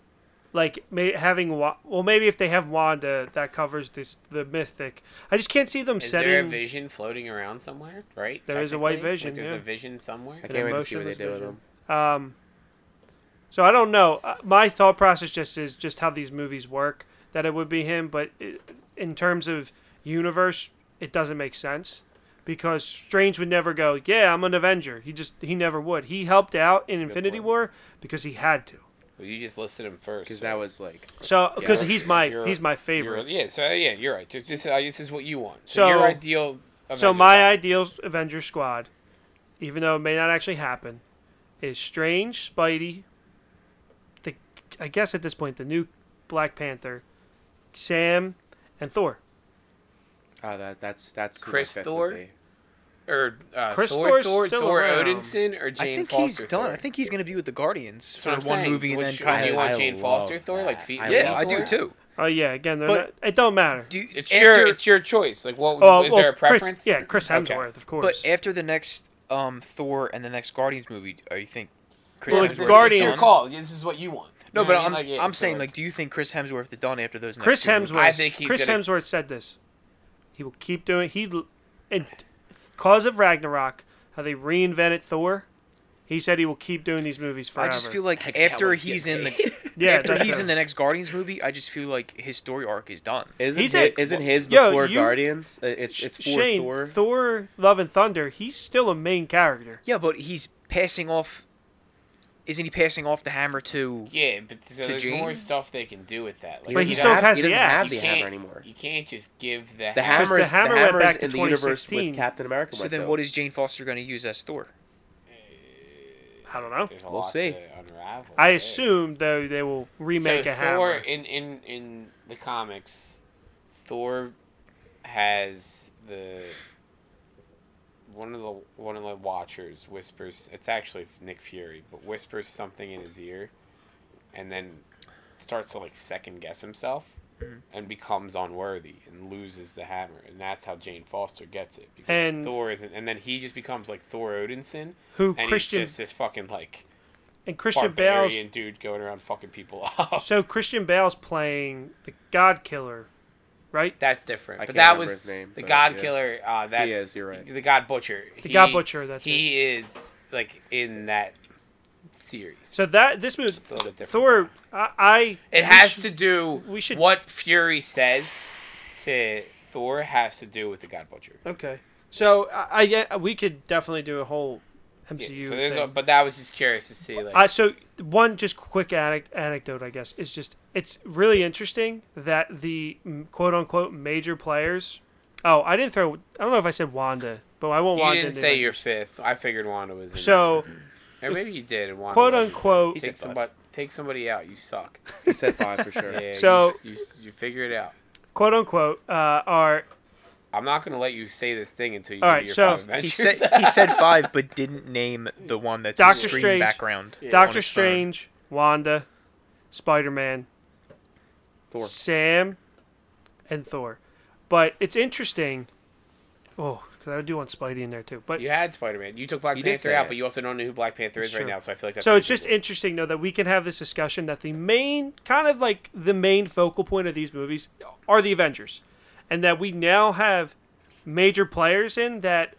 A: like may, having Wa- well maybe if they have Wanda that covers this, the mythic. I just can't see them
C: Is
A: setting
C: there a vision floating around somewhere? Right.
A: There is a white
C: Technically?
A: vision,
C: Like, there's
A: yeah.
C: a vision somewhere.
E: I can't wait to see what they
A: emotionless
E: do with
A: vision.
E: them.
A: Um, so I don't know. Uh, My thought process just is just how these movies work that it would be him, but it, in terms of universe, it doesn't make sense because Strange would never go, "Yeah, I'm an Avenger." He just he never would. He helped out in Infinity
E: point.
A: War because he had to.
C: Well, you just listed him first.
E: Because
C: so-
E: that was like
A: So because
E: Yeah,
A: he's my
C: you're-
A: he's my
C: You're-
A: favorite.
C: yeah, so yeah, you're right. Just, just, uh, this is what you want. So, your
A: So-
C: ideal.
A: So my ideal Avenger squad, even though it may not actually happen, is Strange, Spidey, the I guess at this point the new Black Panther, Sam, and Thor.
E: oh that that's that's who my
C: Chris
E: fifth would
C: Thor?
E: be.
C: or uh,
A: Chris
C: Thor,
A: Thor's
C: Thor,
A: still
C: Thor
A: around.
C: Odinson, or Jane
G: I think
C: Foster.
G: he's done.
C: Thor.
G: I think he's gonna be with the Guardians
C: That's
G: for
C: what I'm
G: one
C: saying.
G: movie and
C: Which-
G: then
C: do
G: kind
C: you
G: of.
C: want
E: I
C: Jane
E: love
C: Foster Thor, like
E: that.
C: feet?
E: I
C: and
E: love
C: knee
D: Yeah, I do
C: Thor?
D: too.
A: Oh yeah, again, they're
G: But-
A: not, it don't matter.
G: Do you-
C: It's
G: after-
C: your it's your choice. Like, what
A: oh,
C: is
A: well,
C: there a preference?
A: Chris, yeah, Chris Hemsworth,
C: Okay.
A: of course.
G: But after the next um, Thor and the next Guardians movie, are you think Chris
A: Well,
C: Yeah,
A: like,
C: this
G: Hemsworth
C: is
G: is
A: Guardians-
C: your
G: done?
C: call. This is what you want. You
G: No,
C: know
G: but
C: what I
G: I'm,
C: mean? Like, yeah,
G: I'm
C: so,
G: saying like, do you think Chris Hemsworth is done after those? Next
A: Chris
G: two movies?
A: Hemsworth,
C: I think he's
A: Chris
C: gonna-
A: Hemsworth said this. He will keep doing. He, in cause of Ragnarok, how they reinvented Thor. He said he will keep doing these movies
G: I
A: forever.
G: just feel like
D: That's how
G: after
D: it's
G: he's in
D: getting
G: the
A: yeah,
G: (laughs) after
A: that's
G: he's
A: it.
G: in the next Guardians movie, I just feel like his story arc is done.
E: Isn't
A: He's
E: his,
A: like-
E: isn't his
A: Yo,
E: before
A: you-
E: Guardians? It- It's it's for
A: Shane,
E: Thor.
A: Love and Thunder, he's still a main character.
G: Yeah, but he's passing off. Isn't he passing off the hammer to?
C: yeah, but so
G: To
C: there's
G: Jane?
C: more stuff they can do with that. Like,
A: But
E: doesn't
A: he
C: you
A: still
E: have,
A: has
E: he
A: the
E: doesn't
A: axe.
E: have the
C: you
E: hammer
C: can't-
E: anymore.
C: You can't just give the
E: The
C: hammer.
E: hammer is the
A: hammer went
E: hammer
A: back
E: is
A: to
E: in the universe
A: 2016.
E: with Captain America.
G: So
E: went
G: then,
E: to.
G: what is Jane Foster going to use as Thor?
A: I don't know.
C: There's a
E: We'll
C: lot
E: see.
C: to unravel.
A: I
C: there.
A: assume though they will remake
C: so
A: a
C: Thor
A: hammer.
C: in in in the comics, Thor has the one of the one of the Watchers whispers. It's actually Nick Fury, but whispers something in his ear, and then starts to like second guess himself.
E: Mm-hmm.
C: And becomes unworthy and loses the hammer, and that's how Jane Foster gets it because
A: And-
C: Thor isn't, and then he just becomes like Thor Odinson,
A: Who
C: and
A: Christian-
C: he's just this fucking like
A: And Christian Bale's
C: barbarian dude going around fucking
A: (laughs)
C: people up.
A: so Christian Bale's playing the God Killer, right?
C: That's different.
E: I
C: but
E: can't
C: that
E: remember
C: was
E: his name,
C: the
E: but
C: God
E: yeah.
C: Killer. Uh, that's
E: is, you're right.
C: The God Butcher. The
A: God Butcher, that's
C: he is like in that series.
A: So that this movie,
C: a little bit different.
A: Thor, I, I we
C: it has
A: should-
C: to do.
A: we should-
C: What Fury says to Thor has to do with the God Butcher.
A: Okay, so I, I yeah, we could definitely do a whole
C: Yeah,
A: MCU.
C: so there's a,
A: thing.
C: but that was just curious to see like
A: I Uh, so one just quick anec- anecdote, I guess, is just it's really interesting that the mm, quote unquote major players. Oh, I didn't throw. I don't know if I said Wanda, but I won't.
C: you
A: Wanda
C: didn't
A: into
C: say
A: that.
C: your fifth. I figured Wanda was in
A: So
C: there. or maybe you did. And Wanda
A: quote
C: wasn't.
A: unquote.
C: Take somebody, take somebody out. You suck.
E: He said five for sure.
C: (laughs) Yeah,
A: So-
C: you, you, you figure it out.
A: Quote unquote uh, are
C: I'm not gonna let you say this thing until you
A: All
C: do
A: right,
C: your
A: so-
C: five
G: He
C: adventures.
G: said he said five, but didn't name the one that's
A: Doctor
G: Doctor screen
A: Strange.
G: background. on
A: Doctor
G: his phone.
A: Strange, Wanda, Spider Man,
E: Thor.
A: Sam, and Thor. But it's interesting. Oh, because I do want Spidey in there too. But
C: (laughs) You had Spider Man. You took Black
E: You did
C: Panther
E: say
C: out,
E: it.
C: but you also don't know who Black Panther is
A: Sure.
C: right now, so I feel like that's
A: so it's just
C: reasonable.
A: interesting though that we can have this discussion that the main kind of like the main focal point of these movies are the avengers and that we now have major players in that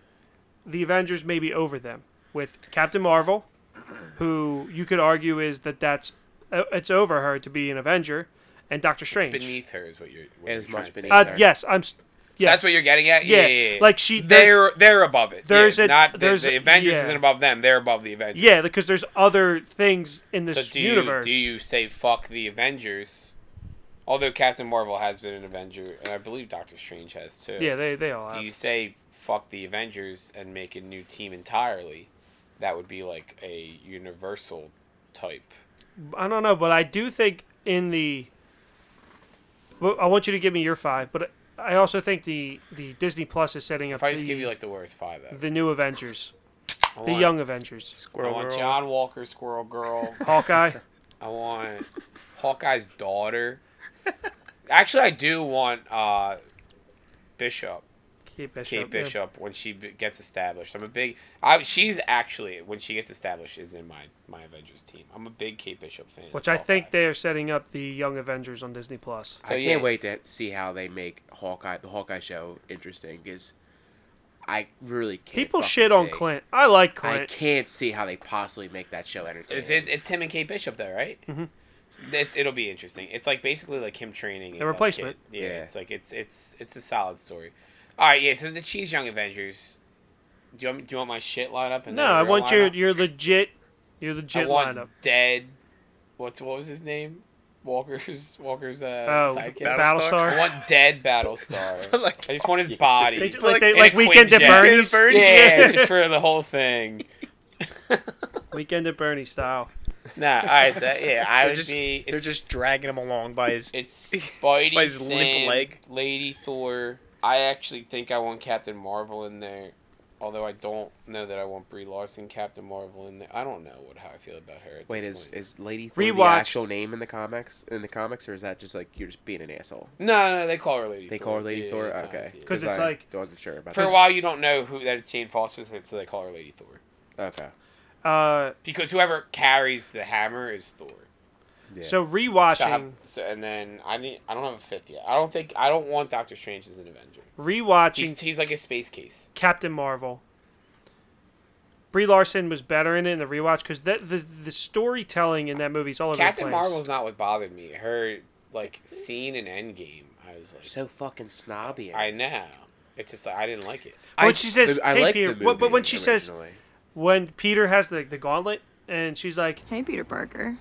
A: the Avengers may be over them with Captain Marvel, who you could argue is that that's uh, it's over her to be an Avenger, and Doctor Strange.
C: beneath her is what you're. What
E: It
C: you're
E: is
C: trying
E: much
C: to say
E: beneath
A: uh,
C: there.
A: yes, I'm. s- Yes.
C: That's what you're getting at. Yeah,
A: Yeah,
C: yeah, yeah.
A: like she- there's-
C: They're they're above it.
A: there's
C: yeah,
A: a-
C: not the-
A: there's
C: the,
A: a-
C: Avengers
A: yeah.
C: isn't above them. They're above the Avengers.
A: Yeah, because there's other things in
C: So
A: this
C: do
A: universe.
C: you do you say fuck the Avengers? Although Captain Marvel has been an Avenger, and I believe Doctor Strange has too.
A: Yeah, they they all
C: Do
A: have.
C: you say fuck the Avengers and make a new team entirely? That would be like a universal type.
A: I don't know, but I do think in the. Well, I want you to give me your five, but I also think the the Disney Plus is setting up
C: If I just
A: the,
C: give you like the worst five, ever.
A: the new Avengers,
C: I
A: the
C: want-
A: Young Avengers,
C: I want John Walker, Squirrel
A: (laughs)
C: Girl. (laughs)
A: Hawkeye.
C: I want Hawkeye's daughter. Actually, I do want uh, Bishop.
A: Kate Bishop.
C: Kate
A: yeah.
C: Bishop when she b- gets established. I'm a big. I, she's actually when she gets established is in my my Avengers team. I'm a big Kate Bishop fan.
A: Which I think
C: that
A: they are setting up the Young Avengers on Disney Plus.
E: I
C: So,
E: can't
C: yeah.
E: wait to see how they make Hawkeye the Hawkeye show interesting because I really can't.
A: People
E: fucking
A: shit on
E: see.
A: Clint. I like
E: I
A: Clint.
E: can't see how they possibly make that show entertaining.
C: it's, it, it's him and Kate Bishop though, right? Mm-hmm. It, it'll be interesting. It's like basically like him training and, like,
A: replacement.
C: Kate- yeah,
E: Yeah.
C: it's like it's it's it's a solid story. All right, yeah. So the Cheese Young Avengers. Do you want me, do you want my shit lineup? And
A: No,
C: then the
A: I
C: real
A: want your
C: lineup?
A: your legit, your
C: I
A: legit
C: want
A: lineup.
C: dead. What's what was his name? Walker's Walker's uh,
A: Oh,
C: sidekick. I
A: Battlestar.
C: want dead
A: (laughs)
C: Battlestar.
G: (laughs) Like-
C: I just want his body.
A: They, like they,
C: In a
A: like Weekend at
C: Quinjet.
A: Bernie's.
G: Weekend at Bernie's.
A: (laughs)
C: Yeah, just for the whole thing.
A: Weekend at Bernie style.
C: Nah, all right. So, yeah, I
G: They're
C: would
G: just,
C: be.
G: they're
C: it's-
G: just dragging him along by his.
E: (laughs)
C: It's Spidey,
G: by his limp
C: Sam,
G: leg.
C: Lady Thor. I actually think I want Captain Marvel in there, although I don't know that I want Brie Larson, Captain Marvel in there. I don't know what how I feel about her. At
E: Wait,
C: this
E: is
C: point.
E: is Lady Thor the
A: Rewatched.
E: actual name in the comics? In the comics, or is that just like you're just being an asshole?
C: no, no, they call her Lady.
E: They
C: Thor.
E: call her Lady
C: Yeah,
E: Thor.
C: at
E: Okay,
C: times, yeah.
A: 'Cause it's
E: I
A: like-
E: wasn't sure about
C: For a
E: that.
C: while, you don't know who that it's Jane Foster, so they call her Lady Thor.
E: Okay,
A: Uh,
C: Because whoever carries the hammer is Thor.
E: Yeah.
A: So
C: So, I-
A: rewatching,
C: so- and then I need, I don't have a fifth yet. I don't think I don't want Doctor Strange as an Avenger.
A: rewatching
C: He's, he's like a space case.
A: Captain Marvel. Brie Larson was better in it in the rewatch because the, the the storytelling in that movie is all over
C: Captain
A: the place.
C: Marvel's not what bothered me. Her like scene in Endgame, I was like,
E: so fucking snobby.
C: I know. It's just like I didn't like it.
A: When
E: I-
A: she says,
E: I
A: "Hey
E: like
A: Peter,"
E: the
A: but- but
E: movie
A: when she says-
E: originally.
A: when Peter has the the gauntlet and she's like,
J: Hey, Peter Parker.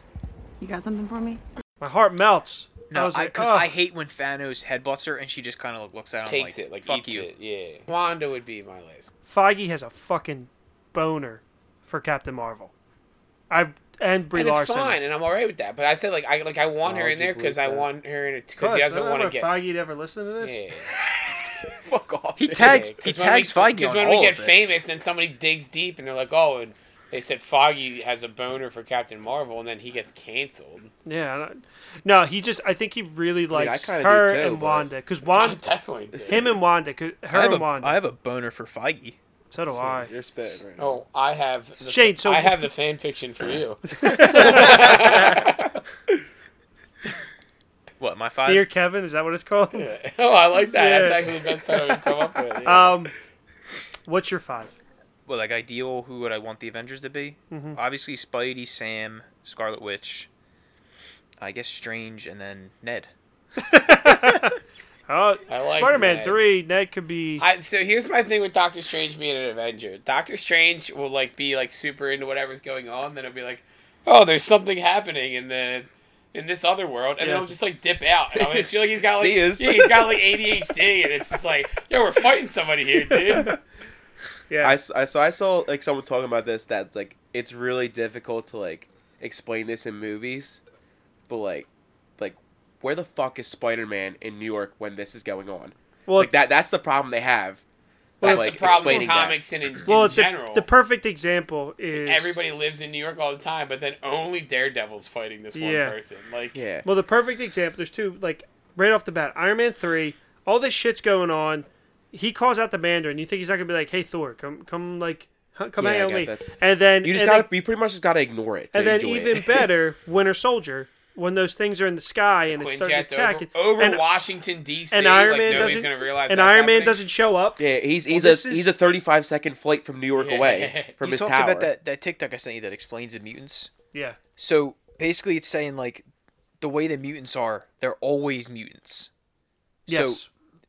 J: You got something for me?
A: my heart melts. I
G: No,
A: was like,
G: because
A: "Oh."
G: I, hate when Thanos headbutts her and she just kind of looks at him
C: Takes
G: like,
C: it like
G: "Fuck
C: eats
G: you."
C: it. Yeah. Wanda would be my last.
A: Feige has a fucking boner for Captain Marvel. I and Brie
C: and it's
A: Larson.
C: fine, and I'm alright with that. But I said like I like I want her in there
E: Technology
C: because I
E: bleep that.
C: want her in it because
A: Cuz,
C: he doesn't
A: remember
C: want to get.
A: Feige to ever listen to this.
C: Yeah.
D: (laughs)
C: (laughs)
G: Fuck off.
D: He tags
C: Yeah,
D: he
C: 'cause when
D: tags
C: we,
D: Feige
C: 'cause
D: on
C: when
D: all
C: we get
D: of this.
C: famous, then somebody digs deep and they're like, oh, and they said Foggy has a boner for Captain Marvel, and then he gets canceled.
A: Yeah, I don't- no, he just I think he really
E: I
A: likes
E: kinda do
A: her
E: too,
A: and
E: but-
A: Wanda cuz
C: (laughs) I
A: Wanda
C: definitely did.
A: him and Wanda 'cause- her
G: I have,
A: and
G: a,
A: Wanda.
G: I have a boner for Feige.
A: so do I.
E: You're spitting right now.
C: Oh, I have the,
A: Shane, so- (laughs)
C: I have the fan fiction for you.
G: What my five?
A: Dear Kevin, is that what it's called?
C: oh, I like that. That's
A: Yeah.
C: actually the best title I've come up with. yeah.
A: Um, what's your
E: (laughs)
A: five? (laughs)
G: Well, like ideal, who would I want the Avengers to be?
A: Mm-hmm.
G: Obviously, Spidey, Sam, Scarlet Witch. I guess Strange, and then Ned.
A: Oh,
C: I like
A: Spider-Man
C: Ned.
A: three. Ned could be.
C: I, so here's my thing with Doctor Strange being an Avenger. Doctor Strange will like be like super into whatever's going on, then it'll be like, oh, there's something happening in the in this other world, and then
A: Yeah.
C: he'll just like dip out. And I always feel like he's got
E: (laughs)
C: like
G: See yous.
C: yeah, he's got like ADHD, and it's just like, yo, we're fighting somebody here,
E: (laughs)
C: dude.
A: yeah.
E: I, s- I- so I saw like someone talking about this that like it's really difficult to like explain this in movies, but like like where the fuck is Spider Man in New York when this is going on?
A: well,
E: like that that's the problem they have.
C: That's
E: like,
C: the problem with
E: explaining that.
C: comics and in, in
A: well, the,
C: general.
A: the perfect example is
C: Everybody lives in New York all the time, but then only Daredevil's fighting this one
A: Yeah.
C: person. Like,
E: Yeah.
A: Well, the perfect example. There's two. Like right off the bat, Iron Man three. All this shit's going on. He calls out the Mandarin. You think he's not gonna be like, "Hey Thor, come, come, like, h- come
E: Yeah,
A: hang
E: I
A: out
E: got
A: with me."
E: that's-
A: And then
E: You just
A: and
E: gotta
A: then-
E: you pretty much just gotta ignore it. To
A: and then
E: enjoy
A: even
E: it.
A: better, Winter Soldier when those things are in the sky and it's starting to
C: Quinjet's
A: attack,
C: over,
A: it-
C: over
A: and,
C: Washington D.C.
A: and Iron Man
C: like, nobody's
A: doesn't
C: gonna realize.
A: and
C: that's
A: Iron Man
C: happening.
A: doesn't show up.
E: (laughs) Yeah, he's he's
G: this
E: a
G: is-
E: he's a 35 second flight from New York away from
G: you
E: his
G: talked
E: tower.
G: about that, that TikTok I sent you that explains the mutants.
A: Yeah,
G: So basically, it's saying like the way the mutants are, they're always mutants.
A: Yes.
G: So,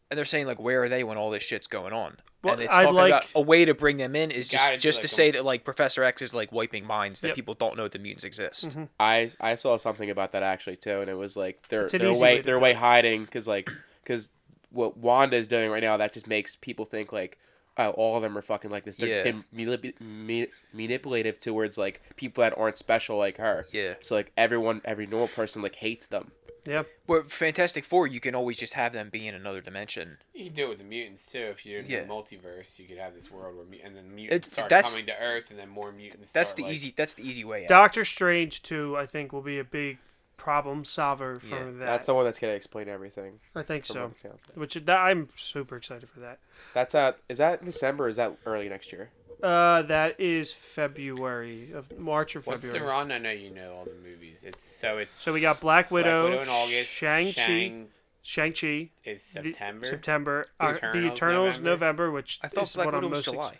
G: and they're saying like, where are they when all this shit's going on?
A: Well,
G: and it's
A: I'd
G: talking
A: like-
G: about a way to bring them in is
C: Gotta
G: just
C: be
G: just
C: like
G: to
C: them.
G: say that like Professor X is like wiping minds that
A: Yep. Mm-hmm.
G: people don't know the mutants exist.
E: I I saw something about that actually too, and it was like they're
A: It's an
E: they're
A: easy way
E: way
A: to
E: they're
A: do
E: way hiding because like because what Wanda is doing right now that just makes people think like oh all of them are fucking like this they're,
G: Yeah.
E: they're manip- ma- manipulative towards like people that aren't special like her
G: Yeah.
E: so like everyone every normal person like hates them
A: yeah.
G: Well, Fantastic Four, you can always just have them be in another dimension.
C: You can do it with the mutants too. If you're in
G: Yeah.
C: the multiverse, you could have this world where mu- and then mutants
G: It's-
C: start
G: that's-
C: coming to Earth, and then more mutants.
G: That's
C: start,
G: the
C: like-
G: easy. That's the easy way. Out.
A: Doctor Strange too, I think, will be a big problem solver for
G: Yeah,
A: that.
E: that's the one that's gonna explain everything
A: I think
E: from what
A: so.
E: it sounds like.
A: Which that, I'm super excited for that.
E: that's out is that in December or is that early next year
A: Uh, that is February of March or
C: What's
A: February.
C: the run? I know you know all the movies. It's so it's
A: So we got Black Widow,
C: Widow in August,
A: Shang-Chi,
C: Shang
A: Shang Chi,
C: is September.
A: September,
C: The
A: uh, the
C: Eternals,
A: Eternals
C: November.
A: November, which
G: I thought
A: is
G: Black
A: what
G: Widow
A: I'm
G: was
A: most ex-
G: July.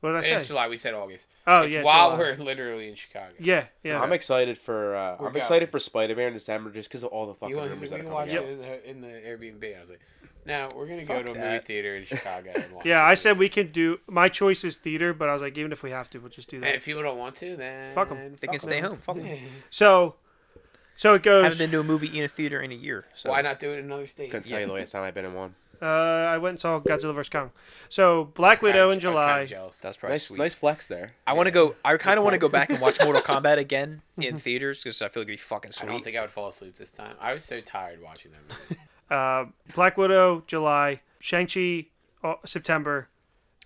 A: what did I
C: It
A: say?
C: is July. We said August.
A: Oh,
C: It's
A: yeah,
C: While
A: July.
C: we're literally in Chicago.
A: Yeah, yeah.
E: I'm excited for uh,
C: We're
E: I'm
C: going.
E: excited for Spider Man in December just because of all the fucking
C: You want
E: rumors
C: to
E: that are
C: watch
E: coming
C: it
E: out.
C: in the, in the Airbnb? And I was like, no, we're gonna go to a movie
G: that.
C: theater in Chicago.
E: (laughs)
C: And watch
A: yeah, I
C: this
A: said
C: movie.
A: we can do. My choice is theater, but I was like, even if we have to, we'll just do
C: And
A: that.
C: if people don't want to, then
A: Fuck 'em.
G: They can stay home. Fuck 'em.
A: So, so it
G: I haven't
A: goes.
G: been to a movie in a theater in a year. So
C: (laughs) Why not do it in another state?
E: Couldn't tell you the last time I've been in one.
A: Uh, I went and saw Godzilla vs Kong. So Black
C: Kinda-
A: Widow in
C: I was kinda
A: July.
C: jealous.
G: That's probably
E: Nice,
G: sweet.
E: nice flex there.
G: I want to go. I kind of want to go back and watch
A: (laughs)
G: Mortal Kombat again
A: Mm-hmm.
G: in theaters because I feel like it'd be fucking
C: I
G: sweet.
C: don't think I would fall asleep this time. I was so tired watching that movie.
A: Uh, Black Widow July, Shang Chi uh, September,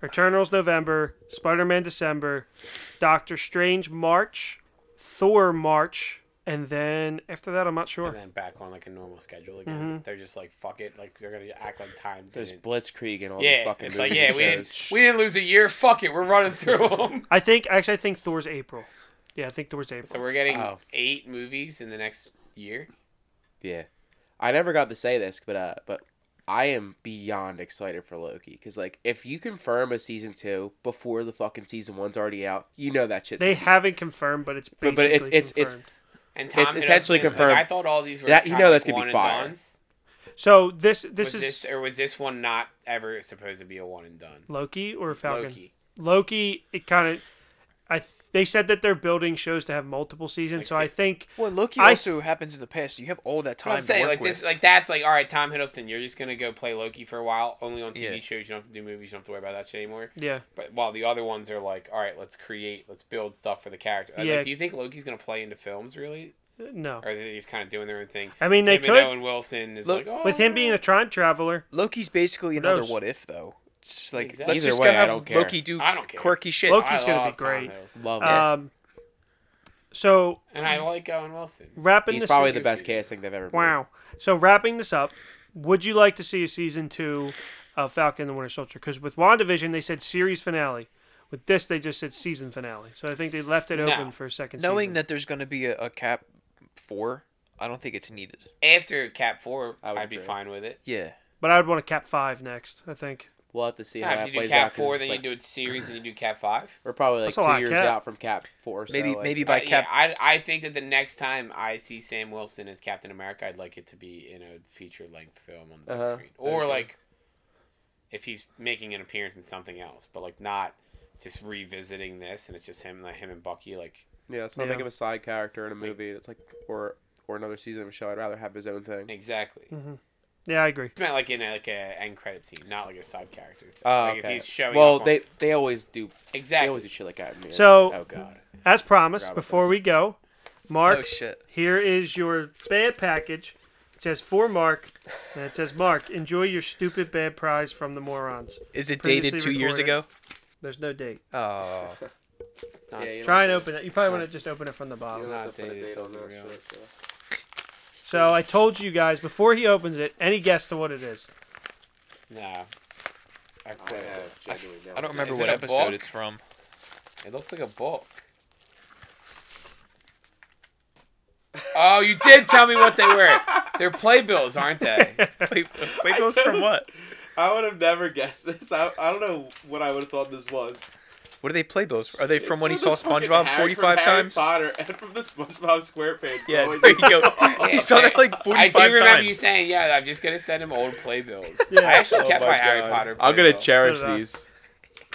A: Eternals November, Spider Man December, Doctor Strange March, Thor March, and then after that I'm not
C: and
A: sure.
C: then back on like a normal schedule again.
E: Mm-hmm.
C: They're just like fuck it, like they're gonna act like time
E: There's
C: didn't.
E: Blitzkrieg and all these
C: Yeah,
E: fucking
C: it's
E: movies
C: like yeah,
E: and
C: we didn't
E: shows.
C: we didn't lose a year. Fuck it, we're running through
E: (laughs)
C: them.
A: I think actually I think Thor's April. Yeah, I think Thor's April.
C: so we're getting
E: Oh.
C: eight movies in the next year.
E: (laughs) Yeah, I never got to say this, but uh, but I am beyond excited for Loki because like if you confirm a season two before the fucking season one's already out, you know that shit's
A: they haven't confirmed, but it's
E: But-
A: basically
E: but it's- it's- it's-
A: confirmed.
C: And Tom
E: It's
C: Hiddleston,
E: essentially
C: like,
E: confirmed.
C: I thought all these were
E: That- you
C: kind
E: know
C: of
E: that's gonna be
C: one and
E: fire.
C: dones.
A: so this this
C: was
A: is
C: this or was this one not ever supposed to be a one and done?
A: Loki or Falcon.
C: Loki.
A: Loki, it kind of. I th- they said that they're building shows to have multiple seasons, so I think
G: Well, Loki
A: I-
G: also happens in the past. You have all that time.
C: I'm saying
G: to work
C: like this,
G: with.
C: like that's like all right. Tom Hiddleston, you're just gonna go play Loki for a while, only on TV
G: Yeah.
C: shows. You don't have to do movies. You don't have to worry about that shit anymore.
A: yeah.
C: But while the other ones are like, all right, let's create, let's build stuff for the character. uh, Like,
A: Yeah.
C: do you think Loki's gonna play into films really,
A: No,
C: or are they just kind of doing their own thing?
A: I mean, they
C: Him
A: could.
C: And Owen Wilson is
G: Look,
C: like, oh,
A: with him being a time traveler,
G: Loki's basically another
A: knows?
G: what if though. It's like
C: Exactly.
G: let's
E: Either
G: just
E: way,
G: go
E: I
G: have
E: don't care.
G: Loki do
C: I don't care. uh,
G: quirky shit.
A: Loki-
C: I
A: Loki's gonna be
C: love Tom
A: great.
C: Hiddleston.
E: love it.
A: um, so
C: And I like Owen Wilson.
A: wrapping
E: He's
A: this
E: probably the best casting they've ever. made.
A: wow. So wrapping this up, would you like to see a season two of Falcon and the Winter Soldier? Because with WandaVision they said series finale. With this, they just said season finale. So I think they left it open for a second.
G: Knowing
A: season.
G: that there's going to be a, a cap four, I don't think it's needed.
C: After Cap Four,
E: would
C: I'd be
E: agree.
C: fine with it.
G: Yeah,
A: but I would want to cap five next. I think.
E: We'll have to see
C: Yeah,
E: how that
C: if you do
E: plays
C: Cap
E: out. 'cause
C: Four,
E: it's
C: then
E: like-
C: you do a series, and you do Cap Five.
E: We're probably like
A: That's
E: two
A: a lot of
E: years
A: Cap.
E: out from Cap Four. so,
G: maybe
E: like,
G: maybe by
C: Uh,
G: cap.
C: yeah, I I think that the next time I see Sam Wilson as Captain America, I'd like it to be in a feature length film on the big
E: Uh-huh.
C: screen, or
E: Okay.
C: like if he's making an appearance in something else, but like not just revisiting this and it's just him, like him and Bucky, like
E: Yeah, it's not
A: Yeah.
E: like him a side character in a movie. It's like or or another season of a show. I'd rather have his own thing.
C: exactly.
E: Mm-hmm.
A: Yeah, I agree.
C: It's meant like in a, like a end credit scene, not like a side character. Thing.
E: Oh,
C: like
E: okay.
C: if he's showing
E: well,
C: up on-
E: they they always do. They
C: exactly.
E: always do shit like that. in the end.
A: So-
E: oh god,
A: As promised,
E: Forgot about
A: before
E: this.
A: we go, Mark,
G: Oh, shit.
A: here is your bad package. It says for Mark, and it says Mark, enjoy your stupid bad prize from the morons.
G: Is it dated
A: Previously
G: two years ago?
A: recorded. There's no date.
G: Oh,
E: yeah, you
A: Try and open it. You probably want to just open it from the bottom.
C: not dated, it doesn't real.
A: So I told you guys before he opens it. Any guess to what it is?
C: Nah. I quit.
G: I don't
C: Is it-
G: remember
C: is
G: what
C: it a
G: episode
C: book?
G: it's from.
C: It looks like a book. Oh, you did tell me what they were. They're playbills, aren't
E: (laughs)
C: they?
G: (laughs) Play, playbills from what?
E: I would have never guessed this. I, I don't know what I would have thought this was.
G: What do they playbills for? Are they from
E: It's
G: when he
E: with
G: saw
E: the fucking
G: SpongeBob
E: Harry-
G: 45
E: from
G: times?
E: Harry Potter and from the SpongeBob SquarePants.
G: Yeah, (laughs)
C: (laughs)
E: going-
G: there you go. he saw that like
C: I
G: 45
C: do remember
G: times.
C: you saying, "Yeah, I'm just gonna send him old playbills."
E: (laughs)
A: Yeah.
C: I actually
E: Oh
C: kept my,
E: my
C: Harry
E: God.
C: Potter.
E: I'm gonna
C: playbill.
E: cherish
A: Shut it up.
E: these.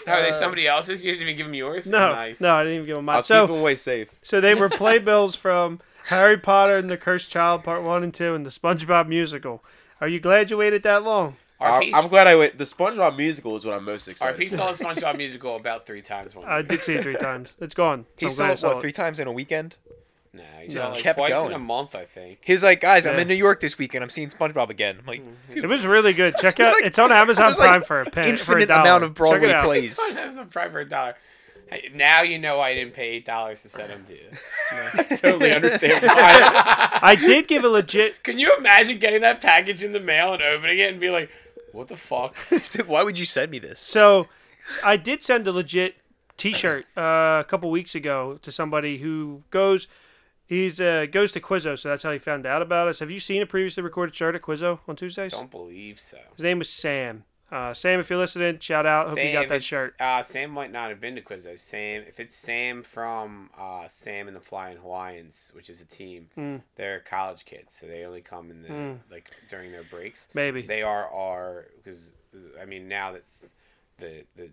C: Oh, are they somebody else's? You didn't even give him yours.
A: No,
C: nice.
A: no, I didn't even give him mine.
E: I'll
A: so,
E: keep them away safe.
A: so they were playbills from Harry Potter and the Cursed Child Part One and Two and the SpongeBob musical. Are you glad you waited that long?
E: I,
C: RP,
E: I'm glad I went. The SpongeBob musical is what I'm most excited.
C: RP saw the SpongeBob (laughs) musical about three times. One
A: I
C: year.
A: did see it three (laughs) times. It's gone. So
G: He
A: I'm
G: saw
A: glad I
G: it, what, three
A: it.
G: times in a weekend?
C: No, he just like
G: kept
C: twice in
G: going.
C: a month, I think.
G: He was like, guys, I'm
A: Yeah. Mm.
G: in New York this weekend. I'm seeing SpongeBob again. I'm like, dude,
A: It was really
G: (laughs)
A: good. Check out.
G: like-
A: it's on Amazon
G: there's, like,
A: Prime for a pen, for a
G: infinite
A: dollar.
G: amount of
A: Check it
G: Broadway
A: out. (laughs)
G: plays. (laughs)
C: (laughs) That was a prime for a dollar. Hey, Now you know why I didn't pay eight dollars to send him to you.
E: totally understand why.
A: I did give a legit.
G: (laughs)
C: Can you imagine getting that package in the mail and opening it and be like, "What the fuck?"
G: Why would you send me this?
A: So, I did send a legit T-shirt uh, a couple weeks ago to somebody who goes. He's uh, goes to Quizzo, so that's how he found out about us. Have you seen a previously recorded shirt at Quizzo on Tuesdays?
C: Don't believe so.
A: His name was Sam. Uh, Sam, if you're listening, shout out. Hope you got that
C: it's-
A: shirt.
C: Uh, Sam might not have been to Quizzo. Sam, if it's Sam from uh, Sam and the Flying Hawaiians, which is a team,
A: Hmm.
C: they're college kids, so they only come in the like during their breaks.
A: Maybe.
C: they are our because I mean now that's the the.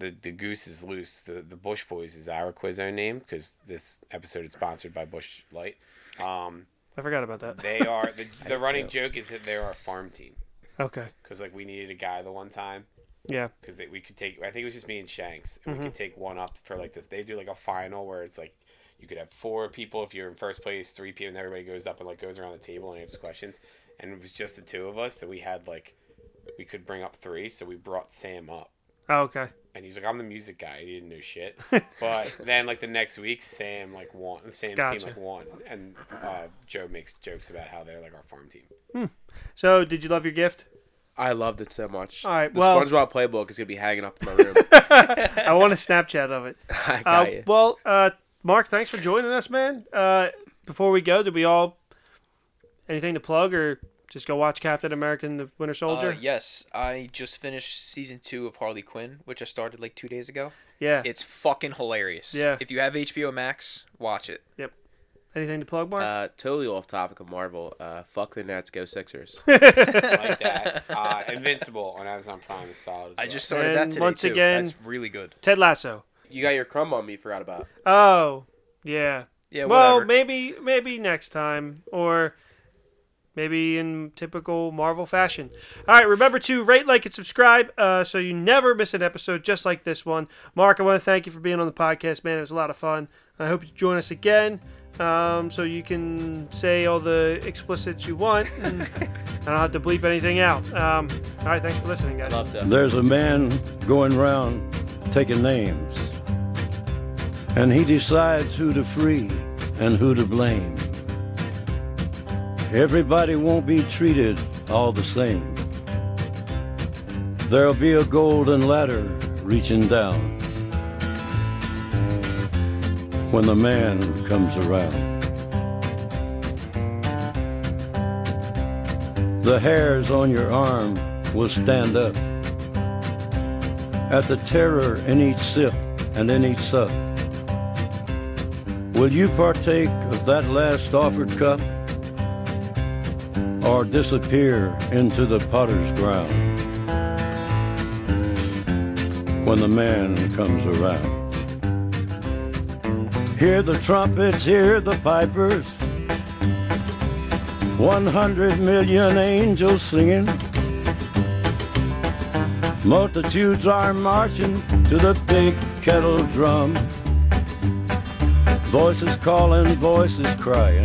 C: The, the goose is loose. The the Bush Boys is our Quizzo name because this episode is sponsored by Bush Light. Um,
A: I forgot about that.
C: they are
A: (laughs)
C: the, the running joke is that they're our farm team
A: Okay.
C: because like we needed a guy the one time
A: Yeah.
C: because we could take. I think it was just me and Shanks, and
K: Mm-hmm.
C: we could take one up for like this. They do like a final where it's like you could have four people if you're in first place, three people, and everybody goes up and like goes around the table and answers questions. And it was just the two of us, so we had like we could bring up three, so we brought Sam up.
A: Oh, okay.
C: And he's like, I'm the music guy. He didn't
K: (laughs)
C: know shit. But then, like the next week, Sam like won. Sam's
A: Gotcha.
C: team like won, and uh, Joe makes jokes about how they're like our farm team.
A: So, did you love your
G: (laughs)
A: gift?
E: I loved it so much.
A: All right,
E: the
A: well-
E: SpongeBob playbook is gonna be hanging up
C: (laughs)
E: in my room.
A: I want a Snapchat of it.
E: (laughs) I
A: Uh,
E: got you.
A: well, uh, Mark, thanks for joining us, man. Uh, before we go, did we all anything to plug or just go watch Captain America and the Winter Soldier?
F: Uh, yes, I just finished season two of Harley Quinn, which I started like two days ago.
A: yeah.
F: It's fucking hilarious.
A: Yeah.
F: If you have HBO Max, watch it.
A: yep. Anything to plug, Mark?
E: Uh, totally off topic of Marvel. Uh, fuck the Nets, go Sixers.
C: Like
K: (laughs)
C: that. Uh, Invincible on Amazon Prime is solid. As well.
F: I just started that
A: And
F: today
A: once
F: too.
A: again-
F: That's really good.
A: Ted Lasso.
E: you got your crumb on me. Forgot about.
A: Oh, yeah.
F: Yeah.
A: well,
F: whatever.
A: maybe maybe next time or maybe in typical Marvel fashion. All right, remember to rate, like, and subscribe uh, so you never miss an episode just like this one. Mark, I want to thank you for being on the podcast, man. It was a lot of fun. I hope you join us again um, so you can say all the explicits you want and (laughs) I don't have to bleep anything out. Um, all right, thanks for listening, guys.
E: Love to.
L: There's a man going round taking names, and he decides who to free and who to blame. Everybody won't be treated all the same. There'll be a golden ladder reaching down when the man comes around. The hairs on your arm will stand up at the terror in each sip and in each sup. Will you partake of that last offered cup or disappear into the potter's ground when the man comes around? Hear the trumpets, hear the pipers, 100 million angels singing. Multitudes are marching to the big kettle drum. Voices calling, voices crying.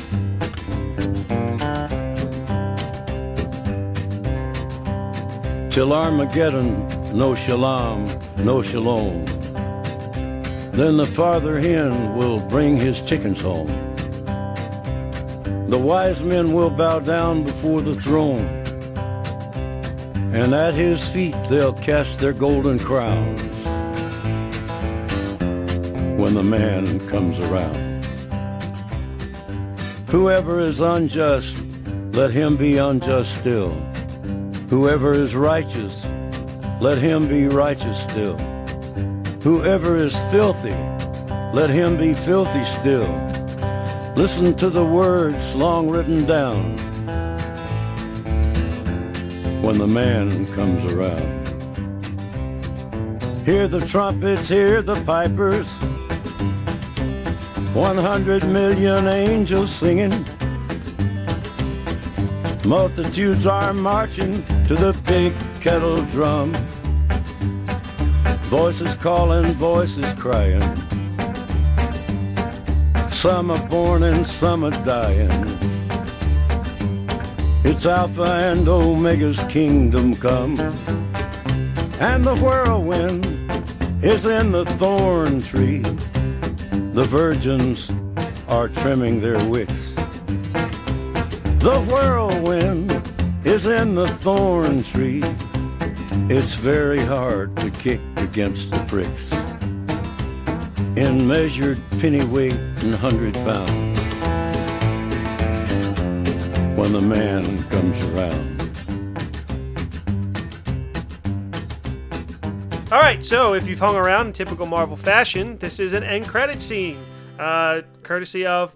J: Till Armageddon, no shalom, no shalom. Then the father hen will bring his chickens home. The wise men will bow down before the throne, and at his feet they'll cast their golden crowns when the man comes around. Whoever is unjust, let him be unjust still. Whoever is righteous, let him be righteous still. Whoever is filthy, let him be filthy still. Listen to the words long written down when the man comes around. Hear the trumpets, hear the pipers. 100 million angels singing. Multitudes are marching to the big kettle drum. Voices calling, voices crying. Some are born and some are dying. It's Alpha and Omega's kingdom come. And the whirlwind is in the thorn tree. The virgins are trimming their wicks. The whirlwind is in the thorn tree. It's very hard to kick against the pricks. In measured penny weight and hundred pounds. When the man comes around.
A: All right, so if you've hung around in typical Marvel fashion, this is an end credit scene, uh, courtesy of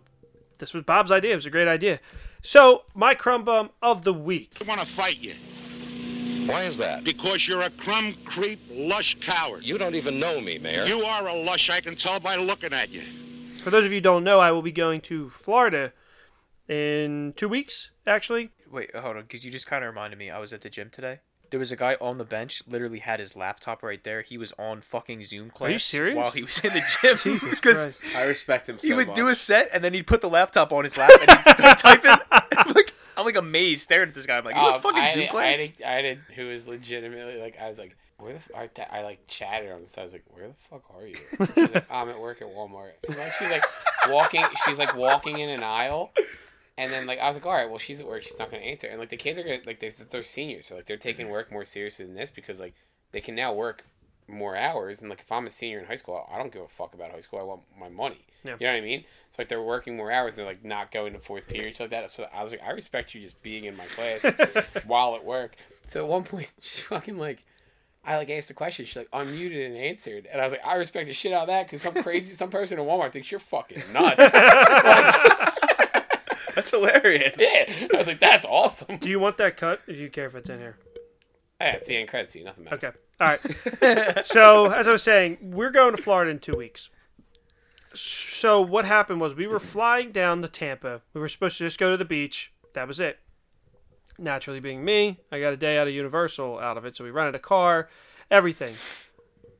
A: this was Bob's idea. It was a great idea. So my crumb bum of the week.
M: I want to fight you. Why is that? Because you're a crumb creep, lush coward. You don't even know me, Mayor. You are a lush. I can tell by looking at you.
A: For those of you who don't know, I will be going to Florida in two weeks. Actually,
G: Wait, hold on, because you just kind of reminded me. I was at the gym today. There was a guy on the bench, literally had his laptop right there. He was on fucking Zoom class.
A: Are you serious?
G: While he was in the gym,
A: (laughs) Jesus
G: (laughs) 'cause
A: Christ.
K: I respect him so
G: he would do
K: much.
G: a set, and then he'd put the laptop on his lap, and he'd
A: (laughs)
G: start typing. (laughs) I'm like, I'm like amazed, staring at this guy. I'm like, you
C: Um,
G: have fucking
C: I
G: Zoom
C: had, a- I
G: class?
C: had, a- I had a- who was legitimately like, I was like, where the f- I, ta- I like chatted on the side. I was like, where the fuck are you? She's
G: (laughs)
C: like, I'm at work at Walmart. And, like, she's like walking. She's like walking in an aisle, and then like I was like, all right, well she's at work. She's not gonna answer. And like the kids are gonna like they're, they're seniors, so like they're taking work more seriously than this because like they can now work more hours. And like if I'm a senior in high school, I don't give a fuck about high school. I want my money.
A: Yeah.
C: You know what I mean? So like they're working more hours. They're like not going to fourth period, shit like that. So I was like, I respect you just being in my
G: (laughs)
C: class while at work. So at one point, (laughs) she fucking like, I like asked a question. She like unmuted and answered, and I was like, I respect the shit out of that because some crazy, some person in Walmart thinks you're
G: (laughs)
C: fucking nuts.
G: That's hilarious.
C: Yeah, I was like, that's awesome. (laughs)
A: Do you want that cut? Or do you care if it's in here?
C: Hey, it's the end credits. to You nothing matters.
A: Okay. All right. so, as I was saying, we're going to Florida in two weeks. So, what happened was we were flying down to Tampa. We were supposed to just go to the beach. That was it. Naturally, being me, I got a day out of Universal out of it. So, we rented a car, everything.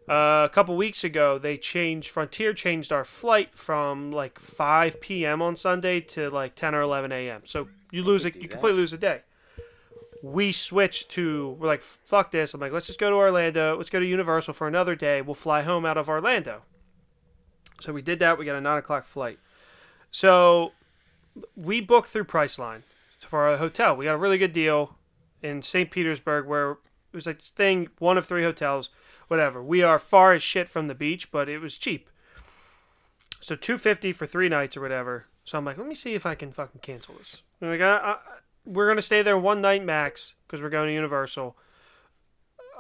A: Uh, a couple weeks ago, they changed, Frontier changed our flight from like 5 p.m. on Sunday to like 10 or 11 a.m. So, you lose it, you completely lose a day we switched to we're like fuck this i'm like let's just go to orlando let's go to universal for another day we'll fly home out of orlando so we did that we got a 9 o'clock flight so we booked through priceline for our hotel we got a really good deal in st petersburg where it was like this thing one of three hotels whatever we are far as shit from the beach but it was cheap so 250 for three nights or whatever so i'm like let me see if i can fucking cancel this And like, I, I, we're gonna stay there one night max because we're going to Universal.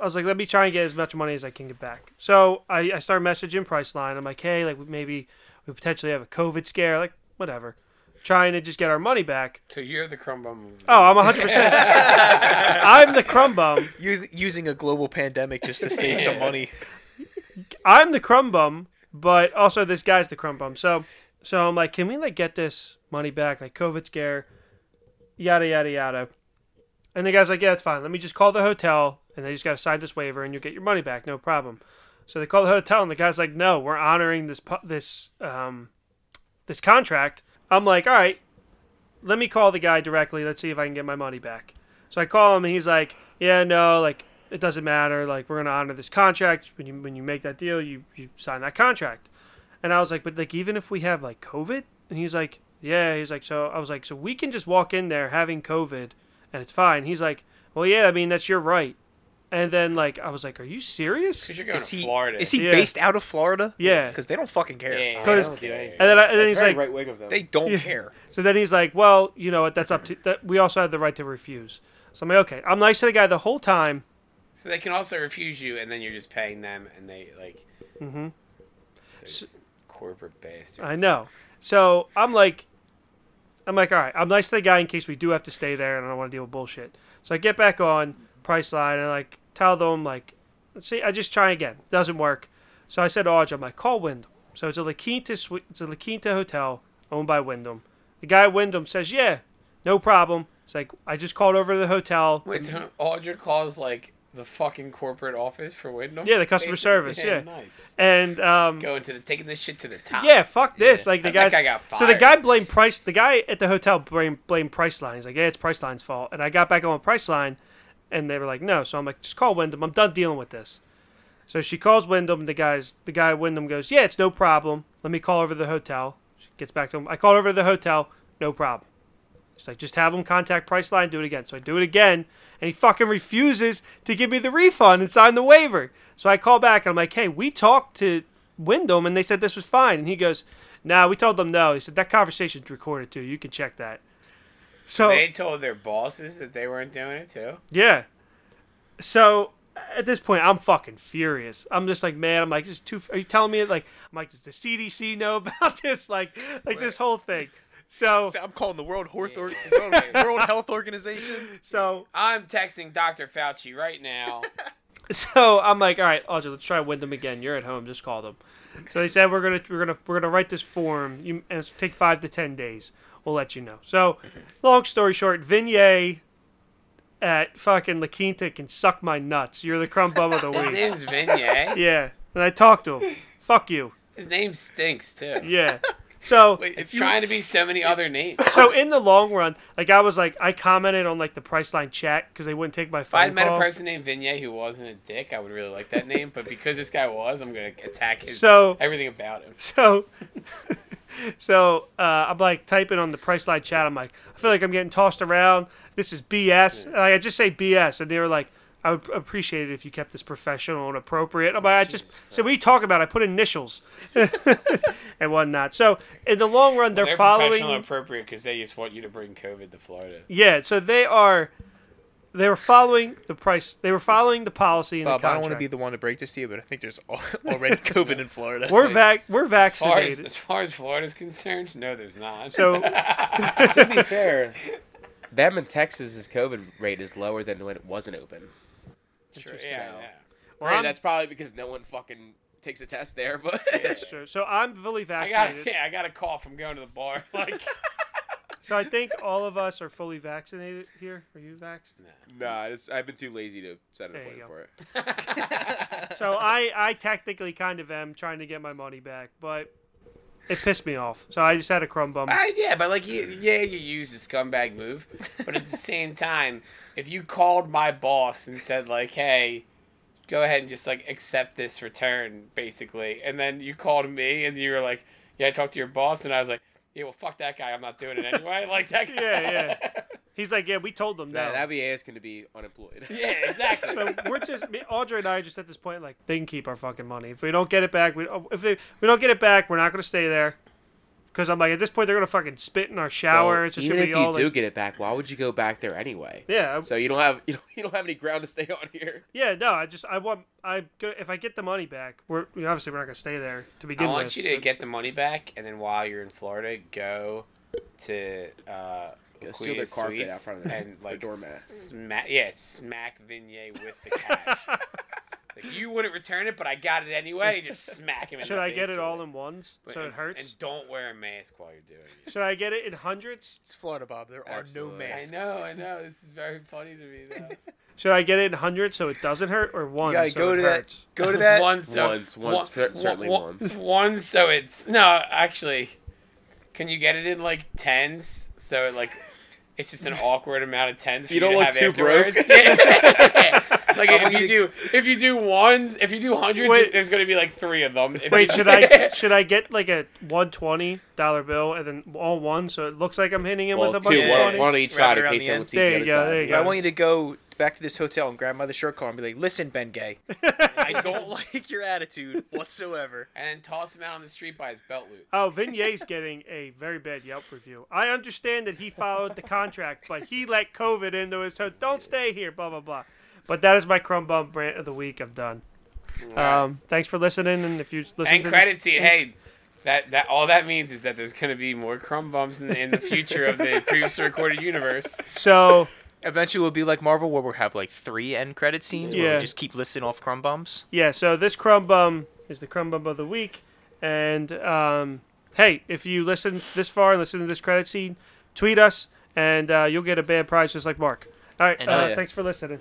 A: I was like, let me try and get as much money as I can get back. So I, I start messaging Priceline. I'm like, hey, like maybe we potentially have a COVID scare, like whatever, trying to just get our money back.
C: So you're the crumb bum.
G: Uh,
A: Oh, I'm 100. percent I'm the crumb bum.
G: Us- using a global pandemic just (laughs) to save some money.
A: I'm the crumb bum, but also this guy's the crumb bum. So, so I'm like, can we like get this money back? Like COVID scare, yada yada yada. And the guy's like, yeah, it's fine. Let me just call the hotel, and they just gotta sign this waiver, and you'll get your money back, no problem. So they call the hotel, and the guy's like, no, we're honoring this pu- this um this contract. I'm like, all right, let me call the guy directly. Let's see if I can get my money back. So I call him, and he's like, yeah, no, like it doesn't matter. Like we're gonna honor this contract. When you when you make that deal, you you sign that contract. And I was like, but like even if we have like COVID, and he's like, yeah. He's like, so I was like, so we can just walk in there having COVID, and it's fine. He's like, well, yeah. I mean, that's your right. And then like I was like, are you serious?
C: Because you're going to Florida.
G: Is he
A: Yeah.
G: based out of Florida?
A: Yeah.
G: Because they don't fucking care.
C: Yeah, yeah,
A: Because
C: don't do anything.
A: and then, I, and then
C: That's
A: he's
C: very
A: like,
C: right-wing of them.
G: They don't
A: Yeah.
G: care.
A: So then he's like, well, you know what? That's up to that. We also have the right to refuse. So I'm like, okay, I'm nice to the guy the whole time.
C: So they can also refuse you, and then you're just paying them, and they like
A: hmm
C: they're just corporate bastards.
A: I know. So I'm like, I'm like, all right, I'm nice to the guy in case we do have to stay there, and I don't want to deal with bullshit. So I get back on Priceline and like tell them like, see, I just try again, doesn't work. So I said, to Audra, I'm like, call Wyndham. So it's a La Quinta, sui- it's a La Quinta hotel owned by Wyndham. The guy at Wyndham says, yeah, no problem. It's like I just called over to the hotel.
C: Wait, so Audra calls like the fucking corporate office for Wyndham.
A: Yeah, the customer
C: Basically?
A: service. Yeah,
C: nice.
A: And um,
C: Going to the taking this shit to the top.
A: yeah, fuck this. Like the
C: That-
A: guys.
C: that guy got
A: So the
C: fired.
A: guy blamed Price. The guy at the hotel blamed blamed Priceline. He's like, yeah, it's Priceline's fault. And I got back on Priceline, and they were like, no. So I'm like, just call Wyndham. I'm done dealing with this. So she calls Wyndham. The guys, the guy at Wyndham goes, yeah, it's no problem. Let me call over to the hotel. She gets back to him. I called over to the hotel. No problem. She's like, just have him contact Priceline, do it again. So I do it again, and he fucking refuses to give me the refund and sign the waiver. So I call back and I'm like, hey, we talked to Wyndham and they said this was fine. And he goes, nah, we told them no. He said, that conversation's recorded too. You can check that. So
C: they told their bosses that they weren't doing it too.
A: yeah. So at this point, I'm fucking furious. I'm just like, man, I'm like, this is too. Are you telling me like, I'm like, does the CDC know (laughs) about this? Like, like this whole thing. So,
G: I'm calling the World, Horth Or-
C: (laughs)
G: World, World Health Organization.
A: so
C: I'm texting Dr. Fauci right now.
A: so I'm like, all right, Audrey, let's try Wyndham again. You're at home, just call them. So they said we're gonna we're gonna we're gonna write this form. You and it's take five to ten days. We'll let you know. So, long story short, Vignette at fucking La Quinta can suck my nuts. You're the crumb bum of
C: (laughs)
A: the
C: His
A: week. (laughs)
C: name's Vignette.
A: Yeah, and I talked to him. Fuck you.
C: His name stinks too.
A: Yeah.
C: (laughs)
A: So
C: It's trying to be so many other names.
A: so in the long run, like I was like I commented on like the Priceline chat because they wouldn't take my
C: If I
A: phone
C: had met a
A: call.
C: person named Vignette who wasn't a dick, I would really like that name. But because this guy was, I'm gonna attack his
A: So-
C: everything about him.
A: So, (laughs) so uh, I'm like typing on the Priceline chat. I'm like, I feel like I'm getting tossed around. This is BS. Like I just say BS, and they were like, I would appreciate it if you kept this professional and appropriate. I'm
C: Oh,
A: like, I just said, what are you talking about? I put initials (laughs) and whatnot. So in the long run, they're,
C: They're
A: following.
C: professional and appropriate because they just want you to bring COVID to Florida.
A: Yeah, so they are. They were following the price. They were following the policy and
G: Bob,
A: the
G: I
A: contract.
G: don't want to be the one to break this to you, but I think there's al- (laughs) already COVID in Florida.
A: we're vac. We're
C: As far as,
A: vaccinated.
C: as far as Florida's concerned, no, there's not. (laughs)
A: So
E: to be fair, them in Texas's COVID rate is lower than when it wasn't open.
C: Sure, yeah,
E: So-
C: yeah.
A: Well,
E: Hey,
A: I'm-
E: that's probably because no one fucking takes a test there, but
A: that's true. So I'm fully
C: I got
A: vaccinated.
C: yeah, I got a call from going to the bar. (laughs) Like,
A: So I think all of us are fully vaccinated here. Are you vaxxed?
E: nah, it's, I've been too lazy to set an
A: There you
E: appointment
A: go.
E: for it.
A: So I, I technically kind of am trying to get my money back, but it pissed me off. So I just had a crumb
E: (laughs)
A: bum.
C: I, Uh, yeah, but like, you- yeah, you use the scumbag move, but at the same time, if you called my boss and said like, "Hey, go ahead and just like accept this return," basically, and then you called me and you were like, "Yeah, I talked to your boss," and I was like, "Yeah, well, fuck that guy. I'm not doing it anyway." (laughs) Like that. Guy.
A: Yeah, yeah. He's like, yeah, we told them
E: Nah,
A: no.
E: that'd be asking to be unemployed.
A: (laughs)
C: yeah, exactly.
A: so we're just me, Audrey and I are just at this point like they can keep our fucking money. If we don't get it back, we oh, if they, we don't get it back, we're not gonna stay there. Because I'm like at this point they're gonna fucking spit in our shower.
E: Well,
A: it's just
E: even
A: gonna
E: if
A: be
E: you
A: all
E: do
A: like,
E: get it back, why would you go back there anyway?
A: yeah,
E: So you don't have (laughs) you don't, you don't have any ground to stay on here.
A: yeah. No, I just I want I go, if I get the money back, we're we obviously we're not gonna stay there to begin
C: I want
A: with.
C: you to get the money back, and then while you're in Florida, go to uh,
E: Go steal
C: Queen
E: their
C: of
E: carpet out
C: Suites
E: front of the-
C: and
E: (laughs) the
C: like
E: doormat.
C: smack, yeah, smack Vignette with the cash.
E: (laughs)
C: like you wouldn't return it, but I got it anyway. Just smack him. In
A: Should
C: the
A: I
C: face
A: get it
C: with
A: all in ones so
C: and,
A: it hurts?
C: And don't wear a mask while you're doing it.
A: Should I get it in hundreds?
G: It's Florida, Bob. There are no
E: Absolutely.
G: masks.
C: I know, I know. This is very funny to me. Though.
A: Should I get it in hundreds so it doesn't hurt, or one
G: gotta
A: so
G: go
A: it
G: to that-
A: hurts? (laughs)
G: Go to that.
C: Once, so,
E: Once, once, cer- certainly once.
C: (laughs) One, so it's no, actually, can you get it in like tens?
A: (laughs)
C: So it like, it's just an awkward amount of tens. For you,
E: You don't
C: to
E: look
C: have
E: too broke.
C: afterwards? (laughs) Yeah.
A: (laughs)
C: Like if you do if you do ones, if you do hundreds,
A: Wait.
C: there's gonna be like three of them. If
A: Wait,
C: you-
A: should
C: (laughs)
A: I should I get like a one twenty dollar bill and then all one so it looks like I'm hitting him
C: Well,
A: with a
C: two,
A: bunch of
C: one-
A: twenties?
C: one on each
G: Wrap it around the end.
A: There you go. There you
G: I
A: go.
G: want you to go back to this hotel and grab my the shirt collar and be like, "Listen, Ben Gay, (laughs) I
C: (laughs)
G: don't like
A: (laughs)
G: your attitude whatsoever."
C: and then toss him out on the street by his belt loop.
A: Oh, Vignet's getting a very bad Yelp review. I understand that he followed the contract, but he let COVID into his so don't stay here, blah blah blah. But that is my crumb bum brand of the week. I'm done. Um, thanks for listening, and if you listen
C: and
A: to
C: credit
A: this,
C: to you. Hey, that that all that means is that there's gonna be more crumb bumps in the, in the future
A: (laughs)
C: of the previously recorded universe.
A: So
G: eventually, we'll be like Marvel, where we'll have like three end credit scenes where
A: Yeah.
G: we just keep listing off crumb bums.
A: Yeah, so this crumb bum is the crumb bum of the week. And um, hey, if you listen this far and listen to this credit scene, tweet us and uh, you'll get a bad prize just like Mark. All right,
G: And,
A: uh,
G: uh,
A: thanks for listening.